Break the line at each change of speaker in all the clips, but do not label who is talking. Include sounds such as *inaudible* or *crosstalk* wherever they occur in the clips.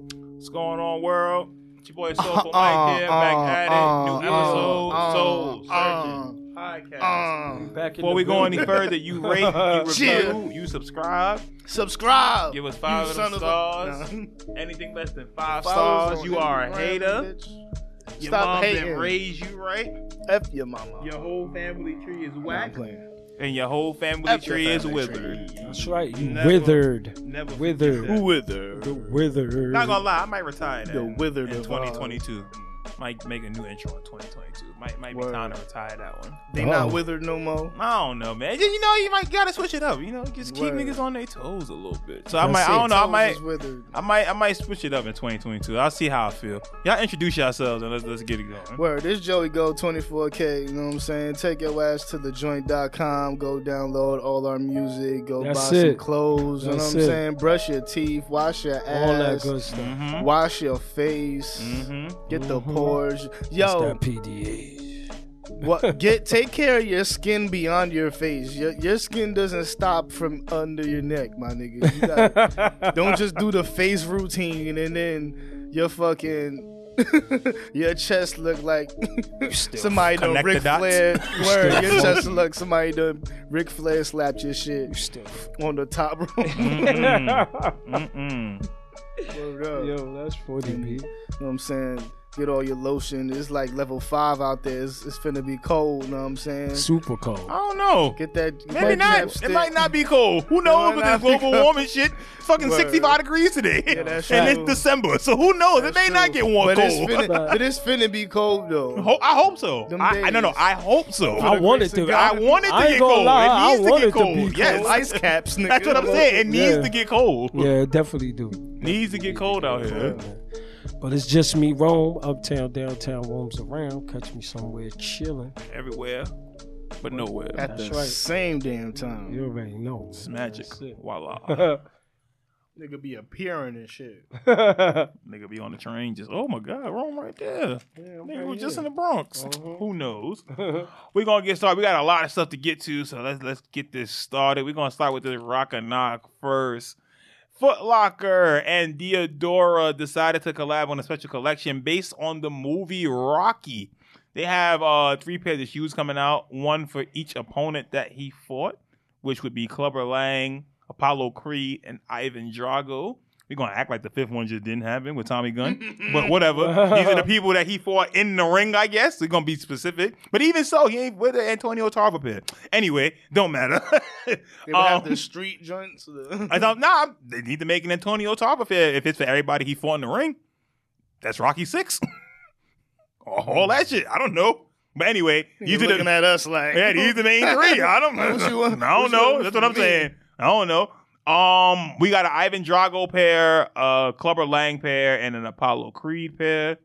What's going on, world? It's your boy Soulful
*laughs* Uh,
Mike here, back at it. New episode, Soul
uh,
Surgeon Podcast.
Back in
Before
the
we go
*laughs*
building.
any further, you rate, you review,
Chill.
you subscribe,
Subscribe.
give us five
you
of them
son of a-
stars.
Nah.
Anything less than five stars,
Follows on
you are a
Instagram,
hater.
bitch.
Your
Stop
mom didn't
hating.
raise you right.
F your mama.
Your whole family tree is
Nah, I'm
whack,
playing.
and your whole family
F your
tree is
family
withered.
tree.
*laughs* That's right. You
Never.
withered.
Never forget
Withered.
that.
wither?
The withered.
Not gonna lie, I might retire that.
The withered
in
of uh,
2022. Might make a new intro in 2022. Might might be
Word.
time to retire that one.
They
Oh.
not withered no more.
I don't know, man. You, you know, you might gotta switch it up. You know, just keep
Word.
niggas on their toes a little bit. So I
That's
might, I
it.
don't know, I
Toes
might,
is withered.
I might, I might switch it up in 2022. I'll see how I feel. Y'all introduce yourselves and let's let's get it going.
Word, this Joey Go 24K, you know what I'm saying? Take your ass to thejoint.com, go download all our music, go
That's
buy some
it.
clothes, you know
That's
what I'm
it.
saying? Brush your teeth, wash your
All that
ass,
good stuff.
Mm-hmm.
wash your face,
Mm-hmm.
get the
Mhm.
pores.
That's
Yo,
that PDA.
What get
*laughs*
take care of your skin beyond your face. Your, your skin doesn't stop from under your neck, my nigga. You
*laughs*
gotta, don't just do the face routine and then your fucking *laughs* your chest look like somebody done
connect the
Ric
dots.
Flair. Word, your
still-
chest look somebody done Ric Flair slapped your shit
Still.
on the
*laughs*
top *laughs* room.
Mm-hmm.
*laughs* Yo,
Mm-mm.
Word up. You know
that's 40 B.
what I'm saying? Get all your lotion. It's like level five out there. It's, it's finna be cold. You know what I'm saying?
Super
I
cold.
don't know.
Get that.
Maybe
wet
not.
chapstick.
It might not be cold. Who knows
might
with this
not be
global
cold.
warming shit? Fucking
Word.
65 degrees today.
Yeah, that's
and
true.
it's December, so who knows?
That's
it may not
true.
get warm
But it's
cold.
finna,
But-
it is finna be cold though.
Ho- I hope so.
Them
I, I no no.
days.
I hope so.
I want it
grace of
to.
I want it to
I ain't
get
gonna
cold.
lie,
it needs
I
to get
want it to
cold.
be
yes,
Cold
*laughs*
ice caps, nigga.
that's what I'm saying. It needs
Yeah.
to get cold.
Yeah, it definitely do.
Needs to get cold out here.
But it's just me, Rome, uptown, downtown, roams around. Catch me somewhere chilling.
Everywhere, but nowhere.
At
That's
the
right.
same damn time,
You already know.
It's magic. *laughs*
That's it.
Voila.
nigga be appearing and shit.
Nigga be on the train just, oh my God, Rome right there. Nigga
right
was just in
here.
the Bronx. Who knows? We're gonna get started. We got a lot of stuff to get to, so let's let's get this started. We're gonna start with this rock and knock first. Foot Locker and Diodora decided to collab on a special collection based on the movie Rocky. They have uh three pairs of shoes coming out, one for each opponent that he fought, which would be Clubber Lang, Apollo Creed, and Ivan Drago. We're gonna act like the fifth one just didn't happen with Tommy Gunn. but whatever. These are the people that he fought in the ring, I guess. We're gonna be specific. But even so, he ain't with the Antonio Tarver pair. Anyway, don't matter. *laughs*
They would have
Um,
the street joints. *laughs* the-
I thought, nah, they need to make an Antonio Tarver fair if it's for everybody he fought in the ring. That's Rocky Six. *laughs* All that shit. I don't know. But anyway,
you
these are
looking
the,
at us
*laughs*
like
yeah, these the
*laughs*
main three. I don't, *laughs*
What you want-
I don't
what you
know.
want
That's what I'm
from me?
saying. I don't know. Um, we got an Ivan Drago pair, a Clubber Lang pair, and an Apollo Creed pair.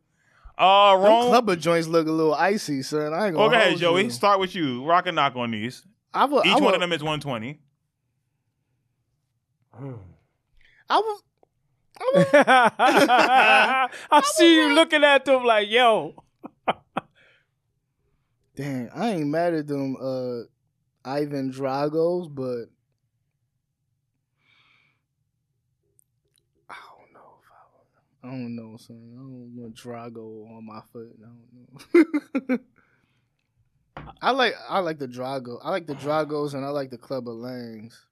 Uh,
Them
Rome.
clubber joints look a little icy, son. I ain't
oh,
gonna.
go ahead,
hold
Joey.
you.
Start with you. Rock and knock on these.
I would,
Each
I would,
one of them is 120.
I would, I would
*laughs* I see
*laughs*
you looking at them like, yo.
Dang, I ain't mad at them uh Ivan Dragos, but I don't know if I would. I don't know, son. I don't want Drago on my foot. I don't know. *laughs* I like I like the Drago. I like the Dragos and I like the Club of Langs.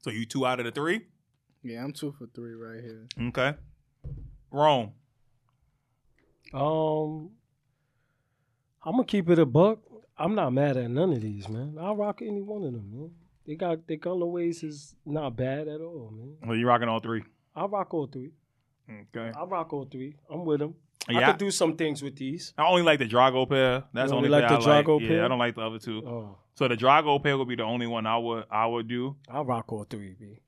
So you two out of the three.
Yeah, I'm two for three right here.
Okay. Rome.
Um, I'm gonna keep it a buck. I'm not mad at none of these, man. I'll rock any one of them, man. They got their colorways is not bad at all, man.
Oh,
Well, you rocking all three.
I rock all three.
Okay.
I rock all three. I'm with them. I
Yeah.
could do some things with these.
I only like the Drago pair. That's the only
You only
pair
like
I
the Drago
like. Yeah,
pair?
I don't like the other two.
Oh,
So the Drago pair would be the only one I would I would do.
I rock all three, B.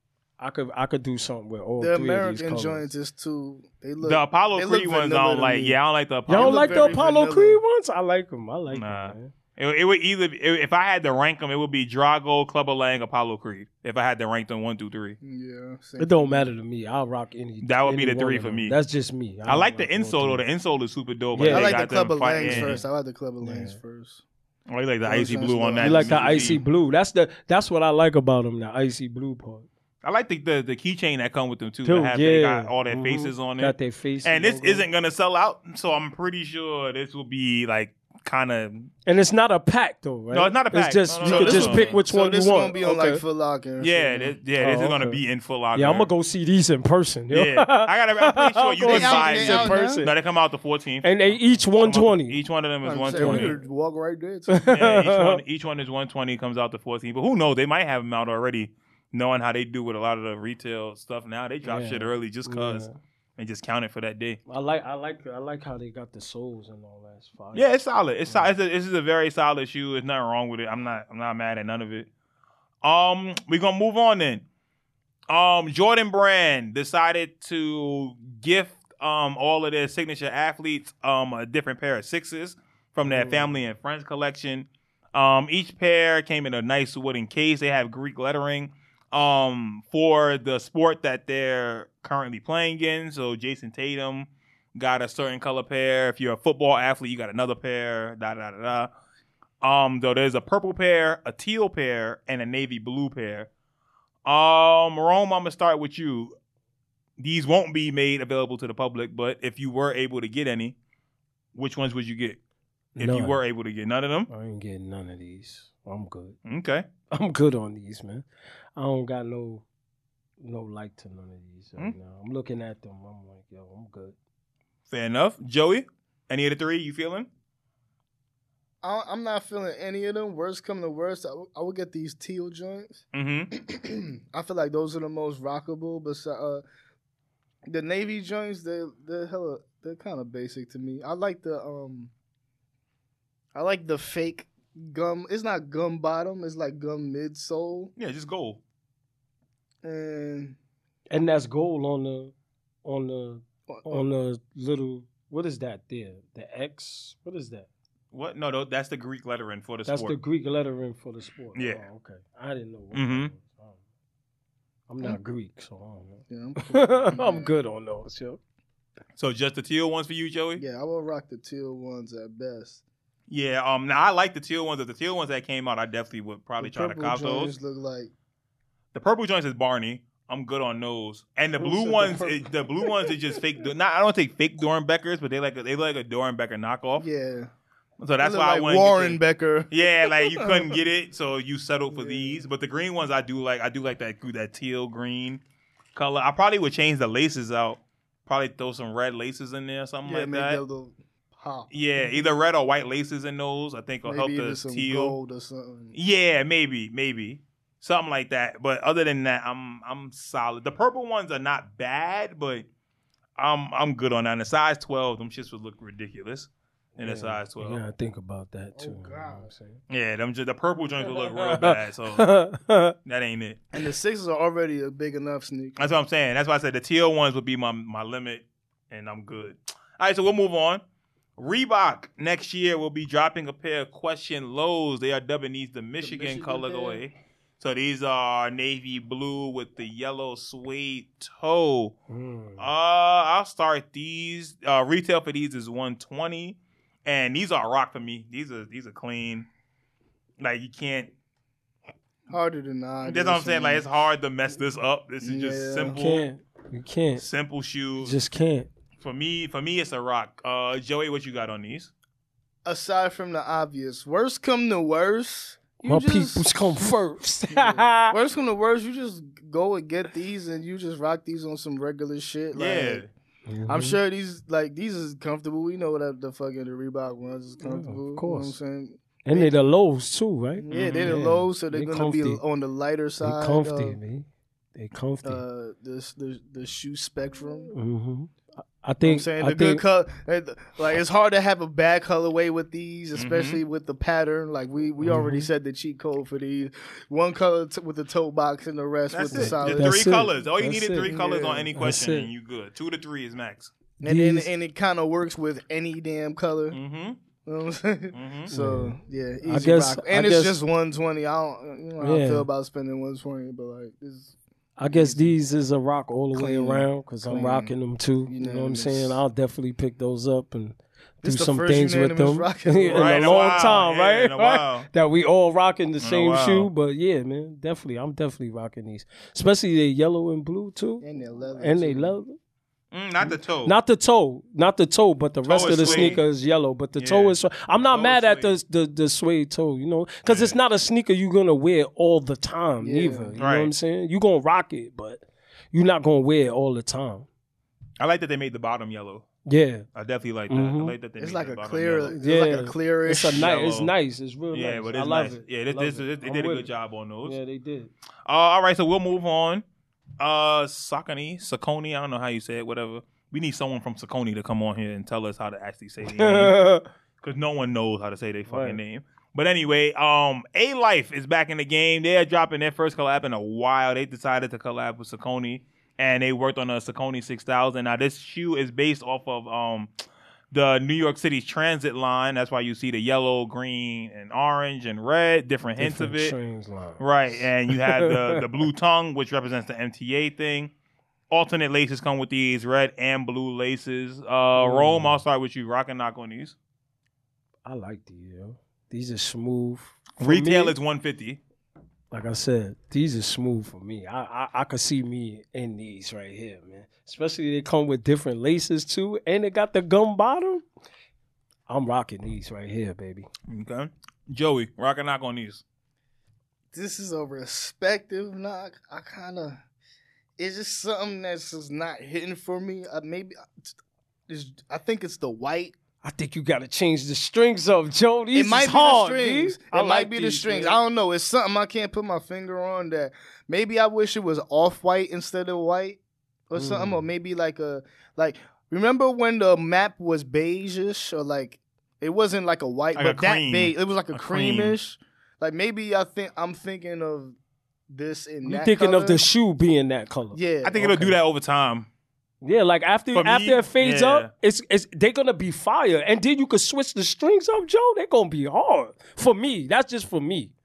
I could I could do something with all
the
three of these
American
colors.
joints is too. They look.
the
they
Apollo
look
Creed ones I
vanilla
don't
to
like.
me.
Yeah, I don't like the
Y'all
Apollo.
don't
look
like the
very
Apollo
vanilla.
Creed ones? I like them. I like
Nah.
them, man.
It, it would either it- if I had to rank them, it would be Drago, Clubber Lang, Apollo Creed. If I had to rank them one through three,
yeah. same.
It don't matter to me. I'll rock any.
That would be
any
the
one
three
of
for
them.
me.
That's just me.
I like the
all
insole though.
three.
The insole is super dope.
Yeah.
I
they
like the
got
Club
them
of Langs
fighting.
first. I like the Club of Langs
Yeah.
first.
I like the
Those
icy
ones
blue on
though.
that.
You like the
DVD.
icy blue. That's the that's what I like about them. The icy blue part.
I like the the, the keychain that come with them too.
Dude,
that have,
yeah.
they got all their
Mhm.
faces on it.
Got their faces.
And this
logo.
isn't gonna sell out, so I'm pretty sure this will be like kind of
And it's not a pack though, right?
No, it's not a pack.
It's just
No,
you
no,
can
this
just
one-
pick which
so
one
this
you
gonna
want.
be on
okay.
like Foot Locker.
yeah, this, yeah.
Oh,
This is gonna
okay.
be in Foot Locker.
yeah, I'm gonna go see these in person. yo. *laughs*
Yeah, I gotta. I'm pretty sure
I'll
you
go
can
They out-
buy
they
them.
out now?
No, they come out the 14th.
*laughs* and they each 120.
Each one of them is
I'm saying, we
120.
could walk right there. too.
Yeah, each
*laughs*
one, each one is 120. Comes out the 14th. But who knows? They might have them out already. Knowing how they do with a lot of the retail stuff now, they drop
Yeah.
shit early just cause and just count it for that day.
I like I like I like how they got the souls and all that. It's fire.
Yeah, it's solid. It's solid. It's a, this is a very solid shoe. It's nothing wrong with it. I'm not. I'm not mad at none of it. Um, we're gonna move on then. Um, Jordan Brand decided to gift um all of their signature athletes um a different pair of sixes from their
Mm.
family and friends collection. Um, each pair came in a nice wooden case. They have Greek lettering um for the sport that they're currently playing in. So Jason Tatum got a certain color pair. If you're a football athlete, you got another pair. Da da da da. Um, though there's a purple pair, a teal pair, and a navy blue pair. Um, Rome, I'm gonna start with you. These won't be made available to the public, but if you were able to get any, which ones would you get? If you
None.
were able to get none of them,
I ain't getting none of these. I'm good.
okay.
*laughs* I'm good on these, man. I don't got no no like to none of these
Hmm?
right now. I'm looking at them. I'm like, yo, I'm good.
Fair enough. Joey, any of the three you feeling?
I, I'm not feeling any of them. Worst come to worst, I, w- I would get these teal joints. *clears throat*
Mm-hmm.
I feel like those are the most rockable. But uh, the navy joints, they they're hella, they're kind of basic to me. I like the um, I like the fake gum. It's not gum bottom. It's like gum midsole.
Yeah, just gold.
And
And that's gold on the on the
oh,
on the little what is that there? The X? What is that?
What? No, no, that's the Greek lettering for the
That's
sport.
the Greek lettering for the sport.
Yeah.
Oh, okay. I didn't know. What
Mhm.
that was. I
Hmm?
don't know. I'm not Greek, so I don't know. *laughs*
yeah,
*laughs*
I'm-
I'm good on those, yo.
so just the teal ones for you, Joey.
yeah, I will rock the teal ones at best.
Yeah, um, now I like the teal ones. If the teal ones that came out, I definitely would probably
The
try to
purple
cop
joints
those.
Look like
The purple joints is Barney. I'm good on those. And the
Who
blue
said the
ones,
purple?
is- the, blue ones is just fake. Not I don't take fake Dornbeckers, but they like a, they like a Dornbecker knockoff.
yeah,
So Oh, that's
They
why
look
I
like
went
Warren Becker.
Yeah, like you
*laughs*
couldn't get it, so you settled for
Yeah.
these. But the green ones, I do like. I do like that that teal green color. I probably would change the laces out. Probably throw some red laces in there, something
yeah,
like
make
that.
a little pop.
Yeah, either red or white laces in those. I think will
Maybe even
help the
some
teal.
gold or something.
Yeah, maybe, maybe something like that. But other than that, I'm I'm solid. The purple ones are not bad, but I'm I'm good on that. And the size twelve, them shits would look ridiculous in a size twelve.
Yeah, I think about that
Oh,
too. you know
God.
what I'm saying?
Yeah, them ju- the purple joints would look
*laughs*
real bad. So that ain't it.
And the sixes are already a big enough sneaker.
That's what I'm saying. That's why I said the teal ones would be my my limit, and I'm good. All right, so we'll move on. Reebok next year will be dropping a pair of question lows. They are dubbing these the Michigan,
Michigan
colorway. So these are navy blue with the yellow suede toe.
Mm.
Uh, I'll start these. Uh, retail for these is 120, and these are a rock for me. These are these are clean. Like you can't.
Harder than nine.
That's what I'm saying. Like it's hard to mess this up. This is just
Yeah.
you
simple,
can't. You can't.
simple shoes.
You just can't.
For me, for me, it's a rock. Uh, Joey, what you got on these?
Aside from the obvious, worst come to worst. you
My
*laughs*
just-
peoples come first.
Yeah. worst come to worst, you just go and get these, and you just rock these on some regular shit. Like,
yeah,
I'm
Mhm.
sure these like these is comfortable. We know that the fucking the Reebok ones is
Yeah, of
comfortable.
course.
You know what I'm saying.
And they're the lows too, right?
Yeah, they're the
Yeah.
lows, so they're
They
gonna be
comfy.
on the lighter
They
side. uh,
comfy,
of,
man. They comfy.
uh, this the the shoe spectrum.
hmm I
You know what I'm
think.
saying
I
the good
think.
color, like it's hard to have a bad colorway with
Mm-hmm.
these, especially with the pattern. Like we we already
Mhm.
said the cheat code for these: one color t- with the toe box and the rest
that's
with the
it. The
solid.
three
That's it.
colors. All you
That's
needed
it.
three colors on
Yeah.
any
That's
question,
it.
and you good. Two to three is max.
and then
these-
and it kind of works with any damn color.
Mm-hmm.
You know what I'm saying?
Mm-hmm.
*laughs* So yeah, easy
I guess-
rock. And
I
it's
guess-
just 120. I don't you know how I
Yeah.
feel about spending 120, but like it's
I guess these is a rock all the
Clean.
way around because I'm
Clean.
rocking them too. You know what I'm
Unanimous.
saying? I'll definitely pick those up and do
This the
some
first
things with
unanimous
them *laughs*
rock and roll.
in
Right, in a
a long
while.
time,
Yeah,
right?
in a while.
*laughs* that we all rocking the
a
same
while.
shoe, but yeah, man, definitely, I'm definitely rocking these, especially the yellow and blue too,
And they love it.
and they
too.
love
Mm, not the toe.
not the toe, not the toe, but the rest
is
of the
suede.
sneaker is yellow, but the
Yeah.
toe is. I'm not
Toe is
mad at the, the the suede toe, you know, because it's not a sneaker you're gonna wear all the time,
Yeah.
neither. You know what
Right.
I'm saying? You're gonna rock it, but you're not gonna wear it all the time.
I like that they made the bottom yellow.
Yeah,
I definitely like that. I
Mhm.
like that they
It's
made
like
the
a
bottom
clear,
yellow.
it's like a
Yeah.
clearish.
it's a nice. It's
yellow.
nice. It's real
Yeah,
nice.
but
I
it's
love
nice.
it.
Yeah,
I
this,
love
this,
it.
they
I'm
did a
with
good
it.
job on those.
Yeah, they did.
Uh, all right, so we'll move on. Uh, Sakoni, Sakoni, I don't know how you say it, whatever. We need someone from Sakoni to come on here and tell us how to actually say their
*laughs*
name because no one knows how to say their fucking
Right.
name. But anyway, um, A Life is back in the game. They are dropping their first collab in a while. They decided to collab with Saucony, and they worked on a Saucony six thousand. Now this shoe is based off of um the New York City Transit line. That's why you see the yellow, green, and orange and red, *laughs* different hints
Different
of it.
strings *laughs* line.
Right, and you have the
*laughs*
the blue tongue, which represents the MTA thing. Alternate laces come with these red and blue laces. Uh, Rome, I'll start with you. Rock and knock on these.
I like these. Yo. These are smooth. For
Retail
me,
is one fifty.
like I said, these are smooth for me. I, I I could see me in these right here, man. Especially they come with different laces too, and they got the gum bottom. I'm rocking these right here, baby.
Okay, Joey, rock and knock on these.
this is a respective knock. I kind of it's just something that's just not hitting for me. Uh, maybe it's, I think it's the white.
I think you gotta change the strings up, Joe. These
it might
is
be
hard,
the strings.
B.
It
I
might
like
be the
these,
strings.
man.
I don't know. It's something I can't put my finger on. That maybe I wish it was off white instead of white or something,
Mm.
or maybe like a like. Remember when the map was beigeish or like it wasn't like a white,
Like
but
a
that
cream.
beige. It was like a,
A cream.
creamish. Like maybe I think I'm thinking of this and
You
that
thinking of
color.
the shoe being that color?
Yeah,
I think it'll do that over time.
Yeah, like after
For me,
after it fades
yeah.
up, it's it's they're gonna be fire, and then you could switch the strings up, Joe. They're gonna be hard for me. That's just for me. *laughs*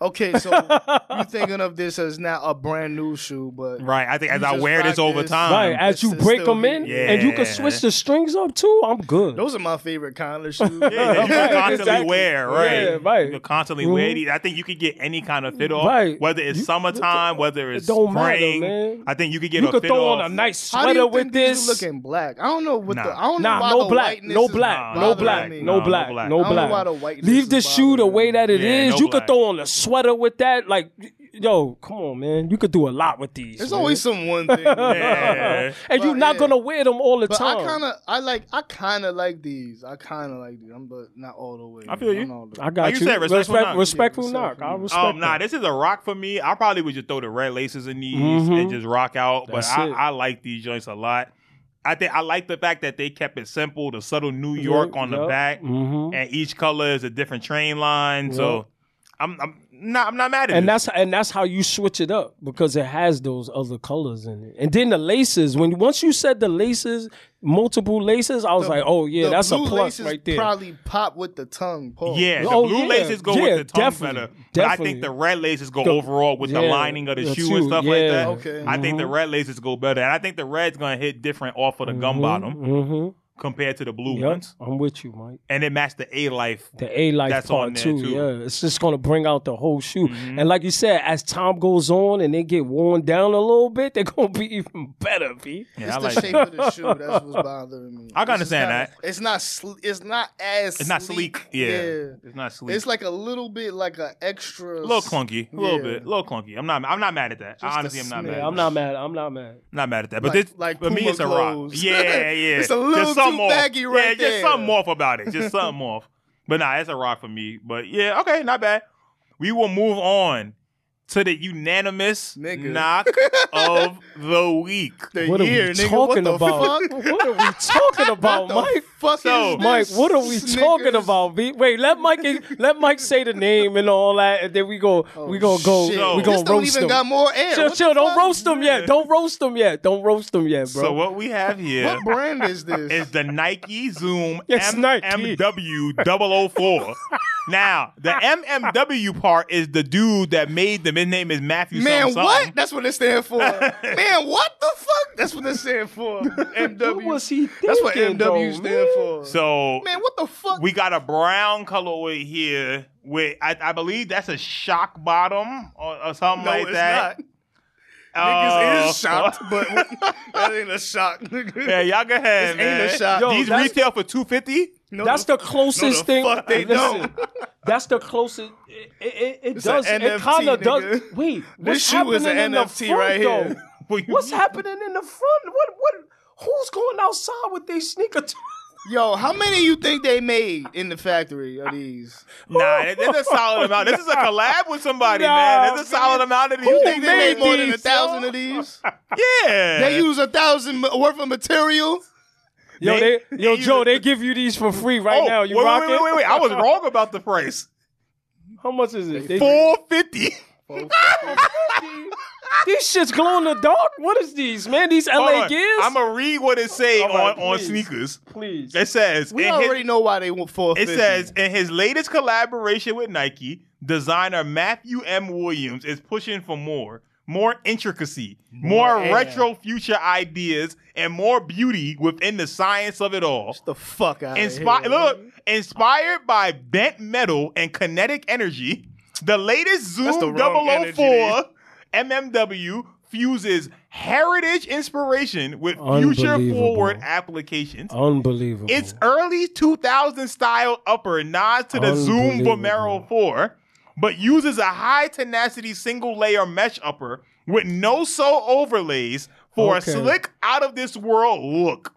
Okay,
*laughs*
so you thinking of this as not a brand new shoe, but
Right, I think as
You
I
just
wear this
rock
over
this.
time.
Right, as
this
you
is
break
still
them
here.
in, and you can
Yeah.
switch the strings up too. I'm good.
those are my favorite kind of shoes.
*laughs* Yeah,
*laughs*
you can
*laughs* Right,
constantly
exactly.
wear, right?
Yeah, right.
You can constantly
Mhm.
wear these. I think you could get any kind of fit off,
Right.
whether it's
You-
summertime, whether it's
don't matter,
spring.
man.
I think you could get
you
a
could
fit
throw
off.
on a nice
How do
sweater
you think
with
these
this.
are looking black? I don't know what the
Nah.
I don't know why
nah, no
the
black,
whiteness
no
is
black,
Nah,
no
nah,
bothering
black,
me.
Nah,
no
no
black,
black.
no
I don't know why
black.
the whiteness
Leave
is
the shoe the
bothering
way
me.
that it is.
Yeah, no
you
black.
could throw on a sweater with that. Like, yo, come on, man. You could do a lot with these.
There's
man. *laughs*
always some one thing.
Yeah.
and you're
But,
not
yeah.
gonna wear them all the
But
time.
I kind of, I like, I kind of like these. I kind of like these. I'm but not all the way.
I feel you.
I'm not all the way.
I got
Like you
you.
said, respectful knock.
Respect, respectful
Yeah,
knock.
respectful
I
knock.
respect.
Um, nah,
that.
this is a rock for me. I probably would just throw the red laces in these
Mhm.
and just rock out.
That's
but I,
it.
I like these joints a lot. I think I like the fact that they kept it simple. The subtle New York on the
Yep.
back,
Mhm.
and each color is a different train line. So I'm, I'm not I'm not mad at
and
this.
that's and that's how you switch it up because it has those other colors in it. And then the laces. When once you said the laces, multiple laces, I was
The-
like, oh yeah,
The
that's a
blue
plus
laces
right there.
Probably pop with the tongue. Paul.
Yeah, the
Oh,
blue
yeah.
laces go
Yeah,
with the tongue
definitely.
better. But I
Definitely.
think the red laces go
Go-
overall with the
yeah,
lining of the,
the
shoe, and
shoe,
stuff like
yeah. Mm-hmm.
that.
Okay.
I think the red laces go better. And I think the red's gonna hit different off of the gum bottom
hmm
compared to the blue
Yep,
ones.
I'm with you, Mike.
And it matched the A life.
The A life
That's on
part
there,
too,
too.
yeah. It's just gonna bring out the whole shoe.
Mm-hmm.
And like you said, as time goes on and they get worn down a little bit, they're gonna be *laughs* even better, B.
Yeah,
It's
I
the
like
shape
that.
of the shoe. That's what's bothering me.
I can
It's just
understand
kinda- It's not. Sl- it's not as.
It's not sleek. Yeah. It's not sleek.
It's like a little bit like an extra.
a little clunky. A little
Yeah.
bit. A little clunky. I'm not I'm not mad at that.
Just a
Honestly, I'm not
smidge.
mad.
Yeah, I'm not mad. I'm not mad.
Not mad at that, but
Like-
this
like
for me
Puma
it's a rock.
clothes. *laughs*
Yeah, yeah.
It's a little
just something
too
off.
baggy right
yeah, just
there.
something off about it. Just something off. But nah, it's a rock for me. But yeah, okay, not bad. We will move on to the unanimous
Nigga. *laughs*
knock of the week.
The
What are
year,
we
nigga. what
talking
the
about?
Fuck?
What are we talking about,
*laughs* What the
Mike?
fuck
So-
is
Mike,
this?
what are we
Snickers?
talking about? B? Wait, let Mike let Mike say the name and all that, and then we go we gonna go
Oh, Shit.
So-
we
this
gonna
don't
roast
even
them.
got more air.
chill,
What
chill.
the
Don't
fuck?
roast them yet. Don't roast them yet. Don't roast them yet, bro.
So what we have here
What brand is this?
is the Nike
*laughs*
Zoom
It's Nike. *laughs*
MMW 004. now, the MMW part is the dude that made the him. His name is Matthew.
Man,
something,
what?
something.
That's what they stand for. Man, what the fuck? That's what they stand for. MW.
What was he thinking?
That's what MW
though,
stand
man?
for.
So
man, what the fuck?
we got a brown colorway here. With I, I believe that's a shock bottom or, or something
no,
like
it's
that.
not.
Oh.
Niggas is shocked, but that ain't a shock.
*laughs*
nigga.
Yeah, y'all go ahead,
This ain't a
man.
shock.
Yo,
These
that's-
retail for two fifty.
No,
That's the
No,
closest
the
thing.
fuck they
listen,
don't.
That's the closest. It, it- it, it
a
does. It
NFT,
kind of does.
nigga.
Wait, what's
shoe
happening
is an
in the
NFT
front,
right
though?
here.
What's happening in the front? What? What? Who's going outside with these sneakers?
Yo, how many you think they made in the factory of these?
Nah, that- that's a solid amount. This is
*laughs*
a collab with somebody, man.
Nah,
That's a solid amount of these.
You
Who
think they made
made
more than a
these,
thousand
yo?
of these?
yeah,
They use a thousand ma- worth of material.
Yo,
They-
they, yo,
they
Joe,
use-
they give you these for free right
Oh,
now. You
wait,
rock
wait, wait, wait, wait. I
*laughs*
was
*laughs*
wrong about the price.
How much is it? They-
Four fifty.
these shits glow in the dark. What is these, man? These LA gears?
I'm gonna read what it say
All right,
on, on
Oh please.
sneakers.
Please.
It says
*laughs* We
in his-
already know why they want four.
It says in his latest collaboration with Nike, designer Matthew M. Williams is pushing for more, more intricacy, more,
More air.
retro future ideas, and more beauty within the science of it all.
the fuck out.
Inspi- look, inspired by bent metal and kinetic energy, the latest
That's
Zoom
the wrong
004 MMW fuses heritage inspiration with future
Unbelievable.
forward applications.
Unbelievable.
Its early 2000 style upper nods to the Zoom
Unbelievable.
Vomero 4, but uses a high tenacity single layer mesh upper with no sole overlays for
Okay.
a slick out of this world look.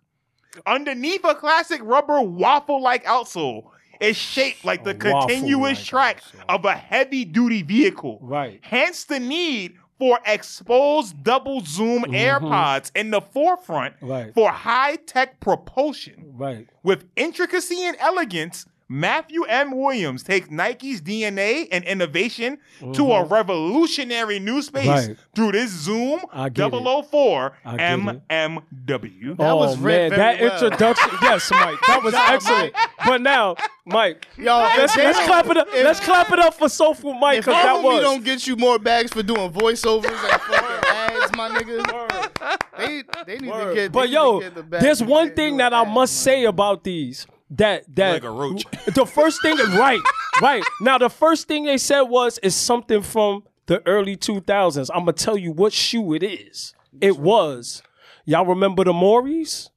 Underneath a classic rubber waffle like outsole is shaped like the
A waffle-like
continuous track
outsole.
of a heavy duty vehicle.
right.
Hence the need for exposed double zoom
Mm-hmm.
AirPods in the forefront
Right.
for high tech propulsion.
Right.
With intricacy and elegance, Matthew M. Williams takes Nike's DNA and innovation to a revolutionary new space
Mm-hmm. Right.
through this Zoom
I get it.
004
I get it.
MMW.
That
oh
was read
man,
very
that
well.
introduction. yes, Mike, that
*laughs*
was excellent. But now, Mike,
Yo, if
let's,
they
let's
don't-
clap it up.
if-
let's clap it up for Soulful Mike
If
because that
homie
was.
don't get you more bags for doing voiceovers and fucking ads, my nigga, they they need to get. they
But
need
yo,
to get the bags
there's
for
one
doing
thing that I
ads,
must
man.
say about these. That that
Like a roach.
*laughs* The first thing, right, right. Now the first thing they said was is something from the early 2000s. I'm gonna tell you what shoe it is. It was. Y'all remember the Morris?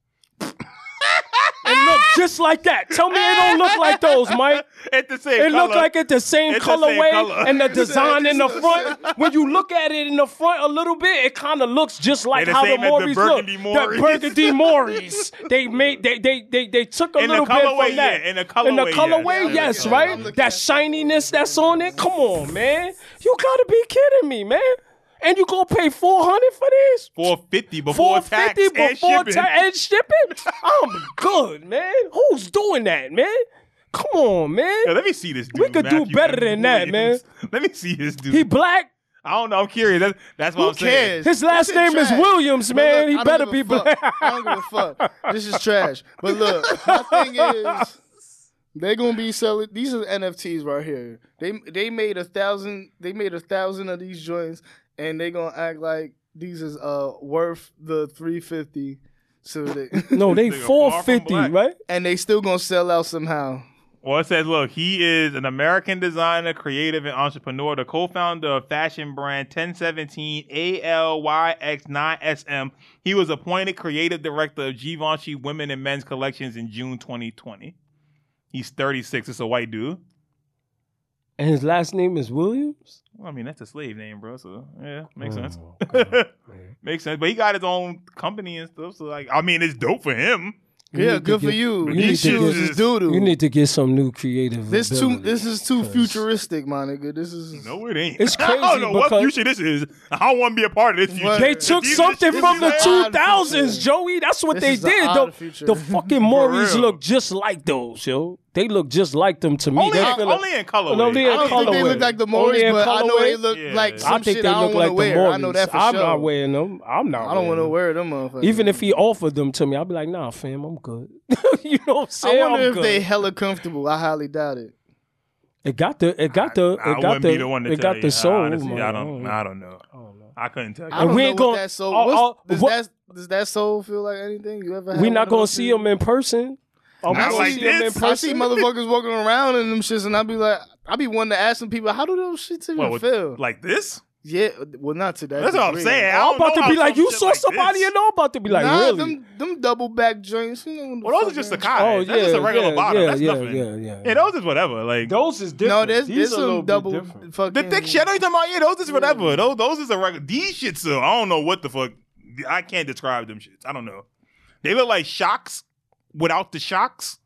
*laughs* and look just like that. Tell me it don't look like those, Mike.
At the same
It looked
color.
like it's the same
*laughs* It's the same
colorway
color.
and the design in
*laughs*
the front. When you look at it in the front a little bit, it kind of looks just like
They the
how the
same as the
Morris look.
burgundy Morris. *laughs*
The burgundy Morris. they made they they they they took a
In the
little bit
colorway,
from that.
yeah, in the
In the
colorway, yeah.
colorway,
Yeah,
yes,
yeah, I'm looking
right.
at
That
it.
shininess that's on it. Come on, man. You gotta be kidding me, man. And you gonna pay four hundred for this?
450 before
Four
tax
fifty
and
before
shipping.
ta- and shipping. I'm good, man. Who's doing that, man? Come on, man.
Yo, let me see this dude.
We could do
Matthew
better
M.
than that,
Williams. Let me see this dude.
He black.
I don't know. I'm curious. That's, that's what
Who
I'm saying.
cares?
His last
This
name is
trash.
Williams,
But
man. He
I don't
better
give a
be
fuck.
black.
I don't give a fuck. This is trash. But look,
*laughs*
my thing is, they're gonna be selling. These are NFTs right here. They they made a thousand. They made a thousand of these joints, and they gonna act like these is uh worth the three fifty. So they *laughs*
*laughs* No, they
Nigga far from
450,
black.
right?
and they still gonna sell out somehow.
Well, it says, look, he is an American designer, creative, and entrepreneur, the co founder of fashion brand 1017 ALYX9SM. He was appointed creative director of Givenchy Women and Men's Collections in June 2020. He's 36. It's a white dude.
And his last name is Williams?
Well, I mean, that's a slave name, bro. So, yeah, makes
Oh,
sense. *laughs*
God.
makes sense. But he got his own company and stuff. So, like, I mean, it's dope for him.
You
yeah,
need to
good for
get-
you.
you
need
These
to
shoes
get-
is doo
You
doo.
need to get some new creative.
This too.
ability.
This is too
'cause-
futuristic, my nigga. This is
No, it ain't.
It's
*laughs* I
crazy
don't know what
because-
future this is. I don't want to be a part of this future.
They
If
took
these-
something
this
from
is
the
an odd
2000s,
future.
Joey. That's what
This
they
is an
did.
odd
though.
future.
*laughs*
the fucking Morris
real.
look just like those, yo. They look just like them to me.
Only,
They
in-
feel like-
only in colorway.
Only in
I don't think they
colorway.
look like the
Only
Morris,
in
but I know
colorway?
they look
Yeah.
like
I
I
some
think
shit
they
I don't
look
want
like
to
the
wear.
Morris.
I know that for
I'm
sure.
not wearing them. I'm not.
I don't
want to
wear them motherfuckers.
Even if he offered them to me, I'd be like, nah, fam, I'm good. *laughs* you know what I'm
I
saying?
wonder
I'm
if
good.
they hella comfortable. I highly doubt it.
It got the it got the it
I, I
got
wouldn't
the,
be the one to
it
tell
got
you.
the soul.
I, honestly, I
man.
don't. I don't know.
I don't know.
I couldn't tell you.
I don't
we
know
ain't
what
gonna-
that soul.
all-
what's-
all-
does,
what-
that, does that soul feel like anything you ever? had
We
one
not
of
gonna
those
see
shit?
him in person. I'm
Not
gonna
like
see him in
this.
person.
I see motherfuckers walking around in them shits, and I be like, I be wanting to ask some people, how do those shits even
What, with-
feel?
like this?
yeah, well, not to that.
That's what I'm
degree.
saying. I
I'm
don't
about
know
to be
how
like,
some
you
shit
saw
like
somebody,
this.
and I'm about to be like,
nah,
really?
them them double back joints. You know, what the
Well, those
fuck
are just
that
the
is.
oh
Kai.
yeah,
That's just a regular
yeah,
bottom.
yeah,
That's
yeah,
nothing.
yeah, yeah,
Yeah, those is whatever. Like
Those is
No,
different.
there's
These
there's
are a little
some
bit
double
different.
fucking.
the thick shit. I know you talking about. Yeah, those is whatever. Those those is a regular. These shits. Though, I don't know what the fuck. I can't describe them shits. I don't know. They look like shocks without the shocks.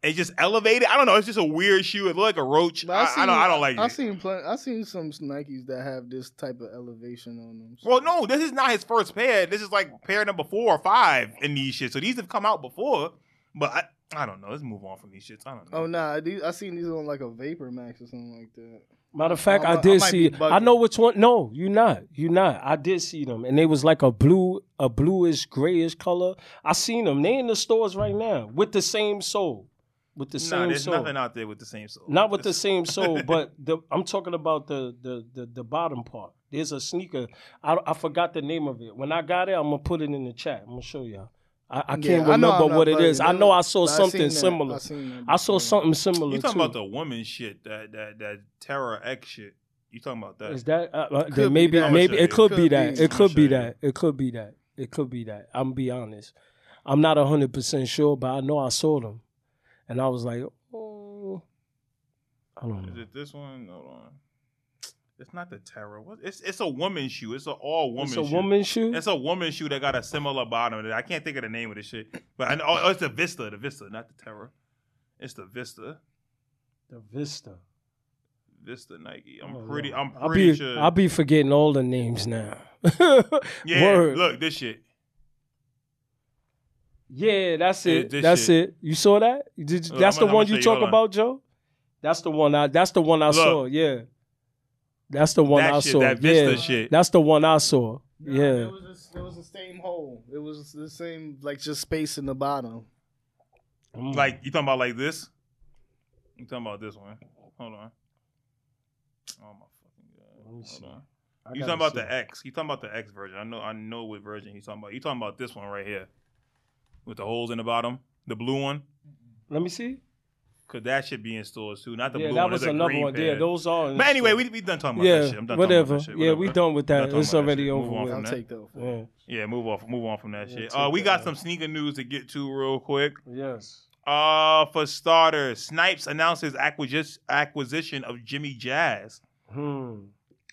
It's just elevated. I don't know. It's just a weird shoe. It look like a roach. I, I don't. I don't like
I
it.
seen plenty. I seen some Nikes that have this type of elevation on them.
Well, no, this is not his first pair. This is like pair number four or five in these shits. So these have come out before, but I, I don't know. Let's move on from these shits. I don't know.
Oh nah, these, I seen these on like a Vapor Max or something like that.
Matter of fact,
I
I,
mi- I
did
might
see.
be bugging.
I know which one. No, you not. You not. I did see them, and they was like a blue, a bluish, grayish color. I seen them. They in the stores right now with the same soul, with the
nah,
same
there's
soul.
nothing out there with the same soul.
Not with the
This- *laughs*
same soul, but the, I'm talking about the, the the the bottom part. There's a sneaker. I, I forgot the name of it. When I got it, I'm gonna put it in the chat. I'm gonna show y'all. I,
Yeah,
I can't
I know
remember
I'm not
what it
bugging.
is. I
They
know
look-
I saw
I seen
something
that.
similar.
I, seen that
I saw
before.
something similar.
You talking
too.
about the woman shit that that that Terra X shit? You talking about that?
Is that uh, uh,
be
then maybe
that.
maybe
Could
it could
be.
be that it
Could
could
be.
be that it could be that it could be that I'm be honest, I'm not hundred percent sure, but I know I saw them, and I was like, oh, I don't
Is
know.
it this one? Hold on. It's not the Terra. What? It's it's a woman's shoe. It's an all woman.
It's a
shoe.
woman shoe.
It's a woman's shoe that got a similar bottom. I can't think of the name of the shit, but I know oh, it's the Vista. The Vista, not the Terra. It's the Vista.
The Vista.
Vista Nike. I'm
Oh,
pretty.
yeah.
I'm
I'll
pretty
be
sure.
I'll be forgetting all the names now. *laughs*
yeah.
Word.
Look, this shit.
Yeah, that's
Yeah,
it.
this
that's
shit.
it. You saw that? Did you,
Look,
that's
I'm
the
gonna- I'm
one
gonna
you
show you. Hold
talk
on.
about, Joe? That's the one I that's the one I
Look.
saw. Yeah. That's the one
That
I
shit,
saw.
that Vista
yeah.
shit.
That's the one I saw.
Nah,
yeah.
It was, just, it was the same hole. It was the same, like just space in the bottom.
Mm.
Like you talking about like this? You talking about this one? Hold on. Oh my fucking god!
Let me
Hold
see.
on.
I
You
gotta
talking about
see.
the X? You talking about the X version? I know. I know what version he's talking about. You talking about this one right here, with the holes in the bottom, the blue one?
Let me see.
Cause that should be in stores too, not the
yeah,
blue
that
one.
was
It's a
another
green
one.
pair.
Yeah, those are. in
But anyway,
store.
we we done talking about
yeah,
that shit. I'm done
whatever.
talking about that shit.
Yeah, we
whatever.
done with
Not
that.
talking
It's
about that
already
shit.
over
Move on
with.
from
I'll
that.
take that. one.
Yeah.
Yeah, move off. Move on from that
Yeah,
shit.
take
Uh, we
that
got
out.
some sneaker news to get to real quick.
Yes.
Uh, for starters, Snipes announces acquisition acquisition of Jimmy Jazz.
Hmm.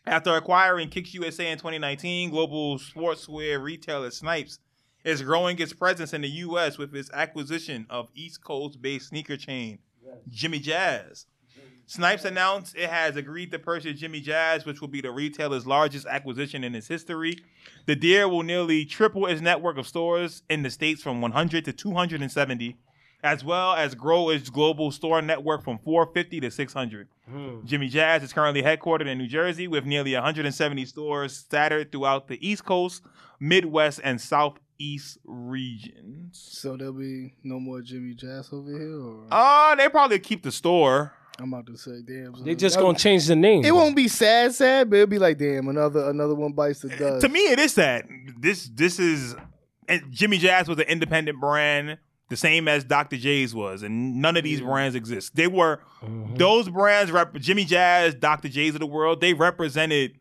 After acquiring Kicks USA in 2019, global sportswear retailer Snipes is growing its presence in the U.S. with its acquisition of East Coast-based sneaker chain Jimmy Jazz. Snipes announced it has agreed to purchase Jimmy Jazz, which will be the retailer's largest acquisition in its history. The deal will nearly triple its network of stores in the states from 100 to 270, as well as grow its global store network from 450 to 600.
Hmm.
Jimmy Jazz is currently headquartered in New Jersey with nearly 170 stores scattered throughout the East Coast, Midwest, and Southeast regions.
So there'll be no more Jimmy Jazz over here. Or
Uh, they probably keep the store.
I'm about to say, damn.
They just gonna change the name.
It won't be sad, sad, but it'll be like, damn, another another one bites the dust.
To me, it is that this this is and Jimmy Jazz was an independent brand, the same as Dr. J's was, and none of these brands exist. They were
Mhm.
those brands, rep- Jimmy Jazz, Dr. J's of the world. They represented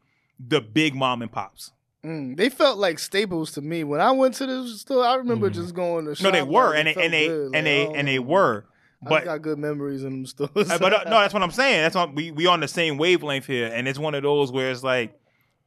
the big mom and pops.
Mm, they felt like staples to me when I went to the store. I remember just going to.
No,
Shop,
they were,
like,
and they
it felt
and they
good,
and
like,
they
oh,
and they were.
I
But
got good memories in them stores.
Uh, but uh, no, that's what I'm saying. That's what we we on the same wavelength here, and it's one of those where it's like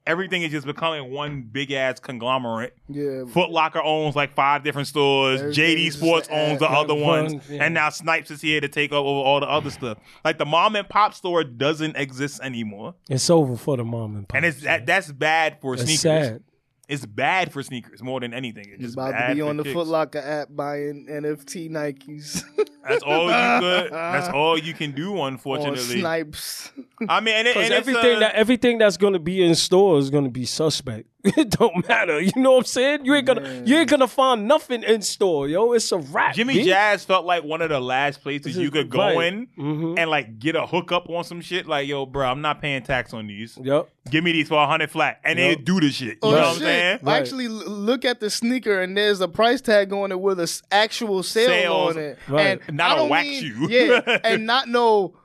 everything is just becoming one big ass conglomerate.
*laughs* yeah,
Foot Locker owns like five different stores.
Everything's
JD
just
Sports
an ad.
owns the
Yeah,
other
one,
ones,
yeah.
and now Snipes is here to take over all the other stuff. Like the mom and pop store doesn't exist anymore,
It's over for the mom and pop.
and it's that, that's bad for
That's
sneakers.
sad.
It's bad for sneakers more than anything. It's
It's
just
about
bad
to be
for
on the
kicks.
Foot Locker app buying NFT Nikes *laughs*
That's all you could. That's all you can do.
or
Unfortunately,
snipes. *laughs*
I mean, and, it-
Because
and it's,
everything
uh,
that everything that's gonna be in store is gonna be suspect. *laughs* It don't matter. You know what I'm saying? You ain't gonna
Man.
you ain't gonna find nothing in store, yo. It's a wrap.
Jimmy
B.
Jazz felt like one of the last places
This
you
is-
could go
right.
in
Mhm.
and like get a hookup on some shit. Like, yo, bro, I'm not paying tax on these.
Yep.
Give me these for a hundred flat, and
Yup.
they do the shit. You
Oh,
know what I'm
shit.
saying?
Right.
Actually, l- look at the sneaker, and there's a price tag on it with an actual sale
Sales.
on it.
Right.
And
Not
I
a
don't
whack
mean-
you. *laughs*
*laughs* Yeah, and not no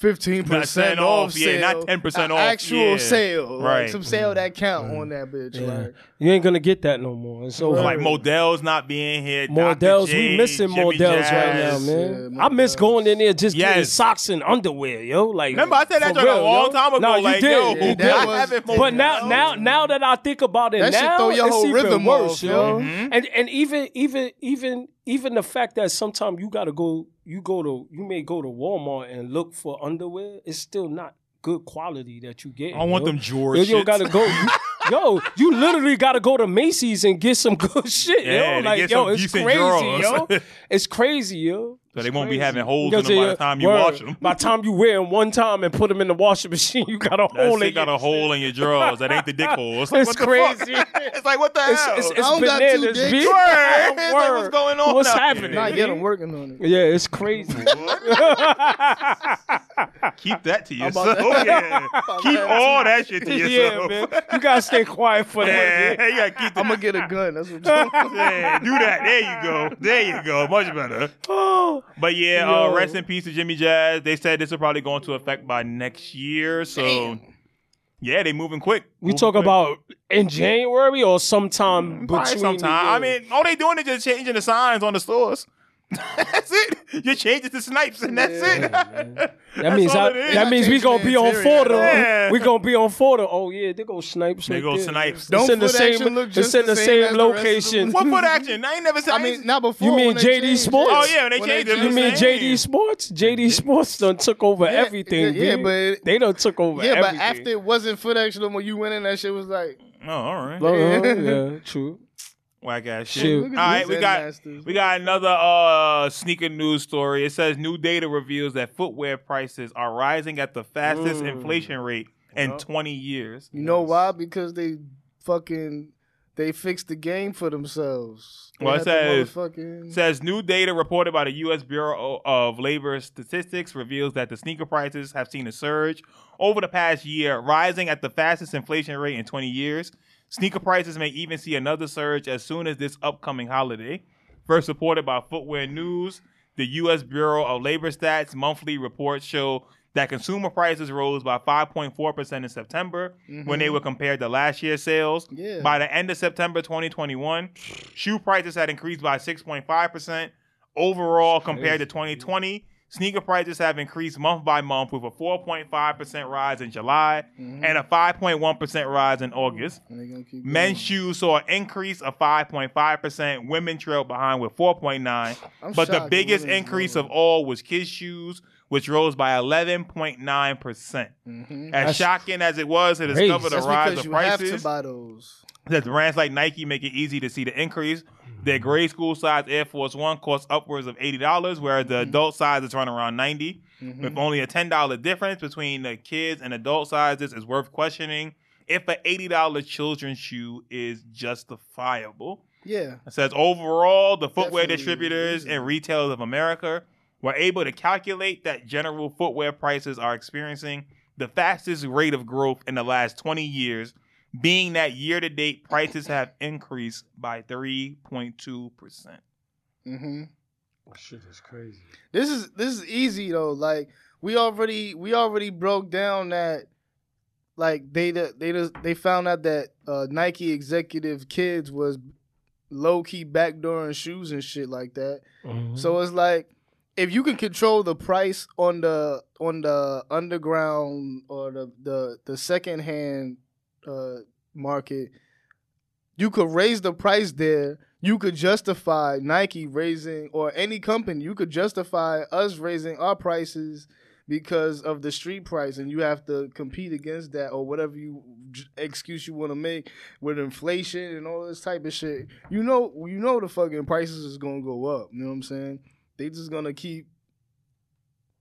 15%
Percent
off,
off, yeah, not
sale,
10%
a
off,
Actual
yeah.
sale. like
Right.
some sale that count on that bitch.
Yeah.
Like,
You ain't gonna get that no more. It's over.
Like Modell's not being here. Dr.
Models, we
J,
missing
Jimmy
Models right now,
Jazz.
man.
Yeah,
I miss
Models.
going in there just getting
Yes.
socks and underwear, yo. Like,
Remember, I said that
for
joint a
real,
long
yo.
time ago,
No, you
like,
did.
yo,
you
Yeah,
did.
that
I haven't
was-
But now,
Models.
now, now that I think about it,
That should
now
throw your
it's
whole
even
rhythm
worse,
off,
yo.
yo. Mhm.
Mm-hmm.
And and even even even even the fact that sometimes you gotta go, you go to, you may go to Walmart and look for underwear. It's still not good quality that you get.
I don't want
yo.
them George.
Yo, you
shits.
gotta go.
*laughs*
you- yo, you literally gotta go to Macy's and get some *laughs* good shit,
Yeah, to
yo. Like,
get
yo,
some
it's
decent
crazy,
drawers.
yo. It's crazy, yo.
So they
It's
won't be
crazy.
having holes in
You
them by
gotta
the
say, uh,
time you
word,
wash them.
By the time you wear them one time and put them in the washing *laughs* machine, you got a
That
hole in
shit got
your
a hole in your drawers. That ain't the
*laughs*
dick hole. It's,
It's
like, what the
crazy.
fuck? *laughs* it's like what the
It's,
hell?
it's, it's
I don't got two
bananas,
dicks.
*laughs*
B.
Word. It's like, what's
Word.
going on?
What's
out here?
happening?
Not yet. I'm working on
*laughs*
it.
Yeah, it's crazy.
Keep that to yourself.
*laughs*
yeah. Keep all that shit to
yeah,
yourself.
man. You gotta stay quiet for
*laughs*
that.
Yeah, you gotta keep
I'm
that.
gonna get a gun.
*laughs*
That's what I'm talking
Yeah, do that. There you go. There you go. Much better.
Oh,
But yeah, uh,
Yo.
rest in peace to Jimmy Jazz. They said this will probably go into effect by next year. So yeah, they moving quick.
we
Moving
talk
quick.
about in January or sometime
Probably
between.
sometime. I mean, all they doing is just changing the signs on the stores. *laughs* that's it. You change it to snipes and that's it.
That means
all
I,
it is.
that means we
Change
gonna
the
be on
interior.
photo.
Yeah.
We gonna be on photo. Oh yeah, they go snipes.
They
right
go
there.
snipes.
It's
Don't
in the
foot
same.
action look
It's
just
in
the
the
same as
same
the rest of the
location.
ones?
what foot action? I ain't never seen.
about. I mean, not before.
You mean
when they
JD
changed
Sports?
it.
Oh, yeah, when they changed it,
You
I'm
mean
saying.
JD Sports? JD Sports done took over everything.
yeah, yeah,
B.
but-
they done took over.
Yeah, but
everything.
after it wasn't foot action no more, you went in that shit was like
oh, all right.
Uh-huh,
*laughs*
yeah, true.
Whack ass shit.
Shoot.
Look at
All right,
these
we got
headmasters.
we got another uh sneaker news story. It says new data reveals that footwear prices are rising at the fastest
Mm.
inflation rate in
Yup.
20 years.
You know why? Because they fucking they fixed the game for themselves. They
Well, it
had the
says-
motherfucking-
says new data reported by the U.S. Bureau of Labor Statistics reveals that the sneaker prices have seen a surge over the past year, rising at the fastest inflation rate in 20 years. Sneaker prices may even see another surge as soon as this upcoming holiday. First reported by Footwear News, the U.S. Bureau of Labor Stats monthly reports show that consumer prices rose by 5.4% in September when they were compared to last year's sales.
Yeah.
By the end of September 2021, shoe prices had increased by 6.5% overall compared to 2020. Sneaker prices have increased month by month with a 4.5% rise in July
Mm-hmm.
and a 5.1% rise in August.
And they gonna keep
Men's shoes saw an increase of 5.5%. Women trailed behind with 4.9.
I'm
but the
shocked
biggest
women's
increase
lower.
of all was kids' shoes, which rose by 11.9%. percent
going. Mhm.
As
That's
shocking as it was to
crazy.
discover the
That's
rise
because
of
you have
prices,
to buy those.
that brands like Nike make it easy to see the increase. Their grade school size Air Force One costs upwards of eighty dollars, whereas the adult sizes run around ninety. With only a ten dollar difference between the kids and adult sizes is worth questioning if an eighty dollar children's shoe is justifiable.
Yeah.
It says overall, the footwear
Definitely
distributors
is.
and retailers of America were able to calculate that general footwear prices are experiencing the fastest rate of growth in the last 20 years, being that year to date prices have increased by 3.2%.
hmm
Shit is crazy.
This is this is easy though. Like we already we already broke down that like they the- they just they found out that uh, Nike executive kids was low key backdooring shoes and shit like that.
Mm-hmm.
So it's like if you can control the price on the on the underground or the the the secondhand uh, market, you could raise the price there. You could justify Nike raising or any company. You could justify us raising our prices because of the street price, and you have to compete against that or whatever you j- excuse you want to make with inflation and all this type of shit. You know, you know the fucking prices is gonna go up. You know what I'm saying? They just gonna keep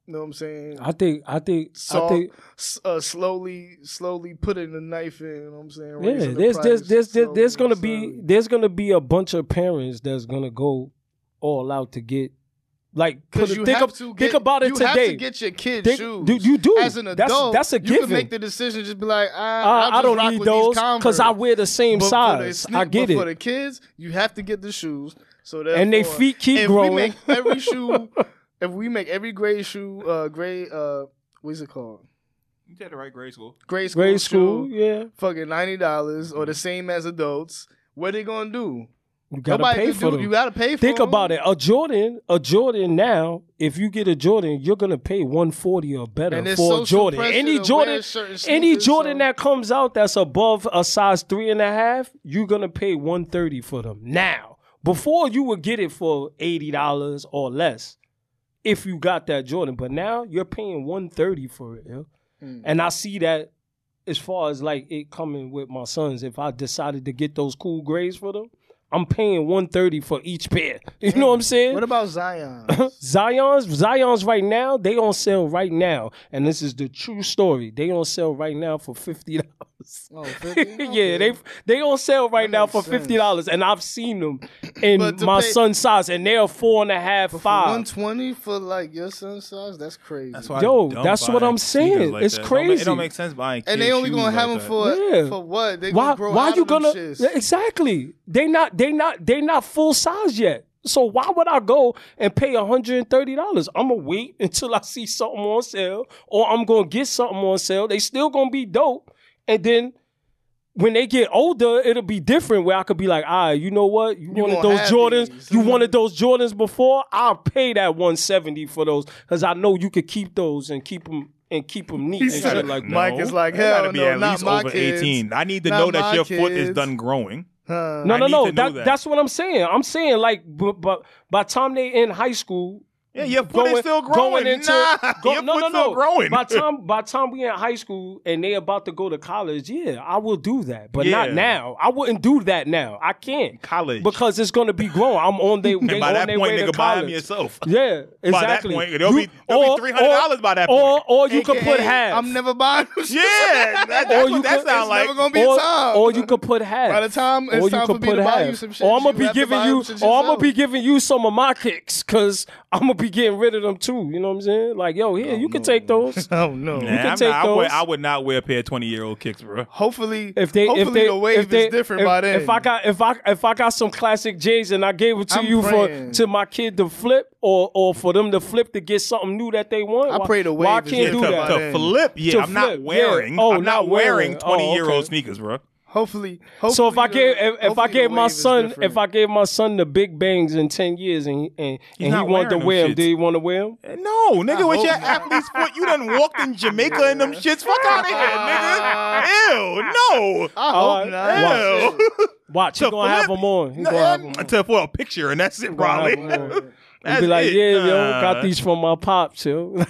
You know what I'm saying?
I think I think I
Salt,
think
S- uh, slowly, slowly putting the knife in. You know what I'm saying?
yeah.
Raising the
There's there's
price
there's there's, there's
slowly,
gonna be
slowly.
there's gonna be a bunch of parents that's gonna go all out to get like put
'Cause
a,
you
think,
have
ab-
to
think
get-
about it
you
today.
have to get your kids
Think-
shoes.
dude, you do.
as an
That's-
adult.
that's a
You can
given.
make the decision. Just be like,
I,
I,
I don't need those because
because
I wear the same
But for the
size.
sneak-
I get
but For
it.
the kids, you have to get the shoes. So
And they
therefore,
feet keep
if
growing.
We make
*laughs*
every shoe, if we make every grade shoe, uh, grade, uh, what's it called?
You did the right grade school.
Grade school.
Grade school, Mm-hmm.
shoe,
yeah.
fucking ninety dollars or the same as adults. What they gonna do?
You gotta
Nobody
pay
can
for
do,
them.
You gotta pay for.
Think
them.
about it. A Jordan, a Jordan now, if you get a Jordan, you're gonna pay 140 or better
And it's
for a
social
Jordan.
pressure
Any
to wear
Jordan,
certain
any
sneakers,
Jordan
so-
that comes out that's above a size three and a half, you're gonna pay 130 for them now. Before you would get it for $80 or less if you got that Jordan. But now you're paying 130 for it, yo.
Hmm.
And I see that as far as like it coming with my sons, if I decided to get those cool grades for them, I'm paying 130 for each pair. *laughs* You know what I'm saying?
What about
*laughs*
Zion?
Zion's Zion's right now, they on sale right now. And this is the true story. They on sale right now for fifty dollars.
*laughs* Oh, 50?
*laughs* yeah,
Okay.
they they on sale right
That
now
makes
for
sense.
fifty dollars. And I've seen them in
But to
my
pay-
son's size and they're four and a half,
One
five.
twenty for like your son's size. That's crazy.
That's why.
Yo,
dumb
that's what
buying
I'm saying.
sneakers
It's
that. It don't make- It
crazy.
don't make sense buying.
and they
kids
only
shoes
gonna
like
have them
that.
for
Yeah.
for what? They
Why
gonna grow
why
out
you
of them
gonna
shits.
Yeah, exactly. They not they not they not full size yet. So why would I go and pay $130? I'm gonna wait until I see something on sale or I'm gonna get something on sale. They still gonna be dope. And then when they get older, it'll be different where I could be like, ah, you know what? You, wanted
gonna
those
have
Jordans,
these. *laughs*
you wanted those Jordans before, I'll pay that 170 for those. Cause I know you could keep those and keep them and keep them neat and
said
shit
it.
like that.
Mike is like,
They gotta
"Hell
be
no,
at
not
least
my
over
kids.
18. I need to
Not
know that
my
your foot is
kids."
done growing.
Huh.
No,
I
no,
need
no.
to know
That,
that.
That's what I'm saying. I'm saying like, but, but by the time they in high school,
Yeah, your foot is still growing.
Going into,
nah,
go-
your
no, no,
foot's
no.
still growing. *laughs*
By time, by time we in high school and they about to go to college, yeah, I will do that, but not
Yeah.
now. I wouldn't do that now. I can't
college.
because it's gonna be growing. I'm on they,
*laughs*
they
and by
on
that
their
point,
way to
nigga, buy them
college.
yourself.
Yeah, exactly.
point, they'll be- they'll be
or-
$300
or-
by that
Or
point.
or you could
AKA,
put half.
I'm never buying. them
*laughs*
shits.
Yeah, that, that's
you
what that
could-
sound
it's
like.
never gonna be
or,
a time.
or you could put half.
By the time it's
or you
time
could
for me
put
to
half.
buy you some shit,
or I'm gonna
you
be
have to
giving
buy
you,
them shit
or I'm gonna be
yourself.
giving you some of my kicks, cause I'm gonna be getting rid of them too. You know what I'm saying? Like, yo, here, you can take those.
*laughs* Oh
Nah,
no.
can
I'm
take
not- I would-
those.
I would not wear a pair of 20 year old kicks, *laughs* bro.
Hopefully,
If they,
hopefully
if they,
the wave
if they,
is different
if,
by then.
If I got, if I, if I got some classic J's and I gave it to
I'm
you for
praying.
to my kid to flip, or or for them to flip to get something new that they want,
I
why-
pray the
why I
wave is
can't
to,
do
different
that.
by
to
then.
flip, yeah,
To
I'm not
flip, yeah.
wearing.
Oh,
I'm
not
not wearing
wearing.
20
Oh,
year old
okay.
sneakers, bro.
hopefully, hopefully.
So if I
the-
gave if, if I
hopefully
gave
the
my
wave is
son
different.
if I gave my son the big bangs in ten years and he- and, and he
not
wanted to
wearing them
wear them,
shits.
do you want to wear them?
Eh, No, nigga, with
hope
your
not.
athlete's foot, you done walked *laughs* in Jamaica in them shits. Fuck out of here, nigga. Ew, no.
I
Alright.
hope
Ew.
not.
Watch, he
To
gonna have
flip-
them on. He
No,
gonna have
*laughs*
them.
to for a picture, and that's it, probably.
gonna have 'em on.
That's
be like,
it.
yeah, yo,
Nah,
got these from my pops, yo.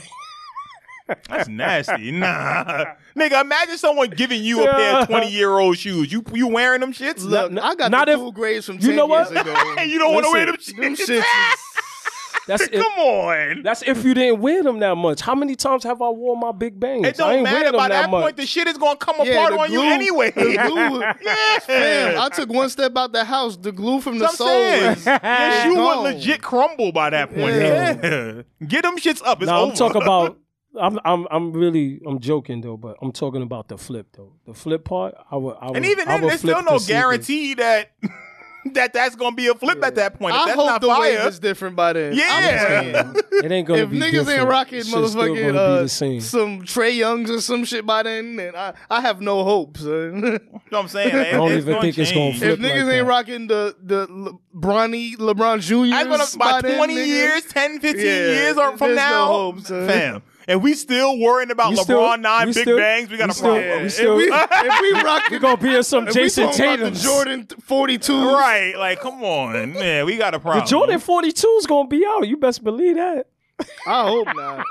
*laughs*
That's nasty. Nah, nigga, imagine someone giving you a
*laughs*
pair of twenty year old shoes. You you wearing them shits? *laughs*
Look,
not-
I got
not
the
if-
cool grades from
you
10
know what? *laughs*
years ago.
Hey, you don't want to wear them
Listen,
Them
shits.
shits is-
*laughs*
That's if,
Come on.
that's if you didn't wear them that much. How many times have I worn my big bangs?
It
I
don't
ain't wear
matter.
them
By
that
that
much.
point, the shit is gonna come
Yeah,
apart
the
on you
glue-
anyway.
the
*laughs*
*laughs*
glue-
yeah,
Fam, I took one step out the house. The glue from the
That's what
soul
I'm saying. Your
is
*laughs*
shoe would
gone.
legit crumble by that point.
Yeah.
Yeah. *laughs* Get them shits up. It's
No,
over.
I'm
*laughs*
talking about. I'm I'm I'm really I'm joking though, but I'm talking about the flip though. The flip part, I would. I would
and even
I
then,
would
there's
flip
still no
the sneakers.
guarantee that *laughs* that that's gonna be a flip at that point. If
I
that's
hope
not
the
fire,
wave is different by then. I'm
Yeah.
saying.
It ain't gonna
if
be
niggas
different.
ain't rocking
Shit's still
motherfucking
gonna be
uh,
the same.
some Trey Youngs or some shit by then, then I, I have no hope, son. *laughs*
You know what I'm
*laughs*
saying? I
don't even think it's gonna
if
flip.
niggas
like
ain't
that.
rocking the the Le- Bronny LeBron
I'm gonna
Juniors
by
then,
20
nigga,
years, 10, 15
Yeah,
years or from
there's no
now,
hope, son.
fam. And we still worrying about
We
LeBron
still-
nine
we
big
still-
bangs. We got
we
a
still-
problem.
we
If
If
still-
we,
*laughs*
if we rocking,
You're gonna be in some
if we
Jason
talking about the
Tatum.
Jordan 42,
right? Like, come on, man. We got a problem.
The Jordan 42 is gonna be out. You best believe that.
I hope not.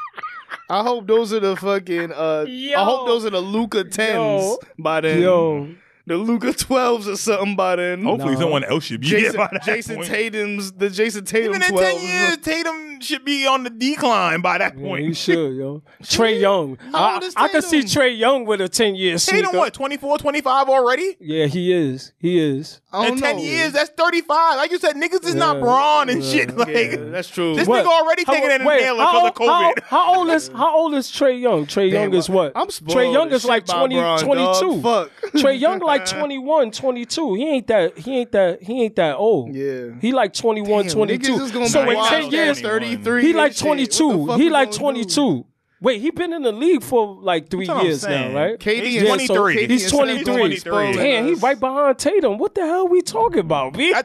I hope those are the fucking. Uh, I hope those are the Luca tens
Yo.
by then.
Yo,
the Luca 12s or something by then.
Hopefully,
No.
someone else should be
Jason,
there by that
Jason
point.
Tatum's the Jason Tatum
Even in
12.
ten years, Tatum should be on the decline by that
Yeah, you
point.
should,
*laughs*
yo. Trey Young.
How
I,
old is
I could see
Tatum?
Trey Young with a 10 year
Tatum,
sneaker.
what 24, 25 already?
Yeah, he is. He is.
I don't
in ten
know.
years, that's thirty five. Like you said, niggas is not
Yeah.
brawn and
Yeah.
shit. *laughs* Like
Yeah, that's true.
this
What?
nigga already
How-
taking an
wait,
inhaler
how
because of
old- how-
COVID.
How, old is how old is Trey Young? Trey
Damn,
Young is what?
I'm spoiled.
Trey Young
as
is like
shit by
20,
Bron, dog.
22.
Fuck.
Trey
*laughs*
Young like 21, 22. He ain't that he ain't that he ain't that old.
Yeah.
He like 21,
Damn,
22.
niggas is gonna
So
be
in
wild.
10 years,
33.
he
and
like
shit. What the
22.
fuck
He
we
like
gonna do?
22. Wait, he been in the league for like 3
That's what I'm
years now,
saying.
right?
KD
He's
is
Yeah, so
23.
he's
He's
23.
23.
Damn, he right behind Tatum. What the hell we talking about, B?
I-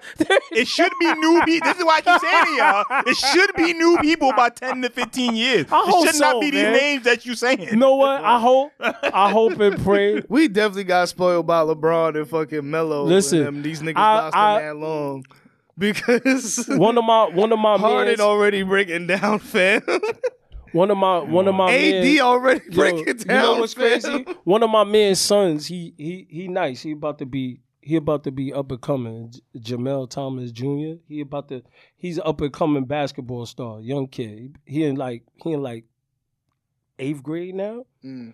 It should be new people. This is why I keep saying to y'all. It should be new people by 10 to 15 years.
I hope
it should
so,
not be
man.
these names that you saying.
*laughs* you know what? I hope, I hope and pray.
We definitely got spoiled by LeBron and fucking Melo. when
Listen,
them, these niggas
I-
lasted
I-
that long *laughs* because
One of my, one of my
Harden
mans,
already breaking down, fam. *laughs*
one of my, one of my
AD
mans-
already
Yo,
breaking down.
You know what's
fam.
crazy? One of my man's sons, he he he nice. He about to be he about to be up and coming. J- Jamel Thomas Jr. He about to he's up and coming basketball star, young kid. He in like he in like eighth grade now.
Mm.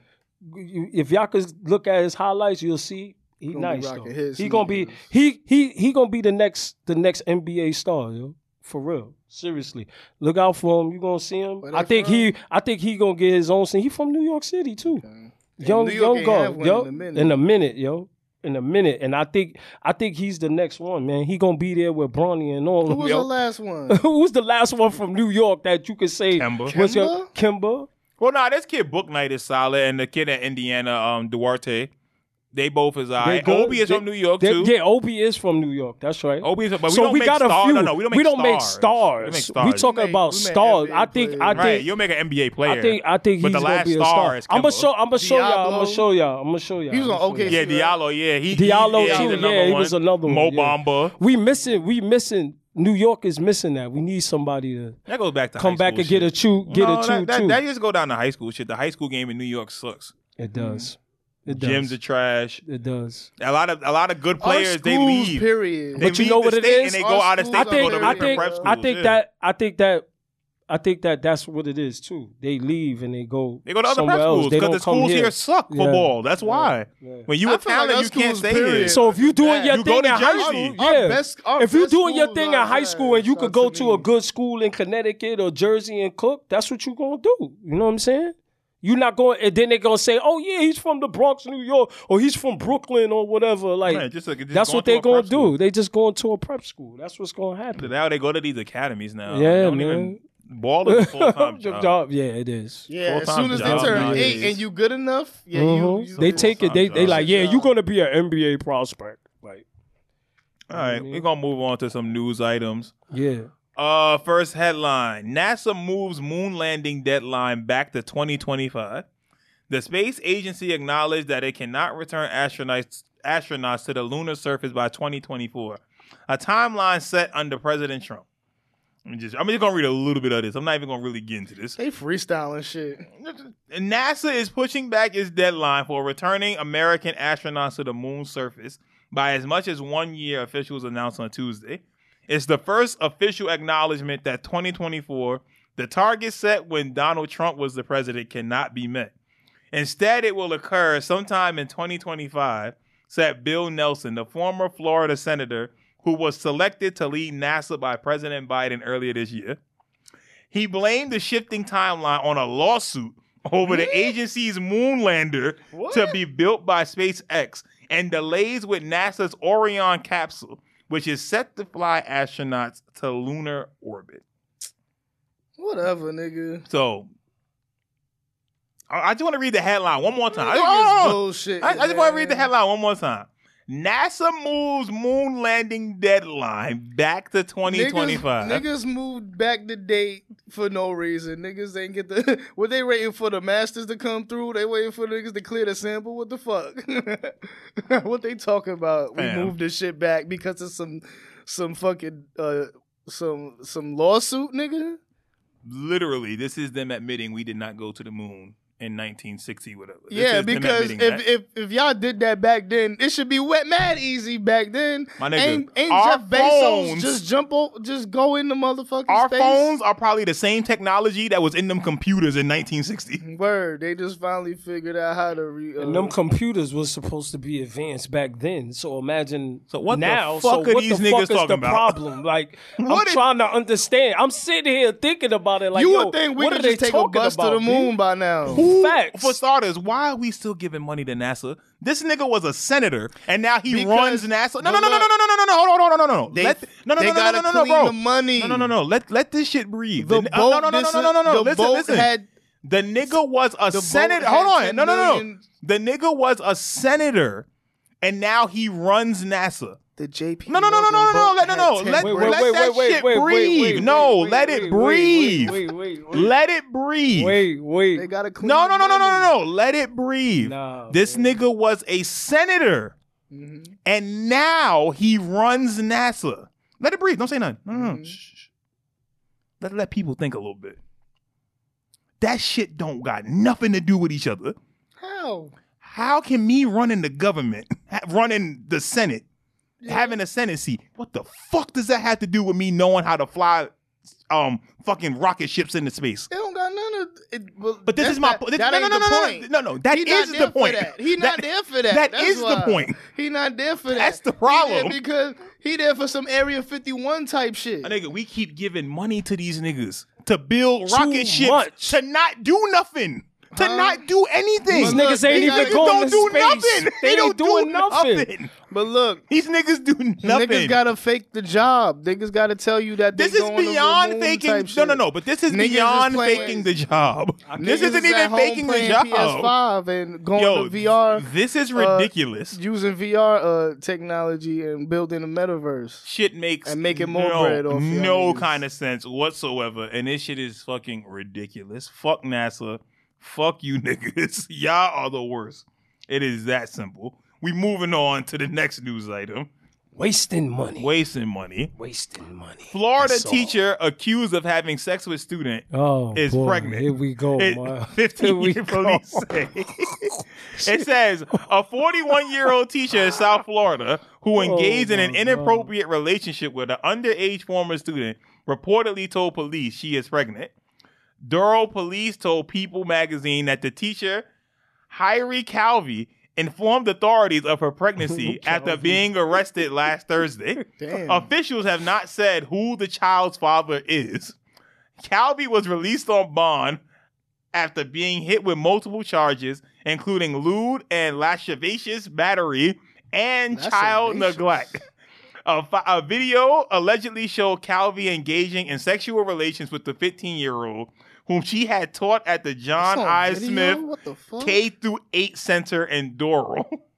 You- If y'all could look at his highlights, you'll see he
Gonna be
nice.
rocking
though.
his
He gonna be
sneakers.
he he he gonna be the next the next NBA star, yo. For real. Seriously. Look out for him. You gonna see him.
Where they
I think
from?
he I think he gonna get his own scene. He from New York City too. Young
New York ain't
young
have
guard.
one
Yo,
in a minute.
in a minute, yo. In a minute. And I think I think he's the next one, man. He gonna be there with Bronny and all
Who
of
was
them, *laughs*
the
yo.
last *laughs* one?
Who's the last one from New York that you could say
Kemba.
was your Kimba?
Well, nah, this kid Book Knight is solid, and the kid at Indiana, um, Duarte, they both is all right.
good.
Obi is
They-
from New York,
They-
too.
yeah, Obi is from New York. That's right.
Obi is, but we
so
don't
we
make
got
stars.
a few.
No, no, we don't make stars.
stars.
We
We
make stars.
talking
We make-
about
we make
stars.
NBA
I think. I
players.
think.
Right, you'll make an NBA player.
I think. I think
But
he's
the
gonna
last
be a
star
star.
is
I'm gonna
Kemba.
show. I'm gonna show y'all. I'm
Diablo.
gonna show y'all. I'm gonna show y'all.
He was
I'ma
on
show
OKC.
y'all.
yeah,
right?
Diallo, yeah, he
Diallo
he's
too.
another
Yeah, he
one.
was another one,
Mo
yeah.
Bamba.
We missing. We missing. New York is missing that. We need somebody to
That goes back to
come
high
back
school
and get
shit.
a chew. Get
no,
a chew
that, that,
too.
that just go down to high school shit. The high school game in New York sucks.
it does. It does.
Gyms are trash.
it does.
A lot of a lot of good
Our
players they
schools,
leave.
Period.
They
But you
leave
know
the
what it
state
is?
And they go out of
Our
state.
I
and
schools
think.
go to
I
different
think.
prep
I
schools,
think
yeah.
that. I think that. I think that that's what it is too. They leave and they go.
They go to other
somewhere
prep schools
else. They
because
don't
the
come
schools here, suck
Yeah.
football. That's why.
Yeah.
When you
I
a
feel like
talent,
our
you can't
schools,
stay here.
period.
So
So if you doing your
You go
thing
to
at high
Jersey.
school,
Our
yeah.
best- our
if you
best
doing your
schools
thing
are
at high school and you
trash,
could go
to
to a
me.
good school in Connecticut or Jersey and cook, that's what you gonna do. You know what I'm saying? You're not going, and then they're gonna say, "Oh yeah, he's from the Bronx, New York, or he's from Brooklyn, or whatever." Like
Yeah, just like- just
that's
going
what they're
to a
gonna
prep
do.
school.
They just going to a prep school. That's what's gonna happen.
now they go to these academies now.
Yeah,
They don't
man.
Even, ball
*laughs*
is a full time
The
job.
job- yeah, it is.
Yeah, as
Full-time
soon as they
job
turn
nowadays.
eight and you good enough, yeah, you,
Mhm.
you-
they take it. They they
full-time
like,
job.
yeah, you're gonna be an NBA prospect. Like,
All right, we're gonna move on to some news items.
yeah.
Uh, first headline: NASA moves moon landing deadline back to 2025. The space agency acknowledged that it cannot return astronauts astronauts to the lunar surface by 2024, a timeline set under President Trump. I'm just, I'm just gonna read a little bit of this. I'm not even gonna really get into this.
They freestyling shit.
NASA is pushing back its deadline for returning American astronauts to the moon's surface by as much as one year, officials announced on Tuesday. It's the first official acknowledgement that 2024, the target set when Donald Trump was the president, cannot be met. Instead, it will occur sometime in 2025, said Bill Nelson, the former Florida senator who was selected to lead NASA by President Biden earlier this year. He blamed the shifting timeline on a lawsuit over the agency's moonlander to be built by SpaceX and delays with NASA's Orion capsule, which is set to fly astronauts to lunar orbit.
Whatever, nigga.
So, I, I just want to read the headline one more time. I
Nigga,
just-
it's
oh,
bullshit.
I, I just want to
man.
read the headline one more time. NASA moves moon landing deadline back to 2025.
Niggas, niggas moved back the date for no reason. Niggas ain't get the. *laughs* Were they waiting for the masters to come through? They waiting for niggas to clear the sample. What the fuck? *laughs* what they talking about? We
Fam.
moved this shit back because of some, some fucking, uh, some some lawsuit, nigga.
Literally, this is them admitting we did not go to the moon in 1960, whatever. This
yeah,
is them
because
admitting
if,
that.
if if y'all did that back then, it should be wet mad easy back then.
My nigga,
ain't, ain't
our
Jeff Bezos
phones-
just jump o- just go in the motherfucking
our
space?
phones are probably the same technology that was in them computers in 1960.
Word, they just finally figured out how to re. Uh,
And them computers was supposed to be advanced back then. So imagine
So what the
now.
fuck
so
are
what
these
the
niggas
fuck is
talking
the
about? *laughs*
problem? Like I'm
What if-
trying to understand. I'm sitting here thinking about it. Like
you
yo,
would think we
what
could
are they
just take a
talking
bus to
about,
the
B?
moon by now.
Who-
Facts.
For starters, why are we still giving money to NASA? This nigga was a senator, and now he runs
Because-
NASA. No, no,
but
no, no, no,
look-
no, no, no, no. Hold on, hold on, no, no, no.
They-
Let- no, no,
they
no, no, no,
gotta
no, no,
clean
bro.
the money.
No, no, no, no. Let let this shit breathe.
The
uh, no,
boat
no, no, no,
dis-
no, no, no, no.
the
Listen,
boat
listen.
had-
the nigga was a
boat
senator.
had
Hold on.
10
No, no, no.
million-
The nigga was a senator, and now he runs NASA.
The JP.
No, no, no, no,
Morgan
no, no, no,
boat
let- no,
had
no,
10
let-
Wait,
million.
wait,
Let
wait,
that
wait, wait,
shit
wait,
breathe.
Wait, wait,
No,
wait,
let
wait,
it
wait,
breathe.
Wait, wait, wait.
Let it breathe.
Wait, wait.
They gotta clean.
No, no,
the
no, no,
money.
no, no. Let it breathe.
Nah,
this
man.
nigga was a senator
Mhm.
and now he runs NASA. Let it breathe. Don't say nothing. No, no, no.
Mm.
Mhm.
Shh, shh, shh. Let, let people think a little bit. That shit don't got nothing to do with each other.
How?
How can me running the government, ha- running the Senate,
Yeah.
having a Senate seat, what the fuck does that have to do with me knowing how to fly um fucking rocket ships into space?
It don't got none of it. But,
But this
that's
is my
not-
point. No,
that
no, no,
ain't
no,
the
no,
point.
no, no. That
He not
is
there
the
for
point.
that. He not there for that.
That
That's
is the
why.
point.
He not there for that.
That's the
He there
problem.
because he there for some Area 51 type shit.
Uh, nigga, we keep giving money to these niggas to build
Too
rocket ships
much.
to not do nothing. To
Huh?
not do anything.
These
Look,
niggas
they
ain't
gotta-
even
Niggas
going
don't
to
do
space.
nothing.
They, ain't
don't
doing
do
nothing.
But look,
These niggas do nothing.
niggas gotta fake the job. Niggas gotta tell you that they
this is
going to the
beyond
moon
faking.
type
No,
shit.
no, no. But this is
Niggas is
beyond
playing-
faking the job. This
*laughs* Niggas
isn't
is at
even
home
faking the
playing
job.
PS5 and going
Yo,
to VR,
This is ridiculous.
using VR uh, technology and building a metaverse.
shit makes
And making more
no,
bread off y'all
no
niggas.
kind of sense whatsoever. And this shit is fucking ridiculous. Fuck NASA. Fuck you *laughs* niggas. Y'all are the worst. It is that simple. We moving on to the next news item.
Wasting money.
Wasting money.
Wasting money.
Florida
That's all.
teacher accused of having sex with student.
Oh,
is
boy,
pregnant.
Here we
*laughs*
go,
It-
*laughs* man.
15
Here we
year
go.
police say.
*laughs*
it says a 41 year old teacher in South Florida who engaged in an
Oh my God.
inappropriate relationship with an underage former student reportedly told police she is pregnant. Doral police told People magazine that the teacher, Hyrie Calvi, informed authorities of her
*laughs*
pregnancy after
Calvi.
being arrested last Thursday.
Damn.
Officials have not said who the child's father is. Calvi was released on bond after being hit with multiple charges, including lewd and lascivious battery and child
Lascivious?
neglect. A, fi- a video allegedly showed Calvi engaging in sexual relations with the 15 year old, whom she had taught at the John
It's on
I.
video?
Smith
What the fuck?
K through 8 center in Doral. *laughs*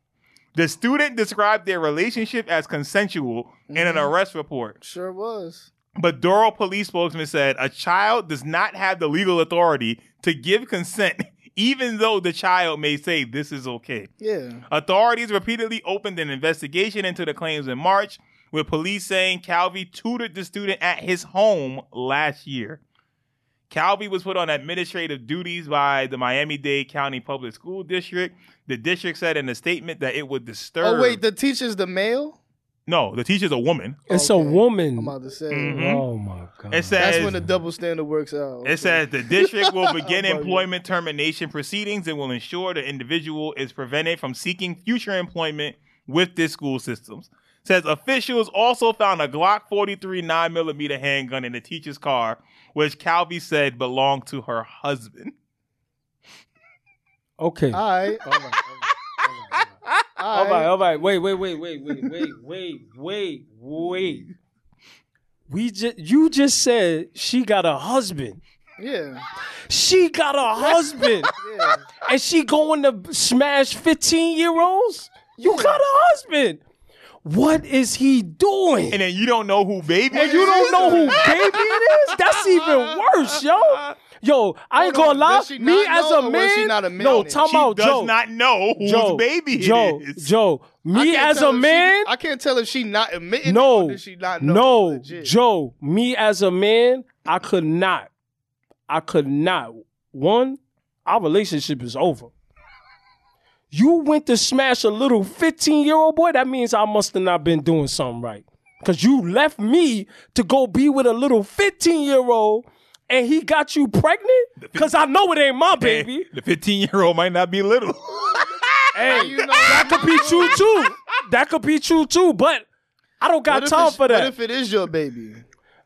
The student described their relationship as consensual in an
Mhm.
arrest report.
Sure was.
But Doral police spokesman said a child does not have the legal authority to give consent, *laughs* even though the child may say this is okay.
Yeah.
Authorities repeatedly opened an investigation into the claims in March, with police saying Calvi tutored the student at his home last year. Calvi was put on administrative duties by the Miami Dade County Public School District. The district said in a statement that it would disturb.
Oh wait, the teacher's the male.
no, the teacher's a woman.
It's a
Okay.
woman.
I'm about to say.
Mhm.
Oh my god.
It says
That's when the double standard works out.
It says the district
*laughs*
will begin
Bugging.
employment termination proceedings and will ensure the individual is prevented from seeking future employment with this school systems. Says officials also found a Glock 43 9mm handgun in the teacher's car, which Calvi said belonged to her husband.
okay.
All right.
all right. all right, all right.
All
All right,
right.
all right. Wait, wait, wait, wait, wait, wait, wait, wait, wait. We just you just said she got a husband.
Yeah.
She got a husband.
Yeah.
and she going to smash 15 year olds? You got a husband. What is he doing?
And then you don't know who baby
And you don't
*laughs*
know who baby it is? That's even worse, yo. Yo, I ain't
Hold
gonna
on,
lie.
does she
Me
not
as
know
a
or was
man,
she not a man
no,
then?
talk
She
about
does
Joe.
not know whose
Joe,
baby
Joe,
it *laughs* is.
Joe.
I
Me
can't
as
tell
a
if she-
man,
I can't tell if she not admitting. it or
no,
does she not know
no,
it's legit.
Joe. Me as a man, I could not. I could not. One, our relationship is over. You went to smash a little 15 year old boy, that means I must have not been doing something right. Cause you left me to go be with a little 15 year old and he got you pregnant? Cause I know it ain't my baby.
The 15 year old might not be little. *laughs*
Hey,
You know-
that could be true too. That could be true too, but I don't got
What if
time
it's-
for that.
What if it is your baby?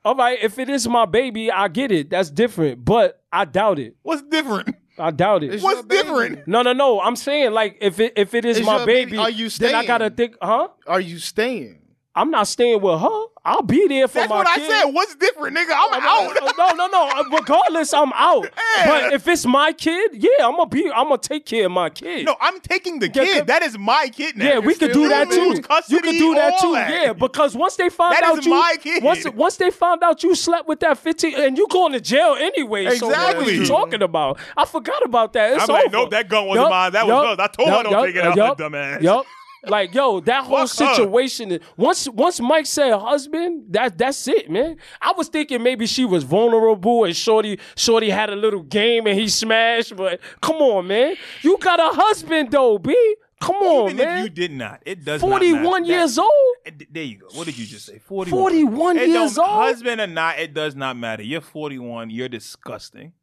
All right, if it is my baby, I get it. That's different, but I doubt it.
What's different?
I doubt it.
It's
What's
your baby.
different?
No, no, no. I'm saying like if it if it is
Is
my
your baby-
baby,
are you
then I
staying?
gotta think, huh?
Are you staying?
I'm not staying with her. I'll be there for
That's
my
what
kid.
I said. What's different, nigga? I'm out.
*laughs* No, no, no. Uh, Regardless, I'm out. But if it's my kid, yeah, I'm gonna be. I'm gonna take care of my
*laughs*
kid.
No, I'm taking the
Yeah,
kid.
cause-
That is my kid now.
Yeah, we could do
You
that
lose
too. You could
custody,
do that
all
too. Yeah, because once they find
That
out
is
you
my kid.
once once they found out you slept with that 15 and you going to jail anyway. So what are you
Exactly.
talking about? I forgot about that. It's
I'm like,
over.
nope, that gun wasn't mine. That was hers. I told her I don't take it out, that dumbass.
Yep. Like
*laughs*
yo, that whole
Fuck her.
situation. is- Once once Mike said husband, that that's it, man. I was thinking maybe she was vulnerable and Shorty Shorty had a little game and he smashed. But come on, man, you got a husband though, b. Come on,
Even
man.
if you did not, it does not matter.
41
That-
years old?
And th- There you go. What did you just say? 41.
41
It don't-
years old?
Husband or not, it does not matter. You're 41. You're disgusting.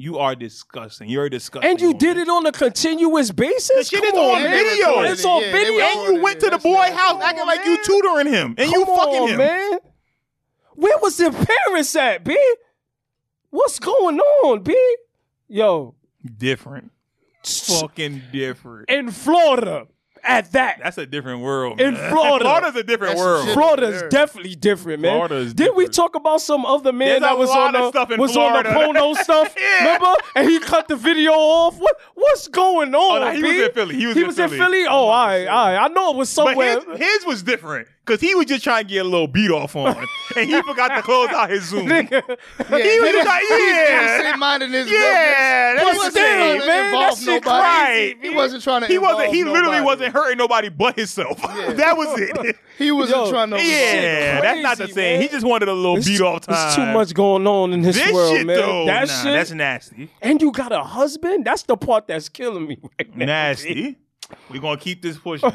You are disgusting. You're a disgusting.
And you
woman.
did it on a continuous basis?
The shit is
Come
on
man.
video.
recorded
It's on
it. Yeah, they
video.
recorded
And you went
it.
to the
That's
boy
not-
house acting like you
man.
tutoring him and you
Come
fucking
on,
him.
man. Where was the parents at, B? What's going on, B? Yo,
Different. Fucking different.
in Florida at that.
That's a different world.
In
man.
Florida.
Florida's a different
That's
world.
shit.
Florida's
There.
definitely different, man.
Florida is
Did we
different.
talk about some other man
There's a
that was
lot
on
of
the
stuff in
was on
Florida. *laughs*
the Pono stuff?
Yeah.
Remember? And he cut the video off. What what's going on?
Oh, no, he was
B?
in Philly. He was in Philly.
Oh, all right, all right. I know it was
But
somewhere. *laughs*
his, his was different because he was just trying to get a little beat off
*laughs*
on, and he forgot to close out his Zoom. yeah,
Yeah,
He was like, yeah.
*laughs* He minding his
that
business.
But
He
was
wasn't
still,
it.
trying to
man, that
involve
shit
nobody.
crazy,
He
man.
wasn't trying to.
He wasn't.
involve
He literally
nobody.
wasn't hurting nobody but himself. *laughs*
Yeah.
that was it.
He wasn't
Yo,
trying to.
yeah,
shit
that's not the
crazy,
thing.
man.
He just wanted a little *laughs* beat off time.
There's too much going on in this,
This
world,
shit
man.
though,
that
nah,
shit.
that's nasty.
and you got a husband? That's the part that's killing me right now.
Nasty. We're gonna keep this pushing.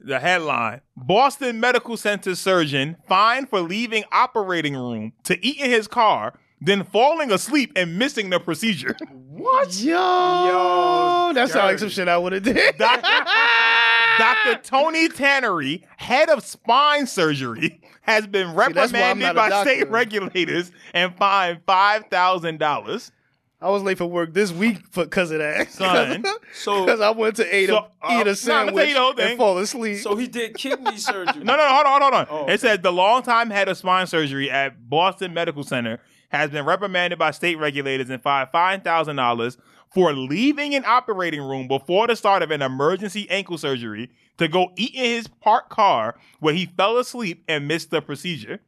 the headline Boston Medical Center surgeon fined for leaving operating room to eat in his car, then falling asleep and missing the procedure. *laughs*
What? Yo, Yo that sounds like some shit I would have did.
Doc-
*laughs*
Dr. Tony Tannery, head of spine surgery, has been
that's why I'm
reprimanded
not a
by
doctor.
state regulators and fined $5,000.
*laughs* I was late for work this week because of that. *laughs*
Son, so-
because I went to eat,
so,
a, eat
uh, nah, I'ma tell you
a
the
sandwich
whole thing.
and fall asleep.
he did kidney surgery.
No, no, no, hold on, hold on.
Oh,
It says the longtime head of spine surgery at Boston Medical Center has been reprimanded by state regulators and fined five thousand dollars for leaving an operating room before the start of an emergency ankle surgery to go eat in his parked car where he fell asleep and missed the procedure.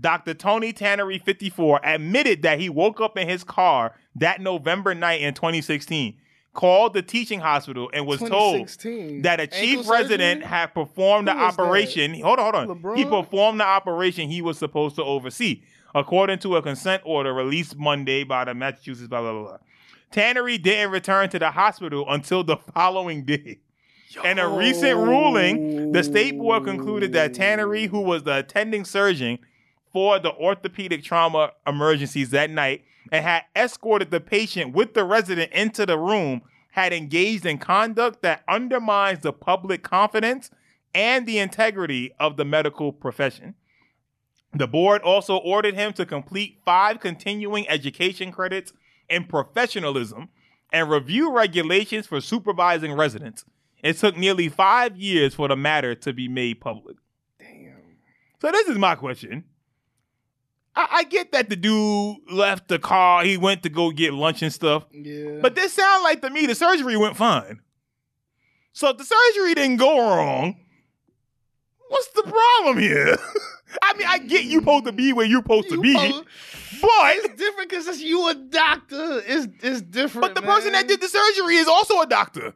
Dr. Tony Tannery, 54, admitted that he woke up in his car that November night in 2016, called the teaching hospital, and was told
2016.
that a chief
Ankle
resident
surgery?
had performed the
Who was that?
operation. Hold on, hold on.
LeBron?
He performed the operation he was supposed to oversee, according to a consent order released Monday by the Massachusetts. Blah blah blah. blah. Tannery didn't return to the hospital until the following day. In a recent ruling, the state board concluded that Tannery, who was the attending surgeon for the orthopedic trauma emergencies that night and had escorted the patient with the resident into the room, had engaged in conduct that undermines the public confidence and the integrity of the medical profession. The board also ordered him to complete five continuing education credits in professionalism and review regulations for supervising residents. It took nearly five years for the matter to be made public. Damn. So this is my question. I, I get that the dude left the car, he went to go get lunch and stuff.
Yeah.
But this sound like to me the surgery went fine. So if the surgery didn't go wrong, what's the problem here? *laughs* I mean, I get you supposed to be where you're supposed to
You
be,
probably-
but
it's different because it's you a doctor. It's it's different.
but the person
man.
that did the surgery is also a doctor.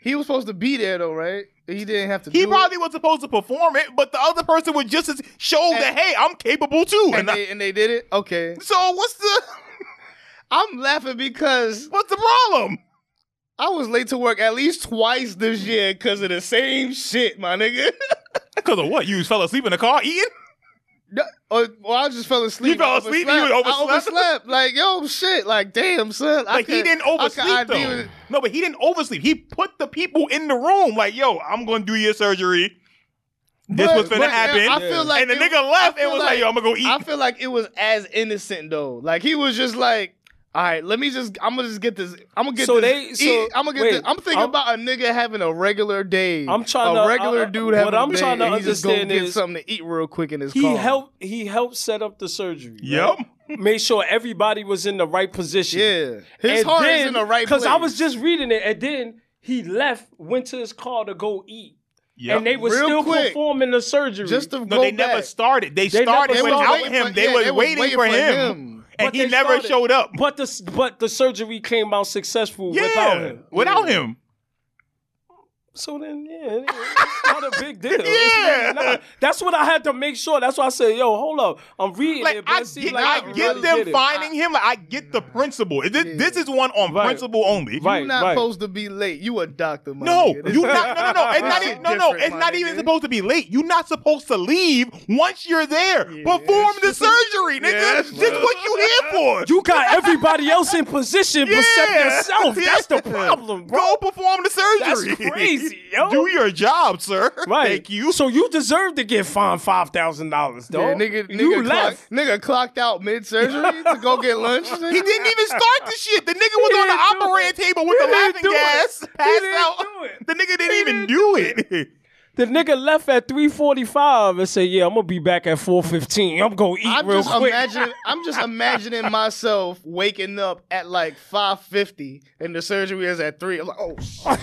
he was supposed to be there though, right? He didn't have to.
He
do it.
probably was supposed to perform it, but the other person was just as showed that hey, I'm capable too.
and
And I-
they, and they did it. Okay,
so what's the?
I'm laughing because
What's the problem?
I was late to work at least twice this year because of the same shit, my nigga. *laughs*
Because of what? You fell asleep in the car eating?
No, Or, or I just fell asleep.
You fell
I
asleep and you
I
overslept?
overslept. Like yo, shit. Like damn, son. I
Like he
could-
didn't
I could
oversleep
ID
though.
with-
No, but he didn't oversleep. He put the people in the room. Like, yo, I'm gonna do your surgery. This
But-
was
but,
gonna
yeah,
happen.
I feel like
and the
it-
nigga left
I feel
and was like, yo, I'm gonna go eat.
I feel like it was as innocent though. Like he was just like, all right, let me just. I'm gonna just get this. I'm gonna get.
So
this, e,
they- so-
I'm gonna get.
wait,
this. I'm thinking
I'm-
about a nigga having a regular day.
I'm trying
a
to-
regular
I- I-
dude
what
having.
I'm
a day,
trying to
and he just go
understand
get
is-
something to eat real quick in his
He
car.
helped. He helped set up the surgery. right?
Yep.
Made sure everybody was in the right position.
Yeah, his heart is in the right place.
Because I was just reading it, and then he left, went to his car to go eat,
Yep.
and they were
Real
still
quick.
performing the surgery.
just to
no,
go
they
back.
never started. They,
They
started
never
without
started.
him.
But
They
yeah,
was
they was
waiting,
waiting
for
for
him,
him.
and
But
he
they
never
started.
showed up.
but the but the surgery came out successful
yeah,
without him.
Without him.
So then, yeah, it- it's not a big deal. It's
Yeah.
really not. that's what I had to make sure. That's why I said, "Yo, hold up, I'm reading
Like
it." But
I
it seemed
get,
like
I
everybody
get them
did it.
finding him. Like I get the principle. Is This,
Yeah.
this is one on
Right.
principle only.
Right.
You're not supposed to be late. You a doctor, my
No,
nigga. This
you
is-
not, no, no,
*laughs*
no. It's not
This
even,
is
no, no.
different,
It's
my
not even
nigga.
supposed to be late. You're not supposed to leave once you're there.
Yeah,
Perform the
that's true.
surgery, nigga.
Yeah, that's
That's what you here for.
*laughs* You got everybody else in position except
Yeah.
yourself. That's the
Yeah.
problem, bro.
Go perform the surgery.
That's crazy,
*laughs*
yo.
Do your job, sir.
Right.
Thank you.
So you deserve to get fined five thousand dollars,
Yeah,
though.
nigga, nigga,
you
clock-
left.
nigga clocked out mid surgery to go
*laughs*
get lunch. nigga.
He didn't even start the shit. The nigga was
He
on the
didn't do
operating
it.
table with
He
the
didn't
laughing
do it.
gas,
He
passed
didn't
out.
do it.
The nigga didn't even do it.
The nigga left at three forty-five and said, "Yeah, I'm gonna be back at four fifteen. I'm gonna eat
I'm
real
just
quick."
imagining. I'm just imagining myself waking up at like 5:50, and the surgery is at three. I'm like, oh shit,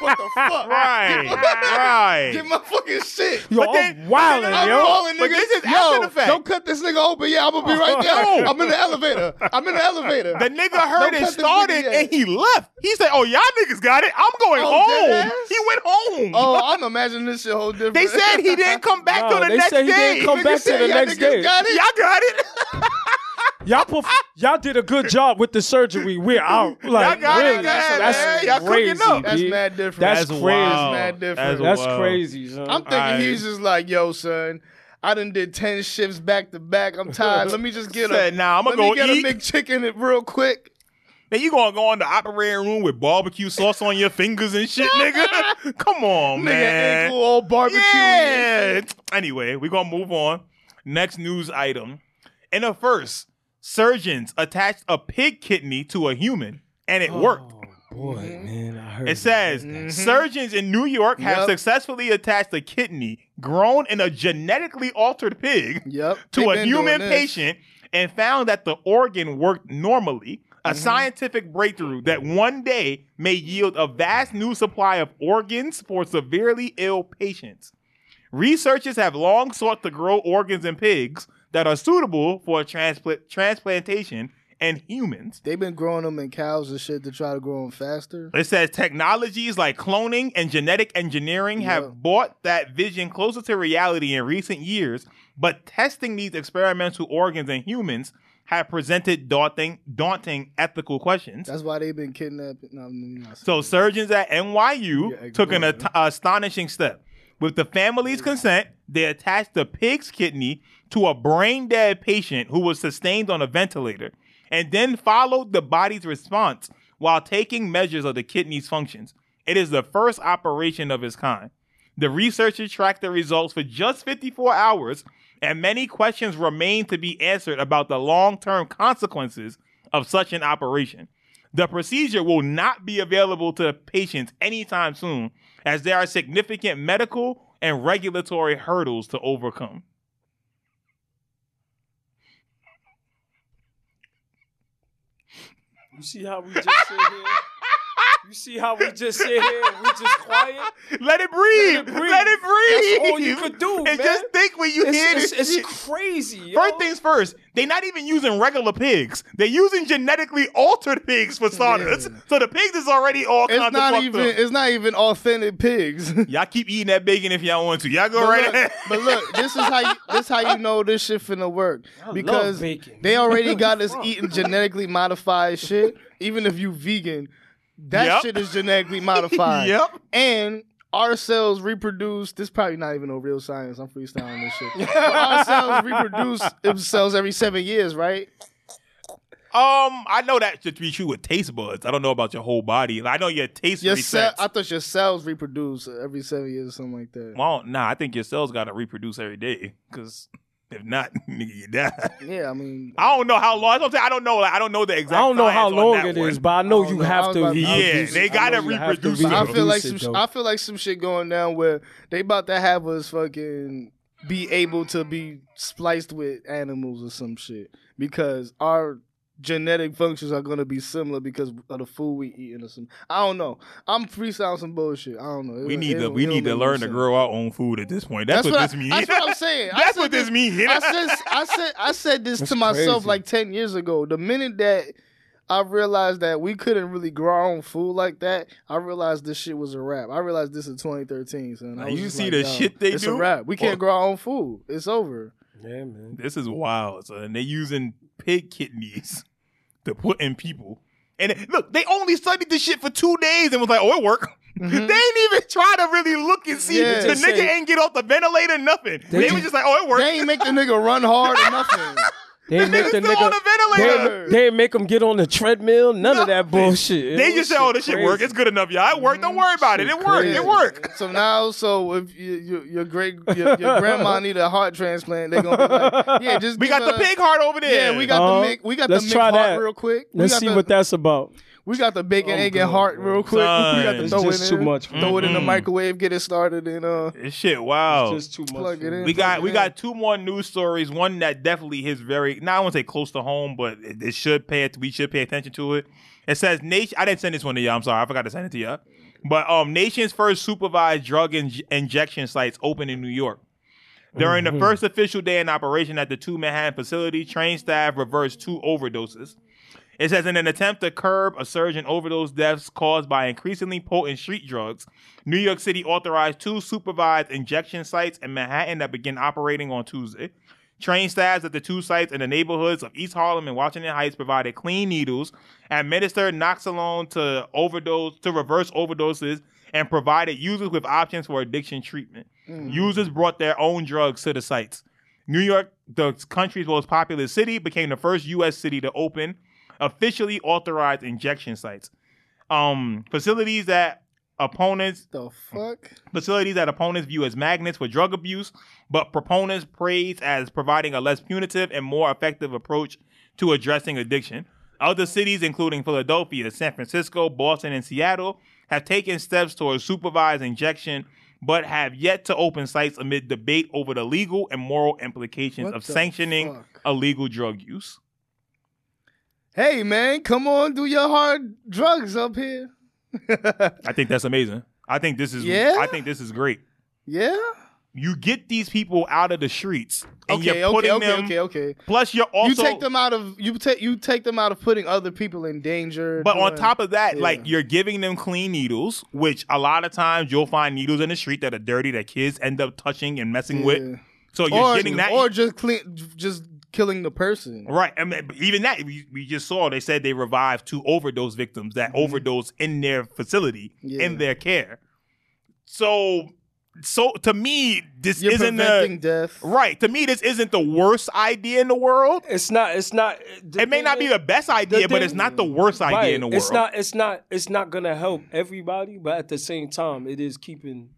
what the fuck?
*laughs* right.
*laughs* Get my fucking shit.
Yo,
But then-
I'm wildin',
I'm
yo.
calling
But
niggas.
this is
Yo,
after the fact.
Don't cut this nigga open. Yeah, I'm gonna be right
*laughs*
there. I'm in the elevator. I'm in the elevator. *laughs*
The nigga heard
Don't
it
cut this
started
nigga
and he left. He said, "Oh y'all niggas got it. I'm going
Oh,
home."
deadass?
He went home.
oh, I'm imagining this shit whole different.
they said he didn't come back
No,
till the
they
next
said he
day.
didn't
*laughs*
come
Nigga
back to
said,
the
"Y'all
next
niggas
day.
Got
*laughs*
it?
Y'all got it.
Y'all, perf- y'all did a good job with the
*laughs*
surgery. We're out. Like,
got it,
really,
man.
that's
Y'all cooking
crazy.
up.
That's
B.
mad different.
That's
That's
crazy.
wild.
mad different.
That's
That's
wild.
crazy, son.
I'm thinking
Alright.
he's just like, yo, son, I done did ten shifts back to back. I'm tired. Let me just get
Said,
a
"Nah, I'ma
let
go
me get
eat."
a McChicken real quick.
Then you gonna go in the operating room with barbecue sauce on your fingers and shit, nigga?
*laughs*
Come on,
Nigga,
man.
ankle all barbecue.
Yeah. Anyway, we're gonna move on. Next news item. In a first, surgeons attached a pig kidney to a human, and it worked.
Oh, boy, man, I heard
It says surgeons in New York have
Mm-hmm. Yep.
successfully attached a kidney grown in a genetically altered pig
Yep. they
to a
been
human
doing this.
patient and found that the organ worked normally. A
Mm-hmm.
scientific breakthrough that one day may yield a vast new supply of organs for severely ill patients. Researchers have long sought to grow organs in pigs that are suitable for transplant- transplantation in humans.
They've been growing them in cows and shit to try to grow them faster.
It says technologies like cloning and genetic engineering
Yeah.
have brought that vision closer to reality in recent years, but testing these experimental organs in humans have presented daunting, daunting ethical questions.
That's why they've been kidnapping. No, I'm not
So surgeons at NYU
Yeah,
took an
ignore
at- astonishing step. With the family's consent, they attached the pig's kidney to a brain dead patient who was sustained on a ventilator and then followed the body's response while taking measures of the kidney's functions. It is the first operation of its kind. The researchers tracked the results for just 54 hours, and many questions remain to be answered about the long term consequences of such an operation. The procedure will not be available to patients anytime soon, as there are significant medical and regulatory hurdles to overcome. *laughs*
You see how we just sit here You see how we just sit here and we just quiet?
Let it breathe. Let it
Let it
breathe.
breathe.
*laughs*
That's all you could do,
and
man.
just think when you hear
It's,
this
it's,
shit.
it's crazy. Yo.
First things first, they're not even using regular pigs. They're using genetically altered pigs for starters.
Yeah.
So the pigs is already all
It's
kinds
not
of fucked
even.
up.
It's not even authentic pigs. *laughs*
Y'all keep eating that bacon if y'all want to. Y'all go
But
right
look- *laughs*
ahead.
But look, this is how you, this how you know this shit finna work
love
because
bacon.
they already got us eating genetically modified shit. Even if you vegan, that
Yep.
shit is genetically
*laughs*
modified.
Yep.
And our cells reproduce. This probably not even no real science. I'm freestyling this shit. But our cells reproduce themselves every seven years, right?
Um, I know that should be true with taste buds. I don't know about your whole body. I know your taste
Your cell,
resets.
I thought your cells reproduce every seven years or something like that.
well, nah, I think your cells got to reproduce every day because if not, *laughs* nigga, you die.
Yeah, I mean,
I don't know how long. That's what I'm saying. I don't know. Like, I don't know the
I
exact.
don't know how
science on
long
that
it is,
one.
but I know
I don't
you
know. I
have
was
to
about to-
reproduce.
Yeah,
it.
they
I know
gotta
you have to
reproduce it.
I feel like
reproduce
some.
it,
sh-
though.
I feel like some shit going down where they about to have us fucking be able to be spliced with animals or some shit because our genetic functions are gonna be similar because of the food we eating or some. I don't know. I'm freestyling some bullshit. I don't know. It
We
don't-
need
it
to
don't-
we
it don't
need to
make no
learn to
sense.
grow our own food at this point. That's, what, this
I,
means. *laughs*
That's what I'm saying. I
That's
said
what this means. *laughs*
I said I said I said this
That's
to myself
crazy.
like ten years ago. The minute that I realized that we couldn't really grow our own food like that, I realized this shit was a wrap. I realized this in 2013. Son. I
Now,
was
you
just
see
like,
the
"Yo,
shit they
it's
do?
a wrap. We can't
Fuck.
grow our own food.
*laughs*
It's over.
Yeah, man.
This is wild. So, and they're using pig kidneys *laughs* to put in people. And it- look, they only studied this shit for two days and was like, "Oh, it worked." *laughs* They ain't even try to really look and see.
Mm-hmm. Yeah.
the
They
nigga
say-
ain't get off the ventilator, nothing. They,
They
was
ju-
just like, "Oh, it worked."
They ain't make the nigga run hard
*laughs*
or nothing.
They
the
make
nigga's
the
still on
nigga.
the ventilator.
They, they make him get on the treadmill. None of that
*laughs*
bullshit.
They just say, "Oh, this shit
crazy.
worked. It's good enough, y'all. It worked. Don't worry about it. It
Shit
worked.
crazy.
It worked."
So now, so if you, you, your great your, your
*laughs*
grandma need a heart transplant, they gonna be like, yeah, just
We
give
got the
her-
pig heart over there.
Yeah, we got
Uh-huh.
the mic. We got
Let's
the mick
try
heart
that.
real quick. We
Let's
got
see
the-
what that's about.
We got the
Oh,
bacon,
I'm
egg,
good,
and heart
bro.
real quick. *laughs* we got
Son,
to
it's
throw
just
it
too
in.
much,
Throw
bro.
it in the
Mm.
microwave, get it started, and uh,
This shit, wow.
It's just too much.
Plug it
for me.
in.
we got we
Yeah.
got two more news stories. One that definitely hits very now I won't say close to home, but it, it should pay it, we should pay attention to it. It says nation. I didn't send this one to y'all. I'm sorry, I forgot to send it to y'all. But um, nation's first supervised drug inj injection sites open in New York. During the first official day in operation at the two Manhattan facility, train staff reversed two overdoses. It says in an attempt to curb a surge in overdose deaths caused by increasingly potent street drugs, New York City authorized two supervised injection sites in Manhattan that began operating on Tuesday. Train staffs at the two sites in the neighborhoods of East Harlem and Washington Heights provided clean needles, administered naloxone to overdose to reverse overdoses, and provided users with options for addiction treatment. Users brought their own drugs to the sites. New York, the country's most populous city, became the first U.S. city to open officially authorized injection sites. Um, facilities that opponents
the fuck.
facilities that opponents view as magnets for drug abuse, but proponents praise as providing a less punitive and more effective approach to addressing addiction. Other cities, including Philadelphia, San Francisco, Boston, and Seattle, have taken steps towards supervised injection, but have yet to open sites amid debate over the legal and moral implications
What
of
the
sanctioning
fuck?
illegal drug use.
Hey man, come on, do your hard drugs up here. *laughs*
I think that's amazing. I think this is
Yeah?
I think this is great.
yeah.
You get these people out of the streets and
Okay.
you're putting
Okay. Okay.
them
Okay. Okay.
plus you're also
you take them out of you take you take them out of putting other people in danger.
But on
doing-
top of that,
yeah.
like you're giving them clean needles, which a lot of times you'll find needles in the street that are dirty that kids end up touching and messing with.
Yeah.
So you're
or,
getting that e-,
or just clean, just killing the person.
right. I mean, but even that we, we just saw they said they revived two overdose victims that overdose in their facility
Mm-hmm. Yeah.
in their care. So so to me this
You're
isn't
preventing
the
death.
right. To me this isn't the worst idea in the world.
It's not. It's not. the
It may
thing
not be
is-
the best idea, but
thing-
it's not the worst idea in the world.
It's not. It's not. It's not gonna help everybody, but at the same time, it is keeping.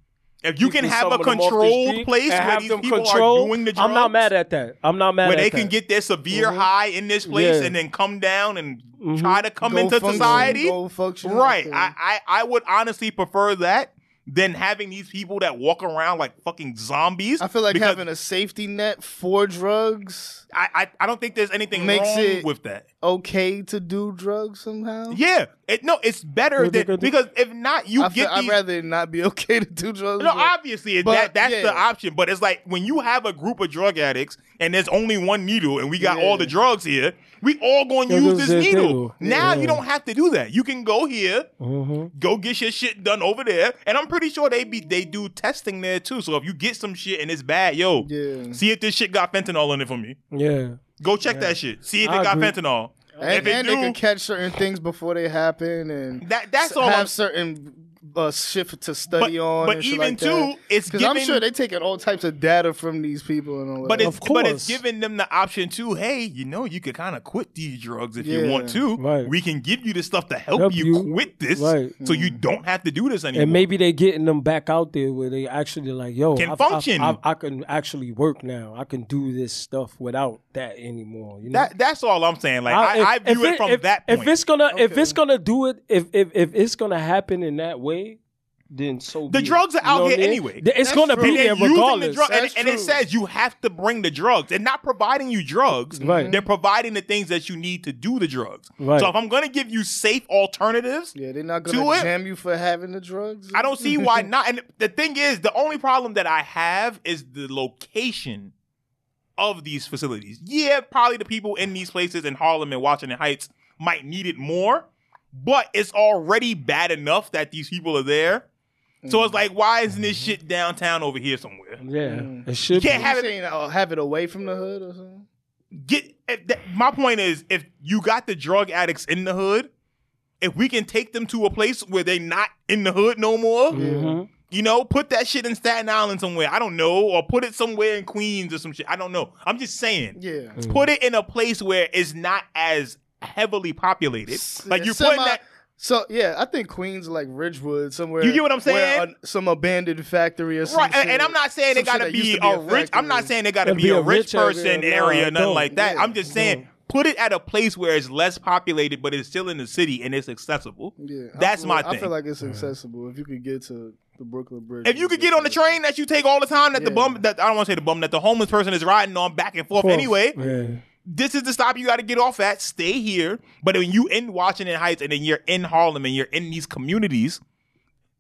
If you can
keeping
have
some
a
of them off the
controlled
street
place
and
where
have
these
them
people
controlled,
are doing the drugs,
I'm not mad at that. I'm not mad
where
at
they
that. Mm-hmm.
can get their severe high in this place
Yeah. Mm-hmm.
and then come down and try to come
Go
into
function,
society.
go function,
right.
okay.
I, I I would honestly prefer that than having these people that walk around like fucking zombies.
I feel like
because
having a safety net for drugs.
I, I I don't think there's anything
makes
wrong
it-
with that.
okay to do drugs somehow?
Yeah, it, no, it's better
Good,
than
good, good.
because if not, you
I
get
would
these.
rather it not be *laughs* okay to do drugs.
No,
but-
obviously it-
But,
that that's
yeah.
the option. But it's like when you have a group of drug addicts and there's only one needle, and we got
Yeah.
all the drugs here. We all going to
Yeah,
use
this
this
is
needle.
needle.
Now
Yeah.
you don't have to do that. You can go here,
Mm-hmm.
go get your shit done over there, and I'm pretty sure they be they do testing there too. So if you get some shit and it's bad, yo,
yeah.
see if this shit got fentanyl in it for me.
Yeah.
Go check that shit. See if
I
it got
agree.
fentanyl. if
And,
it
and
do,
they can catch certain things before they happen, and
that that's
s-
all.
have
I'm,
certain uh, shit to
but
study on.
but
and shit
even
like
too, it's
because
giving.
I'm sure they taking all types of data from these people and all
But
that.
it's
Of
but it's
course.
giving them the option to, hey, you know, you could kind of quit these drugs if you
Yeah.
want to.
Right.
We can give you the stuff to help,
Help
you,
you.
quit this,
Right.
so you don't have to do this anymore.
And maybe they getting them back out there where they actually like, yo,
Can
I've-
function.
I've- I've- I can actually work now. I can do this stuff without that anymore. You know,
that that's all I'm saying. Like I, I, view it, from
if,
that point.
If it's gonna, if
Okay.
it's gonna do it, if if if it's gonna happen in that way, then so
The
be it.
drugs are
You
out
know what
here
I mean?
anyway.
Th- It's
That's
gonna
true.
be
And
there
they're using the
regardless.
drug, and,
That's
and it
true.
says you have to bring the drugs. They're not providing you drugs.
Right.
They're providing the things that you need to do the drugs.
Right.
So if I'm gonna give you safe alternatives,
yeah, they're not
to
gonna
it-
jam you for having the drugs.
I don't see why not. And the thing is, the only problem that I have is the location of these facilities. Yeah, probably the people in these places in Harlem and Washington Heights might need it more, but it's already bad enough that these people are there. So it's like, why isn't this shit downtown over here somewhere?
Yeah,
Mm-hmm.
it should.
You
be.
can't have
have
it-
it. uh, have it away from the hood or something.
Get if that, my point is, if you got the drug addicts in the hood, if we can take them to a place where they not in the hood no more,
Mhm.
You know, put that shit in Staten Island somewhere. I don't know, or put it somewhere in Queens or some shit. I don't know. I'm just saying,
Yeah.
Mm-hmm.
put it in a place where it's not as heavily populated. Like you're
Semi-
putting that.
So yeah, I think Queens like Ridgewood somewhere.
You get what I'm
where
saying?
a- some abandoned factory or something.
Right, and, and I'm not saying it
Some shit
gotta
that used
be,
to be
a
a
rich. I'm not
factory.
saying it gotta
Gotta
be,
be
a
a
rich
rich area,
person
no,
area, nothing
don't.
like that.
Yeah,
I'm just saying, put it at a place where it's less populated, but it's still in the city and it's accessible.
Yeah, I
That's
feel-
my
I
thing.
feel like it's accessible if you could get to the Brooklyn Bridge.
If you could get on the train that you take all the time, that the
Yeah.
bum, that I don't want to say the bum, that the homeless person is riding on back and forth,
Of course.
anyway.
Yeah.
this is the stop you got to get off at. Stay here. But when you in Washington Heights and then you're in Harlem and you're in these communities,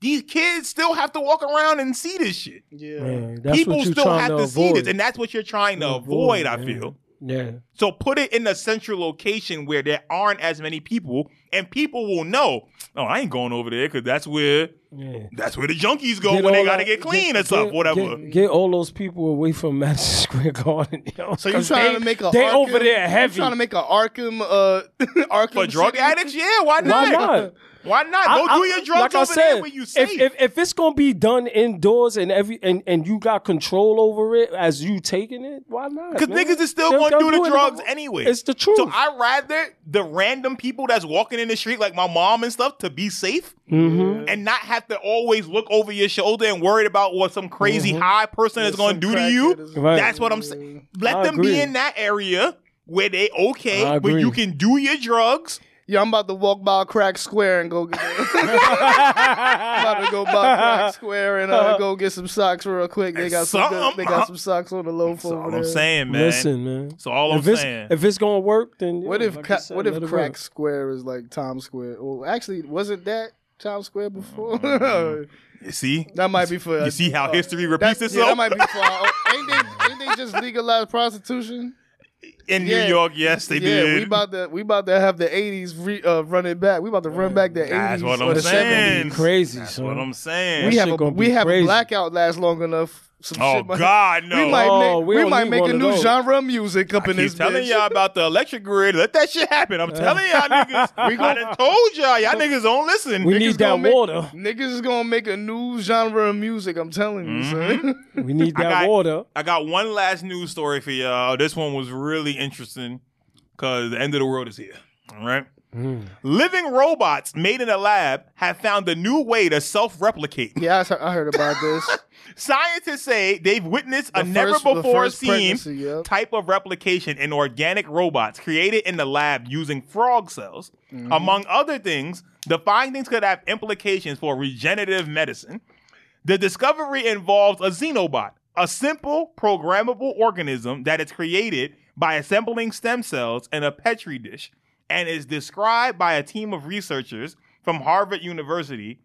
these kids still have to walk around and see this shit.
Yeah.
Yeah, that's
People
what you're
still
trying
have to,
to
see
avoid.
this, and that's what you're trying to avoid.
Avoid,
I
man.
feel
yeah,
so. Put it in a central location where there aren't as many people, and people will know. Oh, I ain't going over there because that's where
yeah.
that's where the junkies go
Get
when they
all
got to
that-
get clean or something, whatever.
Get, get all those people away from Madison *laughs* Square Garden. Yo,
So you
'cause
trying
they-
to make a
they
Arkham,
over there heavy.
You trying to make a Arkham uh *laughs* Arkham
For drug
City?
addicts, yeah, why not?
Why not?
Why not? Go
I-
do
I-
your drugs
like I
over there
said,
where you safe.
if, if if it's gonna be done indoors and every and, and you got control over it as you taking it, why not?
Because
man?
niggas is still
They'll-
going to
they'll
do the
it.
drugs anyway.
It's the truth.
So I rather the random people that's walking in the street, like my mom and stuff, to be safe
Mhm.
and not have to always look over your shoulder and worried about what some crazy high person is
Mm-hmm.
going to
Some
do to
crackhead
you.
is-
Right.
That's what I'm saying. Let
I
them be
agree.
in that area where they okay,
I
but you
agree.
can do your drugs.
Yeah, I'm about to walk by crack square and go get *laughs* I'm about to go by crack square and
*laughs*
uh, go get some socks real quick. They got some, good-
Something,
they
huh?
got some socks on the low for
That's all
over
I'm
there.
saying, man.
Listen, man.
That's all I'm
if it's
saying.
if it's gonna work, then yeah,
What if
like
ca-
you said,
what if
let it
crack
work.
square is like Times Square? Well, actually, wasn't that Times Square before?
You see?
*laughs* that might be for
Mm.
uh,
You see how history
That,
repeats
yeah, that
itself?
might be for our own- ain't, they,
*laughs*
ain't they just legalized prostitution?
in
yeah.
New York, yes, they
yeah,
did.
we about to we about to have the '80s re, uh, running back. We about to run back the '80s.
That's what
or
I'm
the 70s.
saying.
be crazy,
That's
son.
what I'm saying.
We
shit
have a
gonna be
we have a
crazy.
blackout last long enough. Some
oh,
shit might-
God, no.
We might
Oh,
make,
we
we
don't
might
need
make
one
a
of
new
those.
genre of music up in
Keep
this
telling
bitch.
y'all about the electric grid. Let that shit happen. I'm telling y'all niggas. We
*laughs* We gon-
I done told y'all. Y'all niggas don't listen.
we
Niggas
need
gonna
that
make-
water.
Niggas is gonna make a new genre of music. I'm telling you,
Mm-hmm.
son. *laughs*
We need
*laughs* I got- *laughs*
that water.
I got one last news story for y'all. This one was really interesting because the end of the world is here. All right.
Mm.
Living robots made in a lab have found a new way to self replicate.
yeah, I, s- I heard
*laughs*
about this.
Scientists say they've witnessed a
The
never
first- the
before
first
seen
pregnancy, yep.
type of replication in organic robots created in the lab using frog cells. Among other things, the findings could have implications for regenerative medicine. The discovery involves a xenobot, a simple programmable organism that is created by assembling stem cells in a petri dish and is described by a team of researchers from Harvard University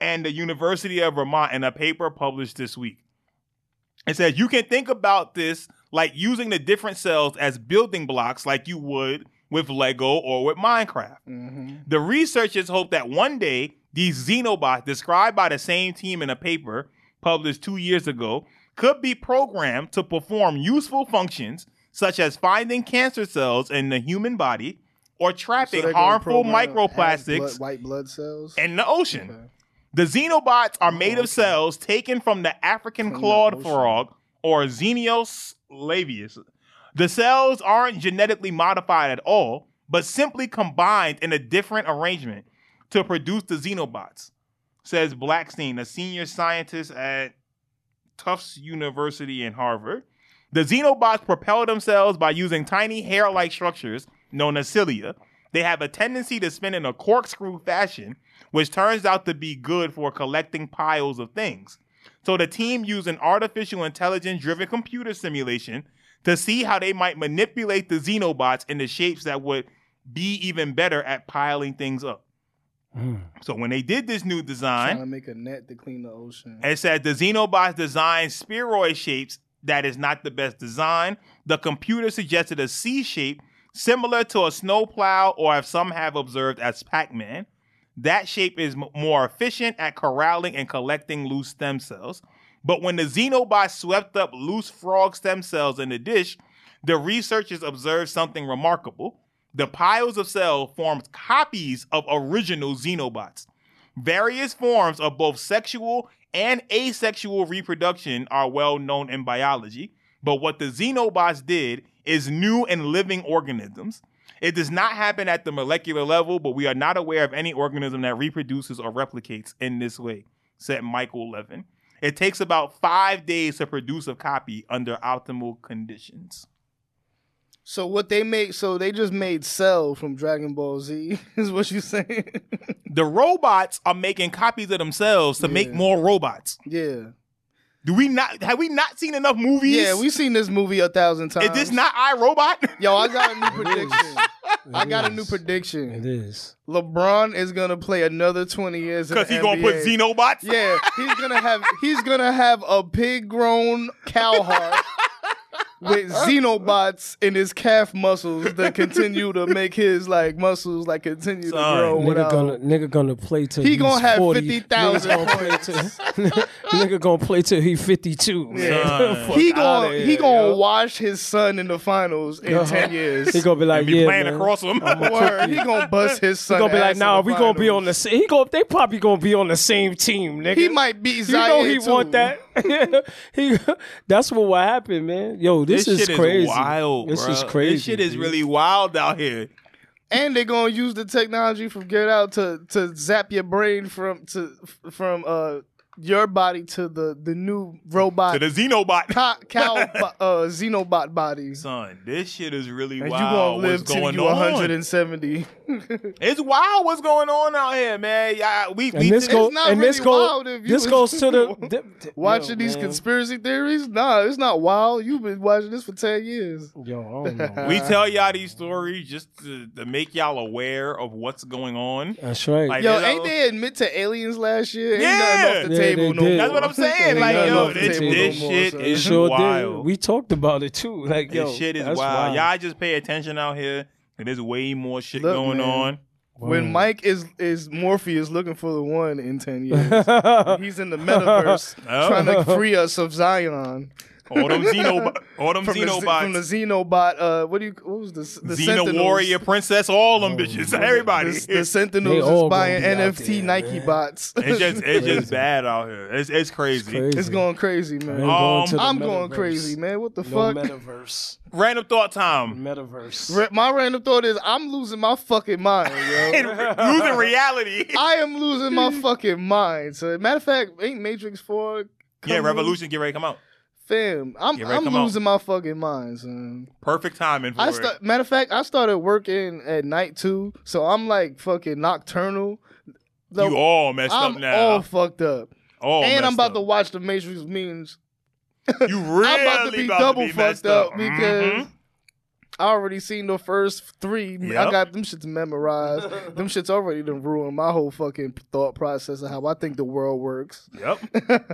and the University of Vermont in a paper published this week. It says you can think about this like using the different cells as building blocks, like you would with Lego or with Minecraft.
hmm
The researchers hope that one day these xenobots, described by the same team in a paper published two years ago, could be programmed to perform useful functions such as finding cancer cells in the human body or trapping harmful microplastics
white blood cells.
in the ocean.
Okay.
The xenobots are made
okay.
of cells taken from the African
From the
clawed
ocean.
frog or Xenios laevius. The cells aren't genetically modified at all, but simply combined in a different arrangement to produce the xenobots, says Blackstein, a senior scientist at Tufts University in Harvard. The xenobots propel themselves by using tiny hair like structures known as cilia. They have a tendency to spin in a corkscrew fashion, which turns out to be good for collecting piles of things. So the team used an artificial intelligence driven computer simulation to see how they might manipulate the xenobots into shapes that would be even better at piling things up.
Mm.
So when they did this new design,
Trying to make a net to clean the ocean.
it said the Xenobots designed spheroid shapes that is not the best design. The computer suggested a C shape similar to a snowplow, or if some have observed, as Pac Man. That shape is m- more efficient at corralling and collecting loose stem cells. But when the Xenobots swept up loose frog stem cells in the dish, the researchers observed something remarkable. The piles of cells formed copies of original Xenobots. Various forms of both sexual and asexual reproduction are well known in biology, but what the xenobots did is new in living organisms. It does not happen at the molecular level, but we are not aware of any organism that reproduces or replicates in this way, said Michael Levin. It takes about five days to produce a copy under optimal conditions.
So what they made? So they just made Cell from Dragon Ball Z. *laughs* Is what you saying? *laughs*
The robots are making copies of themselves to make
Yeah.
more robots.
yeah.
Do we not have we not seen enough movies?
Yeah, we've seen this movie a thousand times.
Is this not iRobot? *laughs*
Yo, I got a new
It is.
prediction. I
It
got a new
is. It
prediction.
is.
LeBron is gonna play another twenty years
Because
in
he
the
gonna put
NBA.
Xenobots.
Yeah, he's gonna have he's gonna have a pig grown cow heart with xenobots in his calf muscles that continue to make his like muscles like continue
Son.
to grow
Nigga
Nigga
without.
gonna nigga gonna play till
He
he's
gonna have
40.
50,000
Nigga gonna play till- *laughs* Nigga gonna play till he fifty two.
Yeah.
he gonna he gonna
yo.
watch his son in the finals in
Uh-huh.
ten years.
He gonna be like,
be
yeah,
playing
man.
across him. *laughs*
Word, he gonna bust his
He
son.
gonna be
ass
like,
in
nah,
the
we gonna be on
finals.
the same. He gonna they probably gonna be on the same team, nigga.
He might beat
You
Zaire.
know he
too.
want that. *laughs* he, that's what what happened, man. Yo, this,
shit
is crazy.
wild.
this
bruh.
is crazy.
This shit is
dude.
really wild out here.
And they're gonna use the technology from Get Out to to zap your brain from to from uh your body to the the new
To
robot
the Xenobot.
co- *laughs* cow bo- uh xenobot
*laughs*
body.
Son, this shit is really
And
wild.
you gonna live
what's
till
going
you
on?
*laughs* 170.
It's wild what's going on out here, man. Yeah, we, we
And this
today-
go,
It's not
and
really
this go,
wild if you was-
this goes
*laughs*
to the th- th-
Watching
yo,
these
man.
conspiracy theories? Nah, it's not wild. You've been watching this for 10 years.
Yo, I
*laughs*
don't know.
we tell y'all these stories just to, to make y'all aware of what's going on.
That's right.
Like,
Yo,
Yeah.
ain't they admit to aliens last year? Ain't
Yeah.
nothing off the
Yeah, they
table no
did.
more.
That's what I'm saying.
*laughs* Ain't
Like,
nothing
yo,
off the
this,
table
this
no more,
shit
son.
is
sure
wild.
did. We talked about it too. Like, yo,
this shit is
that's
wild. Y'all just pay attention out here. And there's way more shit
Look,
going
man.
on.
When
Wow.
Mike is is Morpheus looking for the one in ten
*laughs*
years, he's in the metaverse
Oh.
trying to free us of Zion
All them
*laughs*
Xenobots. All them
from the, Z- from the
Xenobots.
Xenobot. Uh, what do you? What was this? The
Xeno
Sentinels.
Warrior Princess. All them bitches. Everybody.
The, the
They
Sentinels
all
is buying
gonna be out
NFT
there,
Nike
man.
bots.
*laughs* It's
*laughs*
just it's just
Crazy.
bad out here. It's it's crazy.
It's going crazy, man.
Oh,
I'm going crazy, man. What the fuck?
metaverse,
Random thought
*laughs*
time.
metaverse.
Ra- my random thought is I'm losing my fucking
*laughs*
mind,
And
yo.
re- losing
*laughs*
reality.
I am losing my fucking mind. So, matter of fact, ain't Matrix Four?
yeah,
coming?
Revolution get ready to come out.
Fam, I'm
Get ready,
I'm
come on.
losing my fucking mind, son.
Perfect timing for
I
it.
start, matter of fact, I started working at night too, so I'm like fucking nocturnal. The-
you all messed
I'm
up now.
all fucked up,
All
and I'm
messed
about
up.
to watch the Matrix memes.
You really
*laughs* I'm about to be double fucked
messed
up, because
Mhm.
I already seen the first three.
Yep.
I got them shits memorized. them shits already done ruined my whole fucking thought process of how I think the world works. *laughs*
Yep.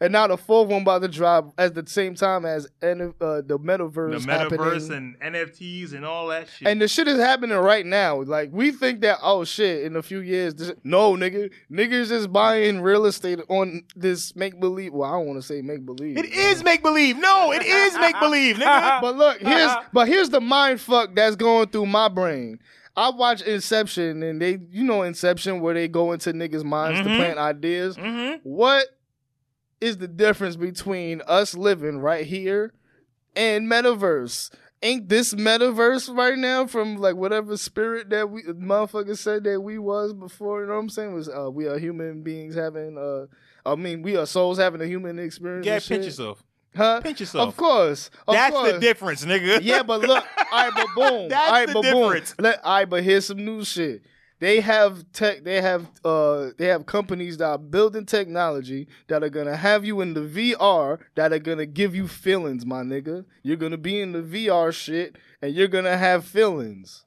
and now the fourth one about to drop at the same time as en- uh, the
The
metaverse.
metaverse
happening.
and NFTs and all that shit.
And the shit is happening right now. Like we think that oh shit, in a few years, this, no nigga, niggas is buying real estate on this make believe. Well, I don't want to say make believe.
it is Uh-uh. make believe. No, it is make believe, *laughs* nigga.
But look, here's but here's the mind fuck that's going through my brain. I watch Inception and they, you know, Inception where they go into niggas' minds
Mhm.
to plant ideas.
hmm
What is the difference between us living right here and metaverse? Ain't this metaverse right now from like whatever spirit that we motherfuckers said that we was before? You know what I'm saying? Was uh, we are human beings having uh, I mean we are souls having a human experience.
Yeah,
and shit.
pinch yourself.
huh?
Pinch yourself.
Of course, of
That's
course.
the difference, nigga.
Yeah, but look, all right, but
*laughs*
boom,
That's
all right,
the
but
difference.
boom. Let, all right, but here's some new shit. They have tech. They have uh. They have companies that are building technology that are gonna have you in the VR that are gonna give you feelings, my nigga. You're gonna be in the VR shit and you're gonna have feelings.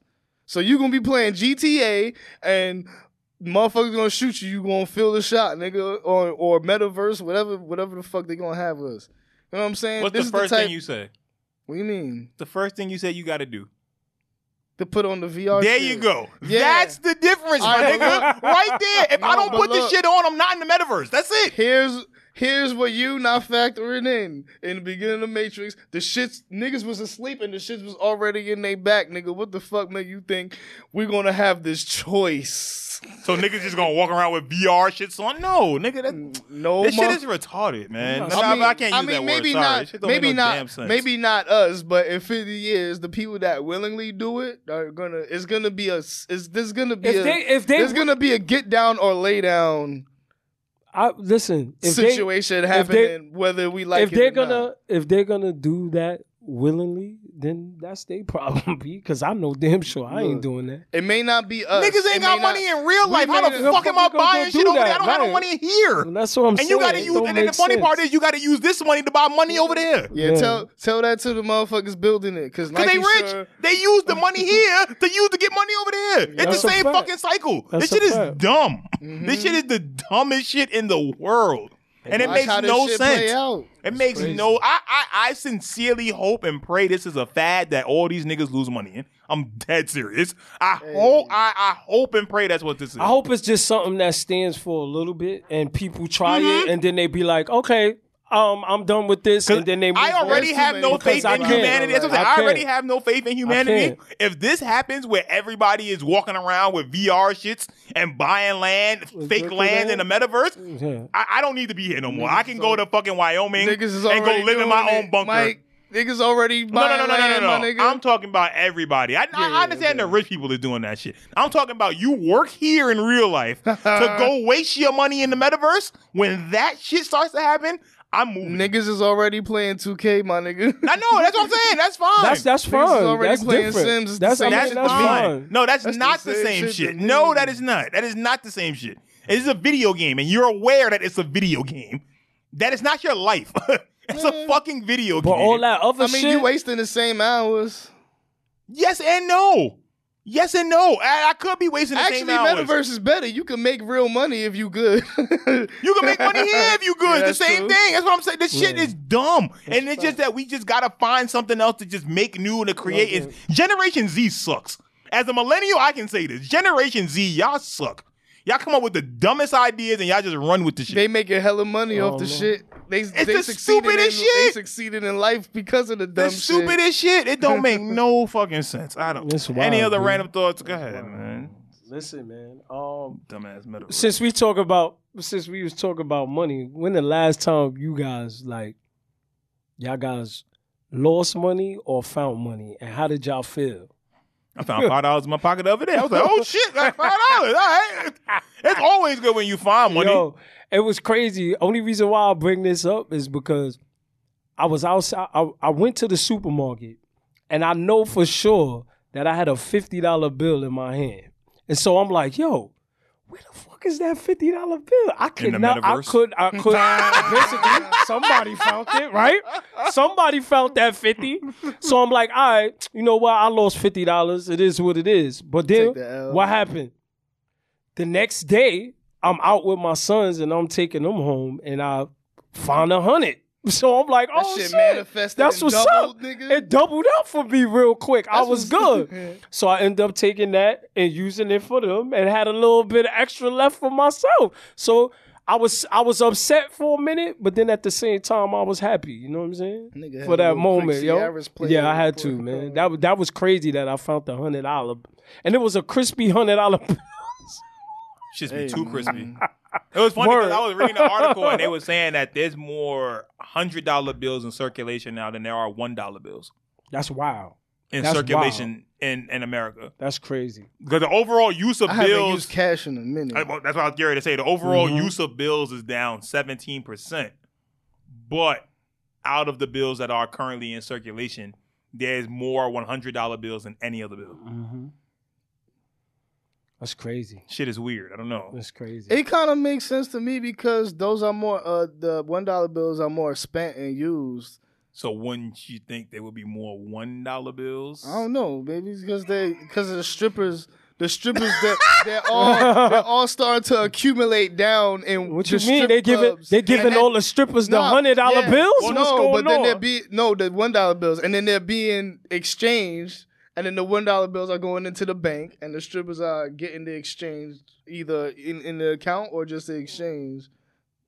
So you're gonna be playing GTA and motherfuckers gonna shoot you. You gonna feel the shot, nigga, or or metaverse, whatever, whatever the fuck they gonna have us. You know what I'm saying?
What's
This
the
is
first
type-
thing you say?
What do you mean?
The first thing you say you got to do.
to put on the VR.
There
Oh, shit.
you go.
Yeah.
That's the difference,
All
my
right,
nigga. Right there. If I
No,
don't
but
put this
look.
shit on, I'm not in the metaverse. That's it.
Here's here's what you not factoring in. In the beginning of the Matrix, the shits niggas was asleep and the shits was already in their back, nigga. What the fuck make you think we're gonna have this choice? *sniffs*
So niggas just gonna walk around with VR shits on? No, nigga. That,
No,
this shit
mother-
is retarded, man.
I
No, I, I can't use
Mm. I mean,
that word. Sorry.
maybe
That
not,
shit don't make
maybe
no damn
not,
sense.
maybe not us, but in fifty years, the people that willingly do it are gonna. It's gonna be a. s- It's this gonna be
If
a.
they- if they
there's
w-
gonna be a get down or lay down
I listen. If they-
situation
if they-
happening, whether we like
if
it
they're
or not.
gonna if they're gonna do that willingly, then that's their *laughs* problem, B. Because I know damn sure I ain't
Look.
doing that.
It may not be us.
Niggas ain't
It may
got
not-
money in real
We
life. How
made
the
it-
fuck am I
How the fuck we
buying
gonna
shit
do
over there? I
that?
don't have no
Right.
money here.
And that's what I'm
And
saying.
you gotta
It
use,
don't
and then the
make
funny part
sense.
is you gotta use this money to buy money over there.
Yeah,
Yeah.
tell tell that to the motherfuckers building it, cause,
Cause they
Nike
rich.
sure-
They use the money here to use to get money over there.
That's
it's the
a
same
fact.
fucking cycle.
That's
this shit
a
is
fact. Mm-hmm.
dumb. This shit is the dumbest shit in the world. And it
Watch
makes
how this
no
shit Play
sense.
out.
It makes
crazy.
no I, I I sincerely hope and pray this is a fad that all these niggas lose money in. I'm dead serious. I hope I, I hope and pray that's what this is.
I hope it's just something that stands for a little bit, and people try it, and then they be like, okay, um, I'm done with this, and then they. Move
I already
There's too
have
many
no
because
faith
I
in
can't.
humanity. That's what I'm
I
saying. I already
can't.
have no faith in humanity.
can't.
If this happens where everybody is walking around with VR shits and buying land, fake
Exactly
land in the
that.
metaverse,
Yeah.
I, I don't need to be here no more. I can go to fucking Wyoming
Niggas
and
is
go
already
live in
doing
my
it.
own bunker.
Mike, niggas already
no, no,
buying
no, no, no,
land,
no,
my nigga.
no. I'm talking about everybody. I, I
yeah,
understand the rich people is doing that shit. I'm talking about you work here in real life
*laughs*
to go waste your money in the metaverse. When that shit starts to happen, I'm moving.
niggas is already playing 2K, my nigga.
I know. That's what I'm saying. That's fine.
That's that's
Niggas is
fun.
already
That's
playing
different.
Sims. It's the
That's I
same
mean,
That's
shit
that's
to me.
fine.
fun.
No, that's,
That's the
not the
same
same,
shit
shit.
to me.
No, that is not. That is not the same shit. It is a video game, and you're aware that it's a video game. That is not your life. *laughs* it's
Mm.
a fucking video
But
game.
all that
*laughs*
other
I mean,
shit.
you wasting the same hours.
yes and no. Yes and no. I, I could be wasting the
Actually,
same hours.
metaverse is better. You can make real money if you good.
You can make money here if you good.
*laughs* Yeah,
the
that's
same
true.
thing. That's what I'm saying. This shit
Yeah.
is dumb. and it's just that we just gotta find something else to just make new and to create.
Love
It's- Generation Z sucks. As a millennial, I can say this. Generation Z, y'all suck. Y'all come up with the dumbest ideas and y'all just run with the shit.
They making hella money
Oh,
off the
no.
shit. They they
the
succeeded in,
stupidest
They
shit.
succeeded in life because of the dumb
the stupidest shit. It don't make no fucking sense. I don't.
It's
Any
wild,
other
dude.
random thoughts? Go ahead, man.
Listen, man. Um,
Dumbass metal.
since we talk about since we was talking about money, when the last time you guys like y'all guys lost money or found money, and how did y'all feel?
I found five dollars in my pocket the other day. I was like, oh shit, that's five dollars. All right. It's always good when you find money.
Yo, it was crazy. Only reason why I bring this up is because I was outside. I, I went to the supermarket, and I know for sure that I had a fifty dollar bill in my hand, and so I'm like, "Yo, where the fuck is that fifty dollar bill? I
In
could
the
not. I
metaverse?
could. I could.
*laughs*
basically, somebody found it, *laughs* right? Somebody found that fifty. So I'm like, all right, you know what? I lost fifty dollars. It is what it is. But then,
Take the L.
what happened? The next day, I'm out with my sons and I'm taking them home, and I found a hundred. *laughs* So I'm like,
That
oh
shit
shit,
manifested
that's
and
what's
doubled,
up.
nigga.
It doubled up for me real quick. I
That's *laughs*
was
what's-
good. So I ended up taking that and using it for them and had a little bit extra left for myself. So I was I was upset for a minute, but then at the same time I was happy. You know what I'm saying?
Nigga had
for
a little quick
that moment, yo.
Ciara's play
Yeah, I
on
had
the
to,
court.
man. That was that was crazy that I found the hundred dollar, and it was a crispy *laughs* hundred dollar.
Should be
Hey,
too
man.
crispy. It was funny because
Word.
I was reading an article
*laughs*
and they were saying that there's more hundred dollar bills in circulation now than there are one dollar bills
That's wild.
in
That's
circulation in, in America.
That's crazy.
Because the overall use of
I haven't
bills,
used Mm-hmm. cash in a minute.
I- well, that's what I was getting ready to say. The overall
Mhm.
use of bills is down seventeen percent, but out of the bills that are currently in circulation, there's more one hundred dollar bills than any other bill.
Mm-hmm.
That's crazy.
Shit is weird. I don't know.
That's crazy.
It kind of makes sense to me because those are more uh the one dollar bills are more spent and used.
So wouldn't you think there would be more one dollar bills?
I don't know, maybe it's because they because of the strippers. The strippers
*laughs*
that they're all they're all starting to accumulate down and
what you mean? They giving they giving all the strippers the hundred dollar bills?
Well,
What's
no,
going
but then
on?
they're be no the one dollar bills, and then they're being exchanged, and then the one dollar bills are going into the bank, and the strippers are getting the exchange either in, in the account or just the exchange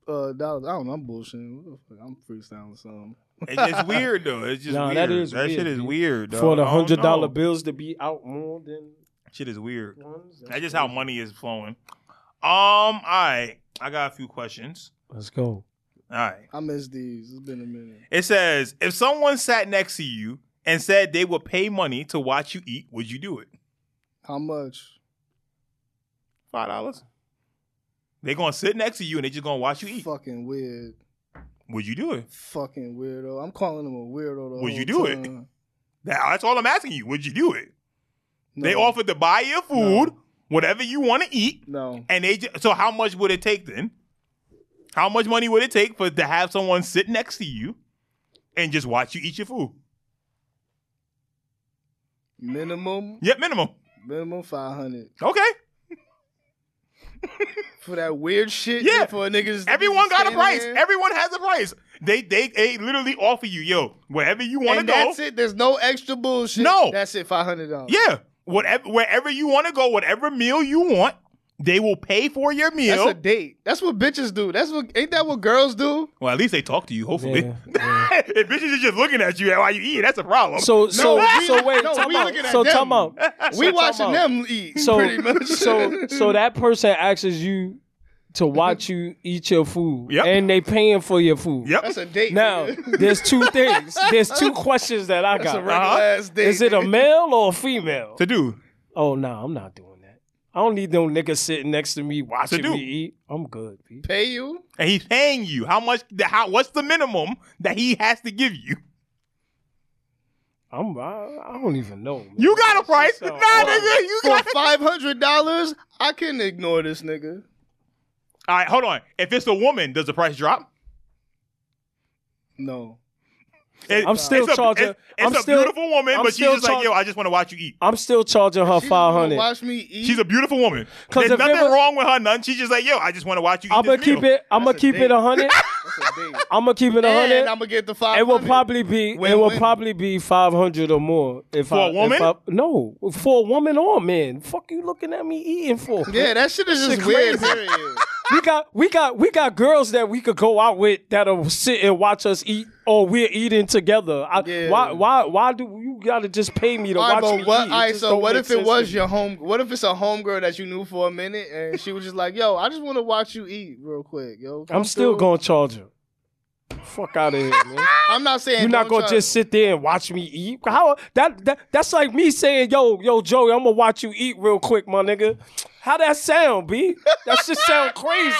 uh, dollars. I don't know. I'm bullshitting. What the fuck? I'm freestyling something.
It's just weird though. It's just
Nah,
weird.
that
That,
is weird,
shit is
dude.
weird. Dog.
for the
I don't
hundred dollar
know.
bills to be out more than
shit is weird.
ones.
That's just how money is flowing. Um, all right, I got a few questions.
Let's go.
All right,
I miss these. It's been a minute.
it says if someone sat next to you and said they would pay money to watch you eat, would you do it?
How much?
Five dollars. They're gonna sit next to you and they just gonna watch you eat.
Fucking weird.
Would you do it?
Fucking weirdo. I'm calling him a weirdo. The
Would you do
whole
it?
time.
That- that's all I'm asking you. Would you do it? They
No.
offered to buy your food, whatever you want to eat,
No.
And they ju- so how much would it take then? How much money would it take for to have someone sit next to you and just watch you eat your food?
Minimum.
Yep, minimum.
Minimum five hundred
Okay.
for that weird shit.
Yeah.
For a nigga. just-
Everyone got a
standing
price.
there.
Everyone has a price. They they they literally offer you, yo, wherever you want to
and
go.
that's it. There's no extra bullshit.
No.
That's it. Five hundred dollars.
Yeah. Whatever wherever you want to go, whatever meal you want, they will pay for your
That's
meal.
a date. That's what bitches do. That's what ain't that what girls do?
well, at least they talk to you, hopefully.
Yeah,
*laughs* if bitches are just looking at you while you eat, that's a problem.
So so
Oh, we-
so wait.
no,
time
we
out.
looking at
So
them.
time out.
we
time
watching
out.
them eat.
So
pretty much. *laughs*
so so that person asks you to watch you eat your food,
Yep.
and they paying for your food.
Yep.
that's a date.
Now
nigga.
*laughs* there's two things. There's two questions that I
that's a
got.
regular
Uh-huh.
ass date.
Is it a
nigga.
male or a female?
to do.
Oh no, I'm not doing that. I don't need no nigga sitting next to me watching
do.
me eat. I'm good. B.
pay you?
*laughs* and he's paying you how much how what's the minimum that he has to give you
I'm. I, I don't even know. man.
you got a price nah
so-
nigga you
For
got
five hundred dollars, I couldn't ignore this nigga.
all right hold on if it's a woman does the price drop
No.
It-
I'm still
it's a,
charging-
it's, it's
I'm
a
still-
beautiful woman
I'm
but she's
still
just like
charge-
yo i just want to watch you eat
I'm still charging her
She
five
gonna
hundred.
Watch me eat.
she's a beautiful woman
'Cause
there's
if
nothing
it was-
wrong with her none she's just like yo i just want to watch you eat
I'm gonna
this
keep
meal.
it. I'm gonna
That's a
keep it
date.
a hundred. *laughs*
That's a date.
I'm gonna keep it
and
a
I'm
hundred.
gonna get the five.
It will probably be. it
Win-win.
will probably be five hundred or more. If
For
I,
a woman?
if I, no, for a woman or a man. Fuck you looking at me eating for?
*laughs* Yeah, that shit is just
Shit
weird.
crazy.
Period.
we got we got we got girls that we could go out with that'll sit and watch us eat or we're eating together. I,
Yeah.
Why why why do you gotta just pay me to
All right,
watch
but
me
what?
eat?
all right,
just
so
don't
what
make
if it
sense
was
to me.
your home? What if it's a homegirl that you knew for a minute and she was just like, "Yo, I just want to watch you eat real quick, yo."
I'm still gonna charge her. Fuck out of here, man.
I'm not saying
You're not
don't
gonna
try- *laughs*
just sit there and watch me eat. How that, that that's like me saying, yo, yo, Joey, I'm gonna watch you eat real quick, my nigga. How that sound, B? That shit
*laughs*
sound crazy.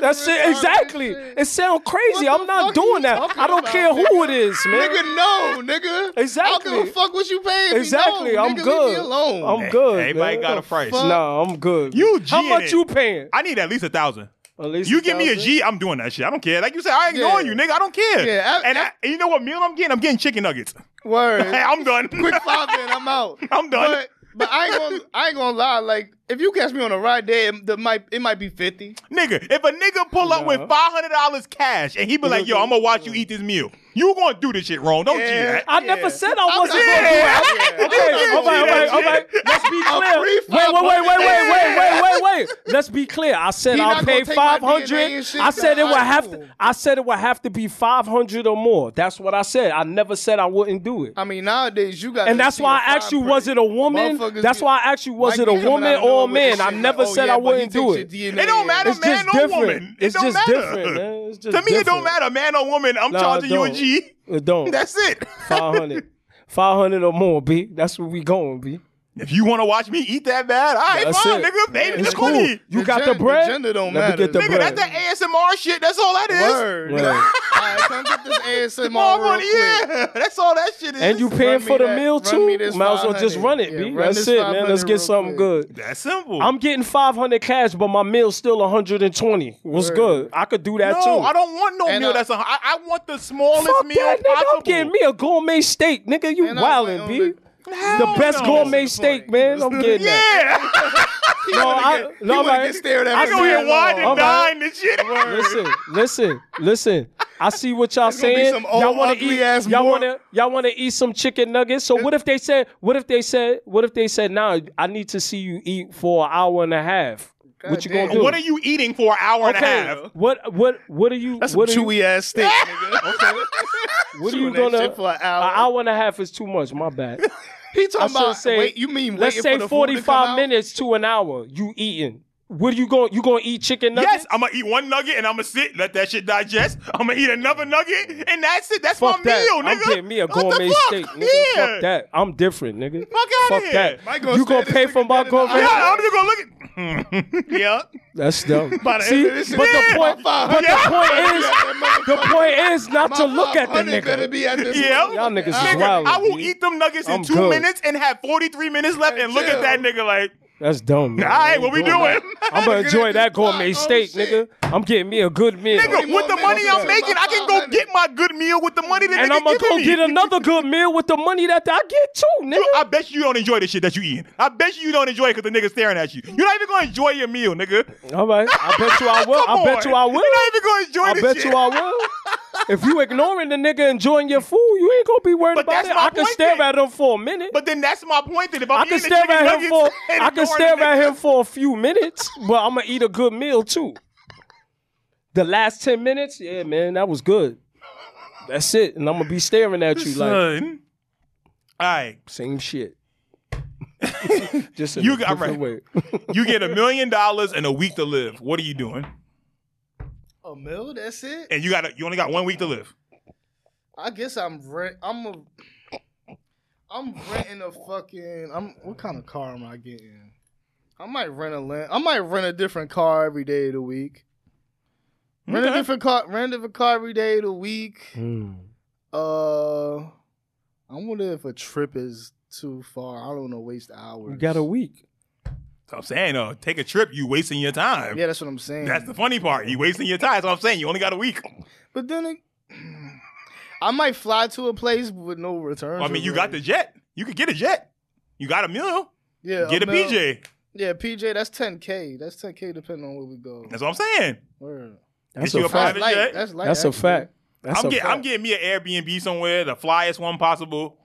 That shit exactly. It sound crazy.
What the
I'm not
fuck you
doing that.
talking
I don't
about,
care who it is, man.
Nigga, no, nigga. I
Exactly.
don't give a fuck what you paying. me.
exactly.
No,
I'm
nigga, leave
good.
me alone.
I'm good.
Everybody
man.
got a price.
fuck?
Nah, I'm good.
You
How
G-ing
much
it.
you paying?
I need at least a thousand.
At least
You give me a
1,000?
G, I'm doing that shit. I don't care. Like you said, I ain't
Yeah.
ignoring you, nigga. I don't care.
Yeah, I-
and, I, and you know what meal I'm getting? I'm getting chicken nuggets. Hey, *laughs*
Word.
I'm done.
*laughs* Quick five and I'm out.
*laughs*
*laughs*
I'm done.
But, but I ain't gonna I ain't gonna lie. Like if you catch me on a ride day, it, the might it might be fifty.
Nigga, if a nigga pull up with
No.
five hundred dollars cash and he be like, "Yo, I'm gonna watch you eat this meal," you gonna do this shit wrong? Don't
Yeah.
you?
I never said I wasn't
not-
gonna do it.
Yeah.
*laughs* Okay, all right, all right, all right. Let's be clear.
free
Wait, wait, wait, wait, wait, wait, wait, wait, wait. Let's be clear. I said
He
I'll
not
pay
gonna take my
five
DNA
hundred.
and shit,
I said it
nah,
would
I
have
cool.
to. I said it would have to be five hundred or more. That's what I said. I never said I wouldn't do it.
I mean nowadays you got.
And that's why I asked you, was it a woman?
Motherfuckers
That's
get-
why I asked you, was
Mike
it a
be coming out
woman
of
or
nowhere
a
with this
man? I
shit,
never
like, oh,
said
yeah,
I
but he
wouldn't do
takes
it.
your DNA.
It don't matter,
It's
man
just
or
different.
woman. It
It's
don't
just
matter.
different, man. It's just
to me, it don't
different.
matter, man or woman. I'm
Nah,
charging you a
don't.
G. *laughs*
*laughs*
It don't.
That's it.
500. 500 or more, B. That's where we going, B.
If you want to watch me eat that bad, all right,
That's
fine,
it.
nigga. Baby,
It's
the
cool.
money.
You
The
got
gen-
the bread.
the gender don't
Let me
matter.
Get the
Nigga,
Nigga,
bread.
that's the ASMR shit. That's all that is.
Word.
Word.
All right, come get this
*laughs*
ASMR real
Motherfucker,
quick.
yeah. That's all that shit is.
and you
Run
paying
me
for the
that-
meal
run
too?
me
Might
this
as well just
500.
run it,
Yeah,
B.
run
That's
this
it, man. Let's
500
get
real quick.
something good.
That's simple.
I'm getting 500 cash, but my meal's still 120. What's
Word.
good? I could do that
no,
too.
I don't want no
And
meal.
I-
that's a, I, I want the smallest
Fuck
meal
that, nigga.
possible.
I'm getting me a gourmet steak, nigga. You
And oh, I went
wildin',
on
B.
the-
The
Hell
best
no.
gourmet
That's the point.
steak,
*laughs*
man. I'm getting that.
Yeah.
No, I, no, I'm
wanna
like-
get stared at
I
for
Go
know
here,
you're
saying
wine
all
and
right.
dine and shit.
Listen, listen, listen. I see what y'all
gonna be
saying.
some
Y'all
old
want to
ugly
eat.
ass
Y'all
mor-
want to. Y'all want to eat some chicken nuggets. So what if they said? What if they said? What if they said? Nah, I need to see you eat for an hour and a half. what you
damn.
gonna do?
What are you eating for an hour and a half?
okay. What what what are you?
That's some
what are you,
chewy
*laughs*
ass steak, *laughs* nigga.
what are
chewing
you
that
gonna?
shit for an hour.
An hour and a half is too much. My bad.
*laughs* He
I
talking
should
about
say.
wait. You mean
let's
waiting
say
for the food to come
forty-five
out? *laughs*
minutes to an hour. You eating? What are you going? You gonna eat chicken nuggets?
Yes, I'm gonna eat one nugget and I'm gonna sit, let that shit digest. I'm gonna eat another nugget and that's it. That's my
Fuck that.
meal, nigga.
I'm getting me a
What the
gourmet
fuck?
steak. Nigga.
Yeah.
Fuck that. I'm different, nigga.
Fuck outta
Fuck
here.
that.
Mike
you
gonna
gonna
say
pay
this
for
nigga
my
dead in the
gourmet?
Yeah,
eye.
I'm just gonna look at. *laughs*
Yeah.
That's dumb.
By the
See,
end of this
but
shit,
the point,
my
but the
$500
point
*laughs* better
is,
be at that
the
motherfucker.
point is not
My
to look at the
500 Better
nigga.
be at
*laughs*
this
Yeah.
motherfucker.
Y'all niggas is
I-
Nigga,
wild.
I will
dude.
eat them nuggets in
I'm
two
good.
minutes and have 43 minutes left and look at that nigga like,
That's dumb. Man.
all right, what we doing?
I'm gonna
Nigga,
enjoy
this
that
is
gourmet
wild. Oh,
steak,
shit.
nigga. I'm getting me a good meal,
*laughs* nigga,
more
with the
minutes
money
left.
I'm making, I can go get my good meal with the money that
and
nigga
I'm gonna
giving
go
me.
get another good meal with the money that I get too, nigga.
You- *laughs* I bet you don't enjoy the shit that you eating. I bet you don't enjoy it because the nigga staring at you. You're not even gonna enjoy your meal, nigga.
All right, I bet you I will.
Come
I bet
on.
you I will.
You're not even gonna enjoy
I
this
bet
shit.
you I will. If you ignoring the nigga enjoying your food, you ain't gonna be worried
But
about
that's
it.
my
I can
point
stare
then.
at him for a minute.
But then that's my point. That if I'm
I can
eating
stare
the chicken
at
*laughs*
him for
nuggets and
I can
ignoring
stare
the
at
nigga-
him for a few minutes, but I'm gonna eat a good meal too. The last ten minutes, yeah, man, that was good. That's it, and I'm gonna be staring at you like
Son. All right, *laughs*
same shit. Just in
You
a
got *laughs*
different way.
you get a million dollars and a week to live. What are you doing?
A mill? That's it.
And you got you only got one week to live.
I guess I'm rent. I'm a. I'm renting a fucking. I'm. What kind of car am I getting? I might rent a land. I might rent a different car every day of the week. Rent
Okay.
a different car. Rent a different car every day of the week.
Hmm.
Uh, I wonder if a trip is too far. I don't know. Waste hours.
We got a week.
So I'm saying, uh, take a trip. You wasting your time.
Yeah, that's what I'm saying.
That's the funny part. You wasting your time. That's what I'm saying. You only got a week.
but then, it, *clears throat* I might fly to a place with no return.
I mean, you got the jet. You could get a jet. You got a meal.
yeah.
Get a
mil-
PJ.
Yeah, PJ. That's 10k. That's 10k depending on where we go.
That's what I'm saying.
Word.
That's
Get you
a
a
fact.
private
light.
jet?
That's light.
That's a
actually.
fact. That's
I'm
a
getting I'm
fact.
getting me an
Mm-hmm.
Airbnb somewhere, the flyest one possible.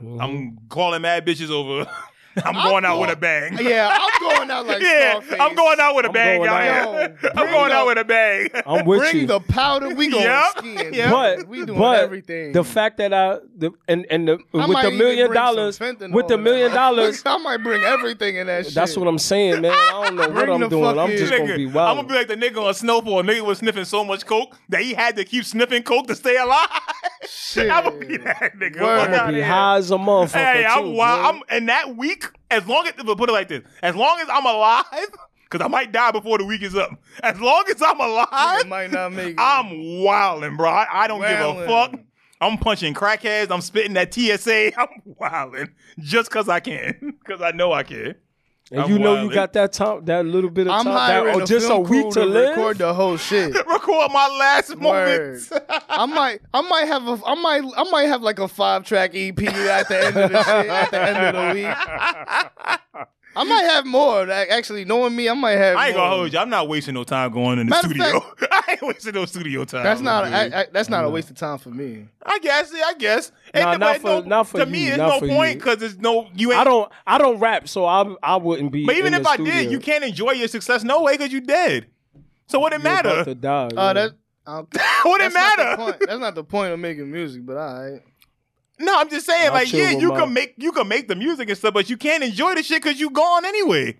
I'm calling mad bitches over. *laughs* I'm
I'm
going out with
going-
a bang. *laughs*
Yeah, I'm going out like
yeah,
Scarface.
I'm going out with a
I'm
bang,
going
y'all.
out.
Yeah. *laughs*
Yo,
I'm
bring
going out
up-
with a bang.
*laughs* I'm with
Bring
you.
the powder. We going
Yep.
skin.
Yep.
But *laughs*
But-
we doing
but
everything.
the fact that I the and and the,
I
with
might
the
even
million
bring some
dollars
fentanyl
with the
in
million
that.
dollars,
*laughs* I might bring everything in that shit.
that's what I'm saying, man. I don't know what
Bring the
I'm doing. I'm
fucking-
just gonna
Nigga,
be
I'm gonna
wild.
be like the nigga on Snowfall. Nigga was sniffing so much coke that he had to keep sniffing coke to stay alive. *laughs*
Shit.
I'm gonna be that nigga. Fuck
Word. I'm gonna
outta
Be
here.
high as a motherfucker.
Hey,
too,
I'm wild.
man.
I'm in that week. As long as but put it like this, as long as I'm alive, because I might die before the week is up. As long as I'm
I
alive,
might not make it.
I'm wilding, bro. I, I don't give a
Wildin'.
fuck. I'm punching crackheads. I'm spitting that TSA. *laughs* I'm wilding just because I can, *laughs* because I know I can.
and
I'm
you know
wildin'.
you got that time, that little bit of
I'm
time,
hiring
that,
a
or just a
film
week
crew
to
record
live.
the whole shit.
Record my last
Word.
moments.
I might, I might have a, I might, I might have like a five track EP at the end of the shit, at the end of the week. I might have more. Like, Actually, knowing me, I might have.
I ain't
more.
gonna hold you. I'm not wasting no time going in the
Matter of
studio. *laughs* I ain't wasting no studio time.
That's not,
dude.
I, I, that's not a waste of time for me.
I guess. Yeah, I guess.
Nah,
the-
not
but
for- not for
To me,
you,
it's
not
no
for
point
you.
because it's no. You ain't.
I don't, I don't rap, so I, I wouldn't be.
but even
in
if
the
I
studio.
did, you can't enjoy your success no way because you dead. So what it
You're about
matter?
to die,
Oh,
man.
that. I don't-
*laughs* what it
that's not the
matter?
point- that's not the point of making music, but all right.
No, I'm just saying.
I'll
Like,
chill
yeah,
with
you
my-
can make you can make the music and stuff, but you can't enjoy the shit because you gone anyway.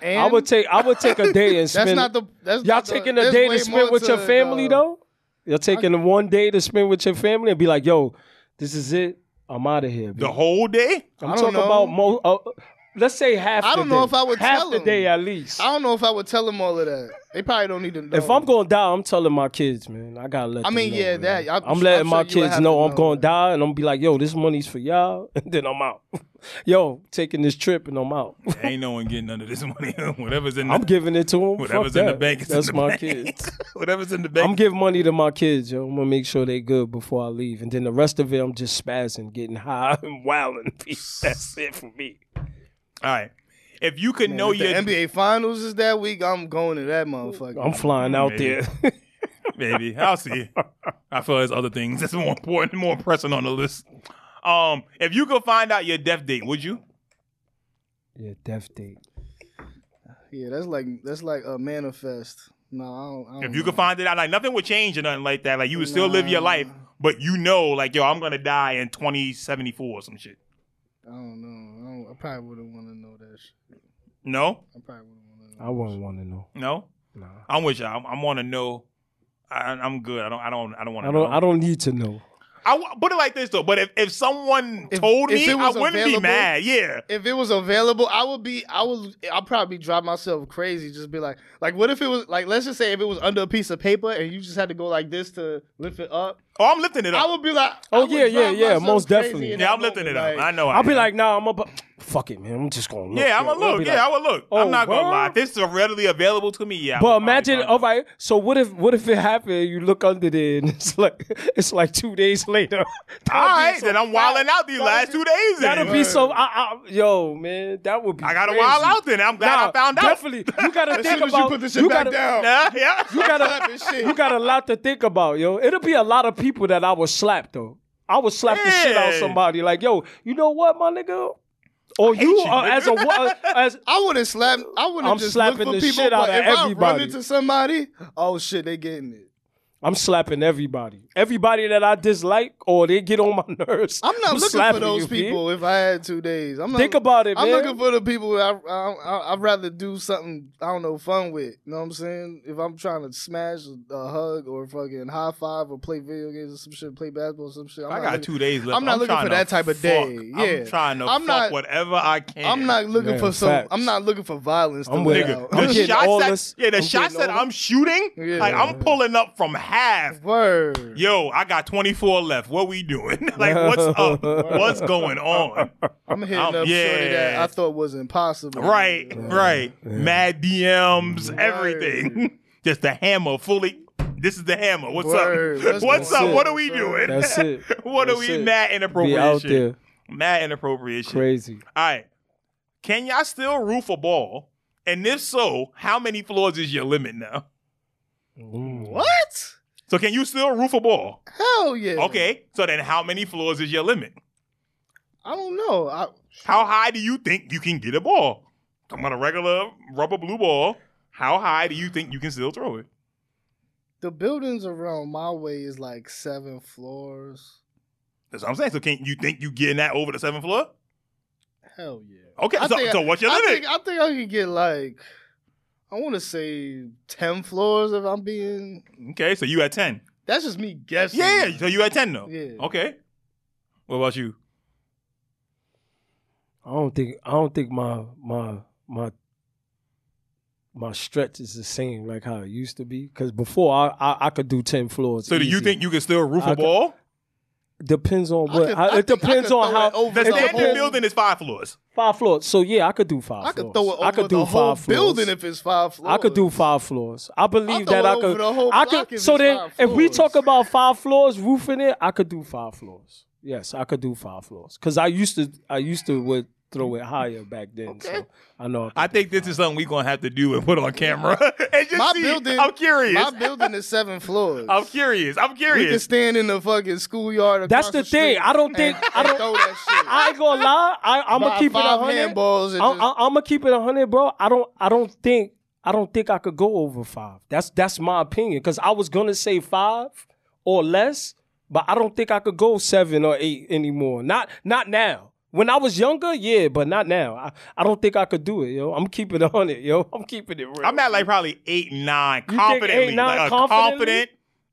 And
I would take, I would take a day
*laughs*
and
That's
spend.
not the. That's
*laughs* Y'all
not the-
taking a
there's
day
way
to spend
more
with your
to uh, it,
family
dog.
though? You're taking one day to spend with your family and be like, yo, this is it. I'm out of here.
The
B.
whole day.
I'm
I don't
talking
know.
about mo- uh, let's say half.
I
the
don't know
day.
if I would
half
tell
the
them.
day at least.
I don't know if I would tell them all of that. They probably don't need to know.
if I'm gonna die, I'm telling my kids, man. I gotta let.
I
them
mean,
know,
yeah,
man.
that- I'm-
I'm,
I'm
letting
sure you
my
would
kids
have to
know I'm
know,
gonna
man.
die, and I'm gonna be like, "Yo, this money's for y'all," *laughs* and then I'm out. Yo, taking this trip, and I'm out.
*laughs*
*laughs*
ain't no one getting none of this money. *laughs* Whatever's in the
I'm giving it to them.
whatever's
Fuck
in the
that.
bank is
That's
in the
my
bank.
kids.
*laughs* whatever's in the
I'm
bank.
giving money to my kids, yo. I'm gonna make sure they good before I leave, and then the rest of it, I'm just spazzing, getting high *laughs* and wilding. That's it for me.
All right. If you could know
If the
your
NBA Finals is that week. I'm going to that motherfucker.
I'm flying out
Maybe.
there. *laughs*
*laughs* Maybe. I'll see. I feel there's other things that's more important and more pressing on the list. Um, if you could find out your death date, would you?
yeah, death date.
Yeah, that's like that's like a manifest. No, I don't. I don't
If you
know.
could find it out, like nothing would change or nothing like that. Like you would still live your life, but you know, like, yo, I'm gonna die in twenty seventy four or some shit.
I don't know. I, don't, I probably wouldn't want to know that. Shit.
No?
I probably wouldn't want to know.
I wouldn't want to know.
No?
Nah.
I'm with you. I'm, I'm wanna know. I, I'm good. I don't. I don't. I don't want
I
to know.
don't. I don't need to know.
I w- put it like this though. But if, if someone
If-
told
if
me,
it
I
was
wouldn't be
available-
mad. Yeah.
If it was available, I would be. I would. I'll probably drive myself crazy. Just be like, like, what if it was like? Let's just say if it was under a piece of paper and you just had to go like this to lift it up.
Oh, I'm lifting it
I
up.
would be like,
Oh,
I would
yeah, yeah,
drive
yeah,
myself
most
crazy
definitely.
in
yeah,
that
I'm lifting it
moment,
up.
like-
I know. I
I'll be
am.
like, nah, I'm about. Fuck it, man. I'm just gonna look.
Yeah, I'm
yo.
gonna
I'll
look.
be
Yeah,
like-
I will look. I'm
"Oh,
not gonna lie.
word?"
If This is readily available to me. Yeah. I
But
would probably
imagine,
find
all
out.
right. So what if what if it happened? You look under there, and *laughs* it's like it's like two days later. *laughs*
All right, then I'm wilding out these
That'd
last
be-
two days.
That'll
then.
be so. I, I, yo, man, that would be.
I gotta
crazy.
wild out then. I'm glad I
Nah,
found out. *laughs*
Definitely, you
*laughs*
gotta
As
think
soon as
about.
you put this shit back
gotta,
down,
Yeah, yeah. *laughs*
You
slap
gotta.
this shit.
you got a lot to think about, yo. It'll be a lot of people that I would slap though. I would slap the shit out
Yeah.
of somebody. Like, yo, you know what, my nigga? Or you,
you,
uh, as a wo- as
I wouldn't slap. I wouldn't
I'm
just
slapping
look for
the
people,
shit out
but
of
if I run
everybody.
into somebody, oh shit, they getting it.
I'm slapping everybody. Everybody that I dislike or they get on my *laughs* nerves.
I'm not looking for
slapping
those
you, B.
people. If I had two days, I'm not,
Think about it,
I'm
man.
looking for the people I, I, I I'd rather do something I don't know fun with. You know what I'm saying? If I'm trying to smash a hug or fucking high five or play video games or some shit, play basketball or some shit. I'm
I
not
got
looking-
two days left.
I'm not looking
trying
for
to
that type of
fuck.
day.
I'm
Yeah.
trying to
I'm
fuck
not-
whatever I can.
I'm not looking
Yeah,
for some.
facts.
I'm not looking for violence.
I'm
to
with
let
it.
out.
I'm
The
getting
shots
all
that,
this-
yeah, the
I'm
shots
getting
that
all
I'm shooting,
Yeah.
like I'm pulling up from half.
Word.
Yo, I got 24 left. What we doing? *laughs* like, what's
*laughs*
up? what's going on?
I'm hitting
I'm-
up shorty that
yeah.
I thought was impossible.
Right, right. Mad DMs, everything. *laughs* Just the hammer, fully. This is the hammer. What's
Word.
up? *laughs*
That's
What's
going
up?
on.
What are we
That's
doing?
it.
That's it.
*laughs*
*laughs*
what are
That's
we?
it.
Mad
Be
inappropriate
out
shit.
there.
Mad inappropriate shit.
Crazy.
All right. Can y'all still roof a ball? And if so, how many floors is your limit now?
What?
So can you still roof a ball?
Hell yeah.
Okay. So then how many floors is your limit?
I don't know. I,
How high do you think you can get a ball? I'm on a regular rubber blue ball. How high do you think you can still throw it?
the buildings around my way is like seven floors.
That's what I'm saying. So can't you think you getting that over the seventh floor?
Hell yeah.
Okay,
I
so,
think-
so what's your
I
limit?
think I think I could get like I want to say ten floors if I'm being.
okay, so you at ten.
That's just me guessing.
Yeah, so you at ten though.
Yeah.
Oh,
Okay. What about you?
I don't think I don't think my my my my stretch is the same like how it used to be. Because before I, I I could do ten floors.
So do you
easy.
think you can still roof
I
a
could-
ball?
depends on
I
what
could- I
I- it
think I
depends
could
on
throw
how
it over
The
It's a
standard
whole-
building is five floors.
five floors. So yeah, I could do five.
I
floors.
could throw it over
I could do
the whole
five
building
floors.
if it's five floors.
I could do five floors. I believe
throw
that
it
I
over
could.
the whole
I
block
could.
if
So
it's
then,
five
if we
floors.
talk about five floors, roofing it, I could do five floors. Yes, I could do five floors because I used to. I used to would throw it higher back then. So I know.
I think this is something we're gonna have to do and put on camera. *laughs* and just
My
see.
building.
I'm curious.
My building is seven floors.
I'm curious. I'm
we can
curious.
stand in the fucking schoolyard.
That's
across
the
street
thing. I don't think.
and-
I
and
don't.
throw that shit.
*laughs* I ain't gonna lie. I, I'm gonna
Buy
keep it
five
a hundred.
handballs. And
I'm,
just,
I'm gonna keep it hundred, bro. I don't. I don't think. I don't think I could go over five. That's that's my opinion. Cause I was gonna say five or less, but I don't think I could go seven or eight anymore. Not not now. When I was younger, yeah, but not now. I, I don't think I could do it, yo. I'm keeping it hundred, yo. *laughs* I'm keeping it real.
I'm at like probably eight nine
You think
confidently.
eight, nine
like a
confidently?
confident.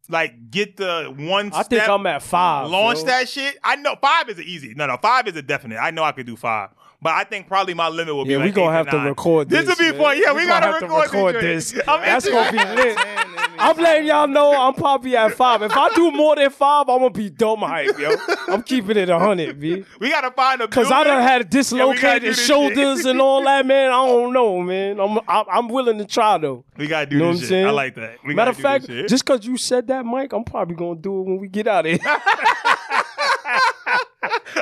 Like get the one.
I think
step,
I'm at five.
Launch
yo.
that shit. I know five is easy. No, no, five is a definite. I know I could do five, but I think probably my limit will be.
Yeah,
like
we gonna
eight or
have to
nine.
record
This
this,
will be
man.
fun. Yeah, we,
We gonna
gotta
have to
record,
record
this.
this.
joint. *laughs* I'm
That's
into
gonna
it. *laughs*
be lit. I'm letting y'all know I'm probably at five. If I do more than five, I'm gonna be dumb hype, yo. I'm keeping it hundred, b.
We gotta find a.
Cause I
building.
done had
gotta do
dislocated
this
shoulders and all that, man. I don't know, man. I'm I, I'm willing to try though.
We gotta do
You know what
this
I'm
shit.
saying?
I like that. We gotta
Matter of
do
fact,
this shit.
just cause you said that, Mike, I'm probably gonna do it when we
*laughs*
get out of here.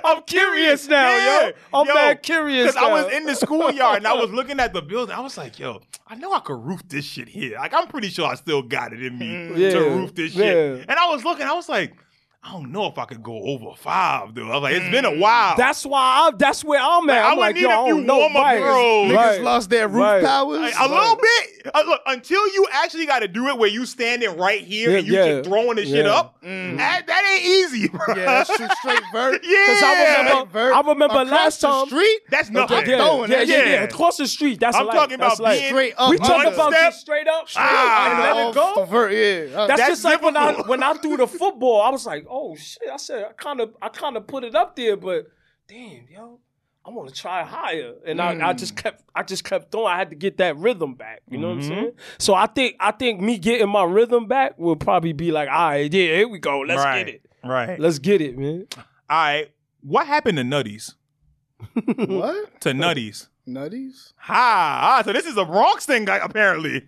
I'm *laughs* curious now,
Yeah.
yo. I'm
Yo,
mad curious.
Because I
now.
was in the schoolyard and I
*laughs*
was looking at the building. I was like, yo, I know I could roof this shit here. Like, I'm pretty sure I still got it in me
Mm. Yeah,
to roof this shit.
yeah.
And I was looking, I was like, I don't know if I could go over five, dude. I was like, it's been a
Mm.
while.
That's why I, that's where I'm at.
Oh. I
I'm
would
like,
need
yo,
a
I
few
don't know.
warm-up
Mike.
girls.
Niggas
Right.
lost their roof
Right.
powers.
Like, a little bit. Uh, look, until you actually got to do it where you standing right here
Yeah,
and you
yeah.
just throwing the shit
Yeah.
up.
Mm.
That, that ain't easy, *laughs* bro.
Yeah, that's true. Straight vert.
*laughs* Yeah.
Because I remember,
Vert
I remember
across
last
the
time.
Street.
That's
I'm
nothing.
Yeah,
throwing
yeah,
that
yeah,
shit.
yeah. Across the street. That's
I'm
like,
talking
that's
about
like,
being
Straight up.
We
on
talking
the
about
step.
just straight up, straight
Ah,
up, and let
off
it go.
The vert. Yeah.
That's,
That's
just like when I
difficult.
when I threw the football, I was like, oh shit. I said I kind of I kind of put it up there, but damn, yo, I want to try higher. And I, I just
Mm.
kept I just kept throwing. I had to get that rhythm back. You know
Mm-hmm.
what I'm saying? So I think I think me getting my rhythm back will probably be like, all right, yeah, here we go. Let's
right.
get it.
Right. All
Let's get it, man.
right. What happened to Nutties?
what?
Uh,
To Nutties?
Nutties?
Ha! Ah, so this is a Bronx thing, guy, apparently.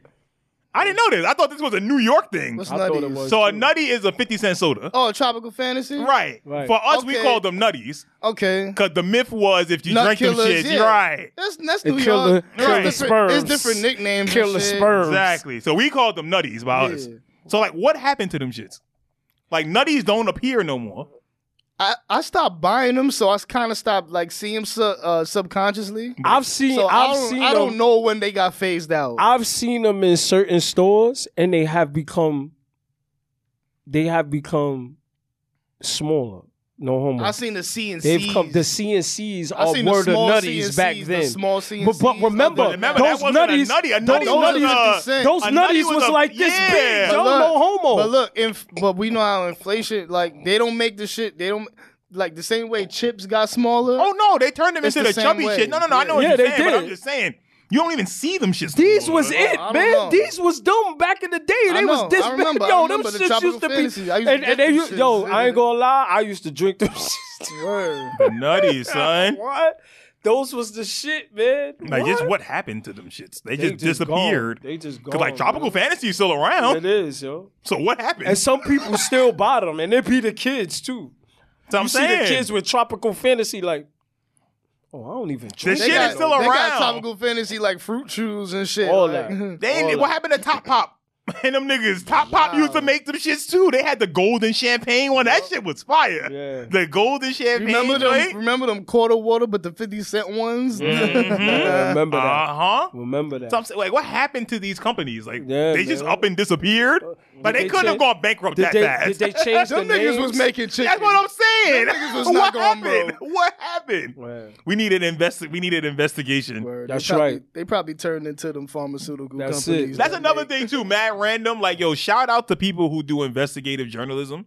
I didn't know this. I thought this was a New York thing.
What's
I
nutties?
thought it was-
So a nutty is a fifty cent soda,
Oh, tropical fantasy.
right?
Right.
For us, we
Okay.
called them nutties
Okay.
because the myth was if you
Nut
drink them
killers,
shit,
yeah.
right?
That's that's
And
New
kill
York.
the-
There's
kill the
different,
sperms.
it's different nicknames.
Kill
and
the
shit.
sperm.
Exactly. So we called them nutties by us.
Yeah.
So like, what happened to them shits? Like nutties don't appear no more.
I, I stopped buying them, so I kind of stopped like seeing them su- uh, subconsciously.
I've seen
So I
I've
don't,
seen
I
them-
don't know when they got phased out.
I've seen them in certain stores, and they have become they have become smaller. No homo.
I seen the C and
They've come the CNCs
I
are
seen the
were the
small
nutties
CNCs,
back
the
then.
small
but, but
CNCs,
remember,
like,
Remember,
those
that wasn't a
nutties,
nutty. A nutty
those
was
nutties,
a-
those
a nutty
nutties
was
was,
a-
like this
yeah.
big.
But
Yo, no homo.
But look, inf- but we know how inflation like they don't make the shit. They don't like the same way chips got smaller.
Oh no, they turned them
It's
into the,
the same
chubby
way.
shit. No, no, no. I know what
Yeah,
you're
they
saying, but
did.
I'm just saying you don't even see them shits. no
these
more.
was it,
I don't
man.
know.
These was them back in the day. They
I
was
know.
this
I remember.
big.
I
Yo, them
remember the
shits
tropical
used to be.
fantasies. I used to
and,
get
and they,
them
used- yo,
shits.
I ain't gonna lie. I used to drink them. *laughs* shits.
Word.
the nutties,
*laughs*
son.
What? Those was the shit, man.
Like just what happened to them shits? They,
They
just, disappeared.
gone. They just gone.
Cause like tropical
man.
fantasy is still around.
It is, yo.
So what happened?
And
That's
some people still bought them, and it be the kids too.
what I'm
You see
saying.
the kids with tropical fantasy, like, oh, I don't even drink.
shit
that,
is still
though."
They
around.
got tropical fantasy like fruit chews and shit. *laughs*
All
like-
that.
They ain't-
all
what happened to Top Pop? *laughs* And them niggas, Top Pop
Wow.
used to make them shits too. They had the golden champagne one. That shit was fire.
Yeah.
The golden champagne.
Remember them?
joint? *laughs*
Remember them quarter water, but the fifty cent ones.
Mm-hmm.
*laughs*
I *laughs* remember that.
Uh huh.
Remember that.
Mm-hmm. So I'm saying, like, what happened to these companies? Like,
Yeah,
they just
man. Uh,
up and disappeared. Like, they,
they
couldn't have
change-
gone bankrupt
did
that
they
fast. *laughs*
did they change the
Them niggas was
names?
making chicken.
That's what I'm saying.
Them niggas was
*laughs* what
not going
happened? *laughs* What happened?
Man,
We needed investi- We needed investigation.
Word.
That's
they probably,
right.
They probably turned into them pharmaceutical
That's it.
companies.
That's
that
another
make-
*laughs*
thing too, mad random. Like, yo, shout out to people who do investigative journalism.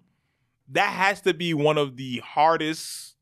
That has to be one of the hardest,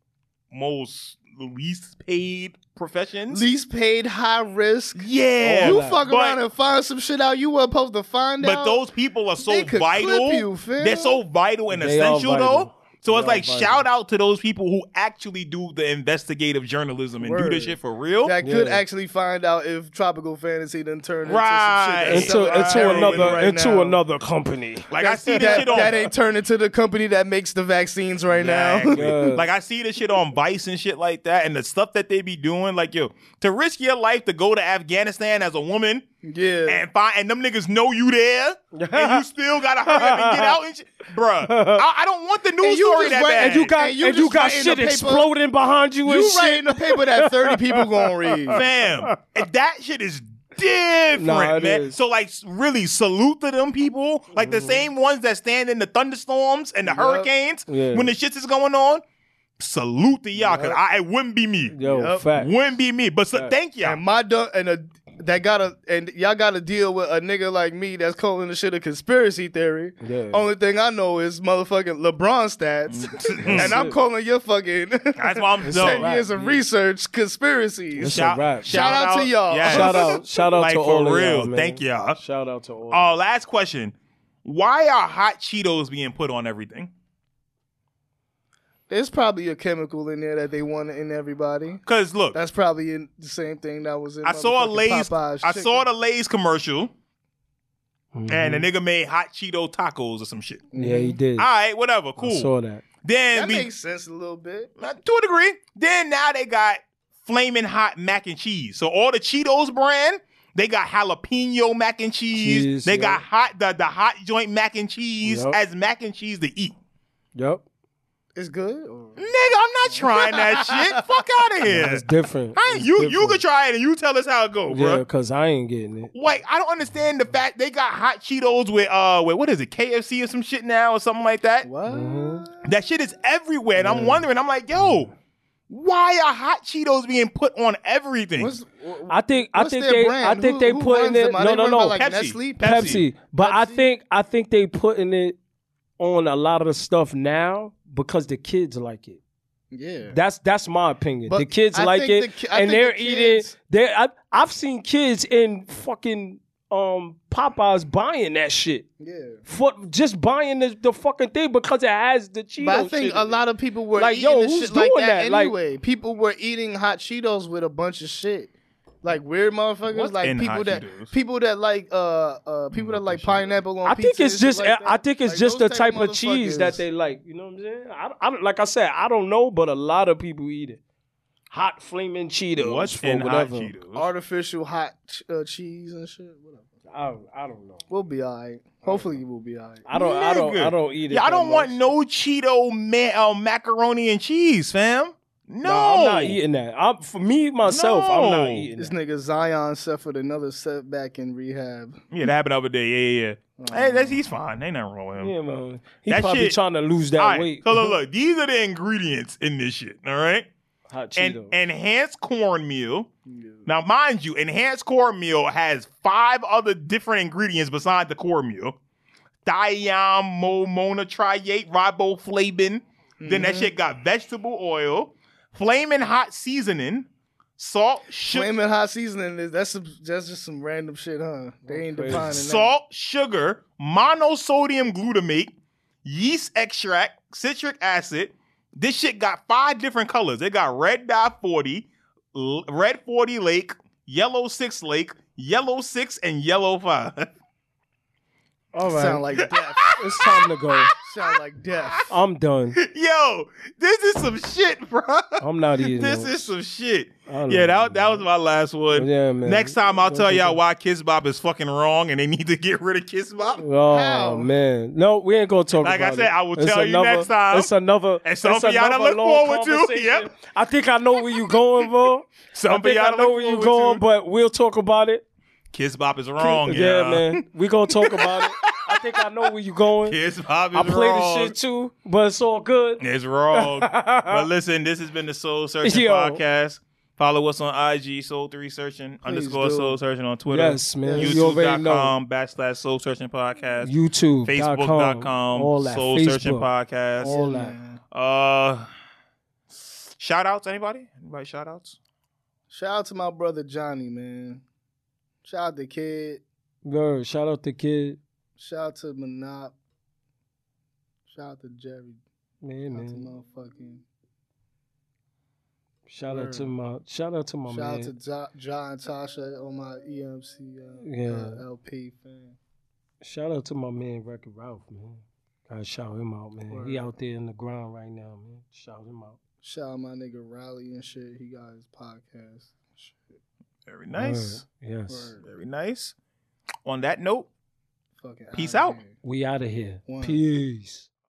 most least paid professions.
Least paid, high risk.
yeah,
you
that.
fuck
But-
around and find some shit out you weren't supposed to find
but
out.
those people are so
They could clip
vital.
you, fam.
They're so vital and
They are
essential,
vital.
though. So
They
it's
are
like
vital.
shout out to those people who actually do the investigative journalism and do
Word.
this shit for real.
that could
Yeah.
actually find out if tropical fantasy done turned
Right.
into some shit. that's selling
into into
heroin
another
right
into
now.
another company.
like I see this
that,
shit on
that ain't turned into the company that makes the vaccines
*laughs*
right now.
Exactly.
Yeah.
Like I see the shit on Vice and shit like that, and the stuff that they be doing. Like yo, to risk your life to go to Afghanistan as a woman
*laughs* yeah.
and find and them niggas know you there, and
*laughs*
you still gotta hurry up and get out and shit, bruh. I, I don't want the news
And you
story
just
that
write-
bad.
And you got
And
and
you
you,
just
got
write in the
shit
paper-
exploding behind you, and
You
shit.
write in the paper that 30 people
*laughs*
gonna
*laughs*
read.
fam. and that shit is different,
Nah, it
man.
is. Mm.
So like, really salute to them people, like the same ones that stand in the thunderstorms and the hurricanes
Yeah.
when the shit is going on. Salute to y'all, cause I it wouldn't be me.
Yo,
Yup.
fact.
Wouldn't be me, but so, thank y'all.
And my dumb and a, that gotta and y'all gotta deal with a nigga like me that's calling the shit a conspiracy theory.
Yeah.
Only thing I know is motherfucking LeBron stats, *laughs* and I'm
it.
calling your fucking
Mm. That's why I'm
*laughs* ten
no.
alright.
years of research conspiracies.
It's a wrap.
Shout out to y'all.
yes.
Shout out, shout out
Like,
to all
for
of
real.
y'all, man.
Thank y'all.
Shout out to all.
Uh, last question: Why are hot Cheetos being put on everything?
There's probably a chemical in there that they want in everybody.
Because look,
That's probably in the same thing that was in.
I saw a
motherfucking
Lay's.
Popeye's
I
chicken.
saw the Lay's commercial, and the nigga made hot Cheeto tacos or some shit.
Mm-hmm. yeah,
Mm-hmm.
he did.
All right, whatever,
I
Ah, cool.
saw that.
then
That
we,
makes sense a little bit.
uh, to a degree. Then now they got flaming hot mac and cheese. So all the Cheetos brand, they got jalapeno mac and cheese.
Cheese,
they got
yeah.
hot the the hot joint mac and cheese
Yup.
as mac and cheese to eat.
Yep,
It's good. or-
Nigga, I'm not trying
*laughs*
that shit. Fuck out of here.
it's different.
I ain't-
It's
you you
different.
could try it and you tell us how it go,
yeah,
bro.
because I ain't getting it.
Like I don't understand the fact they got hot Cheetos with uh with what is it KFC or some shit now or something like that.
What?
That shit is everywhere, and I'm wondering. I'm like, yo, why are hot Cheetos being put on everything?
What's,
I think I
What's
think
their
they
brand?
I think
Who-
they
who
putting
runs
it
them? Are
no
they
no
run by,
no
like,
Pepsi,
Nestle?
Pepsi. But I
Pepsi?
think I think they putting it on a lot of the stuff now because the kids like it.
Yeah.
That's that's my opinion.
But
the kids
I
like
think
it,
the ki- I
and
think
they're
the
eating.
kids-
They I, I've seen kids in fucking um Popeyes buying that shit
yeah.
for just buying the, the fucking thing because it has the Cheetos.
But I think
shit
a
in it.
lot of people were
Like,
eating
yo,
this
who's
shit like
doing
that,
that? Like-
anyway. people were eating hot Cheetos with a bunch of shit. Like weird motherfuckers,
What's
like
in
people
hot
that
Cheetos?
people that like uh uh people that like pineapple on
I
pizza
think it's
and shit
just
like that.
I think it's
Like,
just the
those
type of
motherfuckers-
cheese that they like. You know what I'm saying? I, I don't- like I said I don't know, but a lot of people eat it. Hot flaming Cheetos
What's
for
in hot
whatever.
Cheetos?
artificial hot ch- uh, cheese and shit. Whatever.
I, don't- I don't know.
We'll be alright. Hopefully we'll be alright.
I don't. I don't.
Nigga.
I don't eat it.
yeah, I
that
don't want
much.
no Cheeto ma- uh, macaroni and cheese, fam. No,
Nah, I'm not eating that. I'm, for me myself, I'm not
No.
eating.
This
That.
nigga Zion suffered another setback in rehab. Um,
Yeah, that happened the other day. Yeah, yeah. yeah. hey, that's he's fine. Ain't nothing wrong with him.
Mm. Yeah, man. He
That
probably
shit-
trying to lose that
All right,
weight. *laughs*
So look, look, these are the ingredients in this shit. All right.
Hot
and
Cheetos.
enhanced cornmeal. Now, mind you, enhanced cornmeal has five other different ingredients besides the cornmeal: thiamomonotriate, riboflavin. Then
Mm-hmm.
that shit got vegetable oil, flaming hot seasoning, salt, sugar,
Flaming hot seasoning is that's some, that's just some random shit, huh? They ain't
Okay.
defining that.
salt, sugar, monosodium glutamate, yeast extract, citric acid. This shit got five different colors. It got red dye 40, l- red 40 lake, yellow 6 lake, yellow 6, and yellow 5.
All right. *laughs*
Sound like death.
It's time to go.
Sound like death.
I'm done.
*laughs* Yo, this is some shit, bro.
I'm not eating.
This
no-
is some shit.
I don't
Yeah,
know,
that, that was my last one.
Yeah, man.
Next time, I'll
Don't
tell
do
y'all
that.
why Kiss Bob is fucking wrong and they need to get rid of Kiss Bob.
Oh
How?
man, no, we ain't gonna talk.
Like I
about
said,
it.
I will
It's
tell you
another-
next time.
It's another.
And some
it's
for y'all to
another
look
long
forward to.
conversation.
Yep.
I think I know where you
*laughs*
going, bro. I
Some
think I
y'all
know where you going, but we'll talk about it.
Kiss Bob is wrong.
*laughs* yeah,
y'all.
man, we
*laughs*
gonna talk about it. I think I know where you going.
Kiss Bob is
I play
wrong.
this shit too, but it's
*laughs*
all good.
It's wrong.
*laughs*
but listen, this has been the Soul Searching
Yo.
podcast. Follow us on IG, Soul Three Searching underscore
do.
Soul Searching on Twitter.
Yes, man. You already know.
YouTube.com backslash Soul Searching podcast.
YouTube,
Facebook.com
all that.
Soul
Facebook,
Searching podcast.
all that.
Uh, shout outs, anybody? Anybody shout outs?
Shout out to my brother Johnny, man. Shout out to Kid.
Yo, shout out to kid,
Shout out to Monop. Shout out to Jerry.
man,
Shout out to
man.
motherfucking.
Shout out to my, shout out to my
shout
man.
out to jo- John Tasha on my EMC uh,
Yeah.
uh, LP fan.
Shout out to my man Record Ralph, man. Gotta shout him out, man. He
Word.
out there in the ground right now, man. Shout him out.
Shout out my nigga Riley and shit. He got his podcast. Shit.
Very nice.
Word. Yes.
Word.
Very nice. On that note,
Fucking
Peace
outta
out.
here.
We out of here.
One.
Peace.